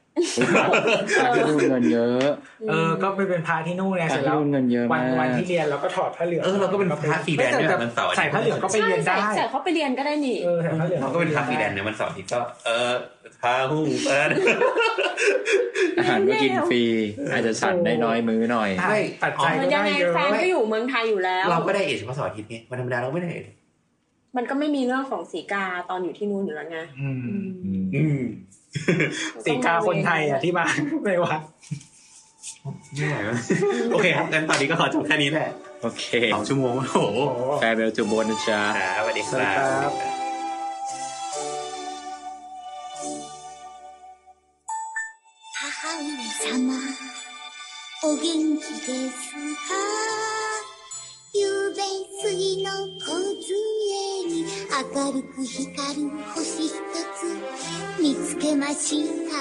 Speaker 2: ที่นู่นเงินเยอะ
Speaker 4: เออ ก็ไปเป็นพาที่นู่นไงเสร็จ
Speaker 2: ที่
Speaker 4: แล้ว
Speaker 2: นู่นเงินเยอะ
Speaker 4: วัน
Speaker 2: มาก
Speaker 4: วันที่เรียนเราก็ถอดผ้าเหลือง
Speaker 3: เออเราก็เป็นพระฟรีแลนซ์ด้วยอะวันเสาร์อาทิตย์
Speaker 4: ใส่ผ้าเหลืองก็ไปเรียนได้
Speaker 11: ใช่ใส่เขาไปเรียนก็ได้นี่
Speaker 4: เออใส่ผ้าเหลือง
Speaker 3: มันก็เป็นทักฟรีแลนซ์นะมันเสาร์อาทิตย์ก็เออพาหูเอ อ
Speaker 2: อาหารก็กินฟรี อาจจะสั่งได้น้อยมื้อหน่อย
Speaker 4: ไม่ตัดใจ
Speaker 11: มั
Speaker 4: ก็
Speaker 11: นยั
Speaker 4: ได้
Speaker 11: งไง
Speaker 4: เยอะ
Speaker 11: แฟนก็อยู่เมืองไทยอยู่แล้ว
Speaker 3: เราก็ได้เอทเฉพาะเสาร์อาทิตย์ไงวันธรรมดาเราไม่ได้เอท
Speaker 11: มันก็ไม่มีเรื่องของสีกาตอนอยู่ที่นู่นอยู่แล้วไง
Speaker 4: อืม
Speaker 3: อืม
Speaker 4: สีกาคนไทยอ่ะที่มา ในวัด
Speaker 3: ไม่ไหวมั้ย โอเคครับงั้นตอนนี้ก็ขอจบแค่นี้แหละ
Speaker 2: โอเค
Speaker 3: สองชั่วโมงโอ้โห
Speaker 2: แฟร์เบลจูโบนนะจ๊ะ
Speaker 3: อ่าสวัสดีค
Speaker 4: สวัสดีค
Speaker 3: รั
Speaker 4: รับ
Speaker 3: บ
Speaker 5: 母上様お元気ですか夕べ杉の小杖に明るく光る星一つ見つけました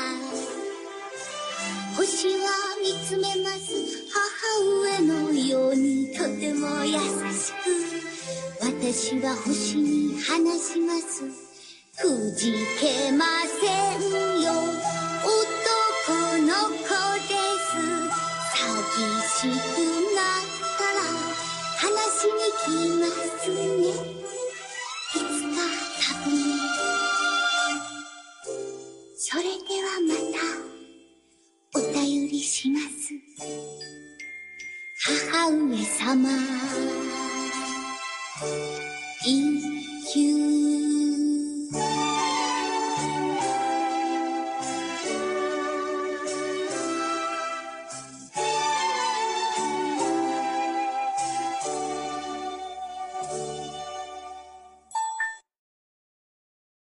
Speaker 5: 星は見つめます母上のようにとても優しく私は星に話しますくじけませんよ男の子です寂しくなったら話しに来ますねいつか多分それではまたお便りします母上様いい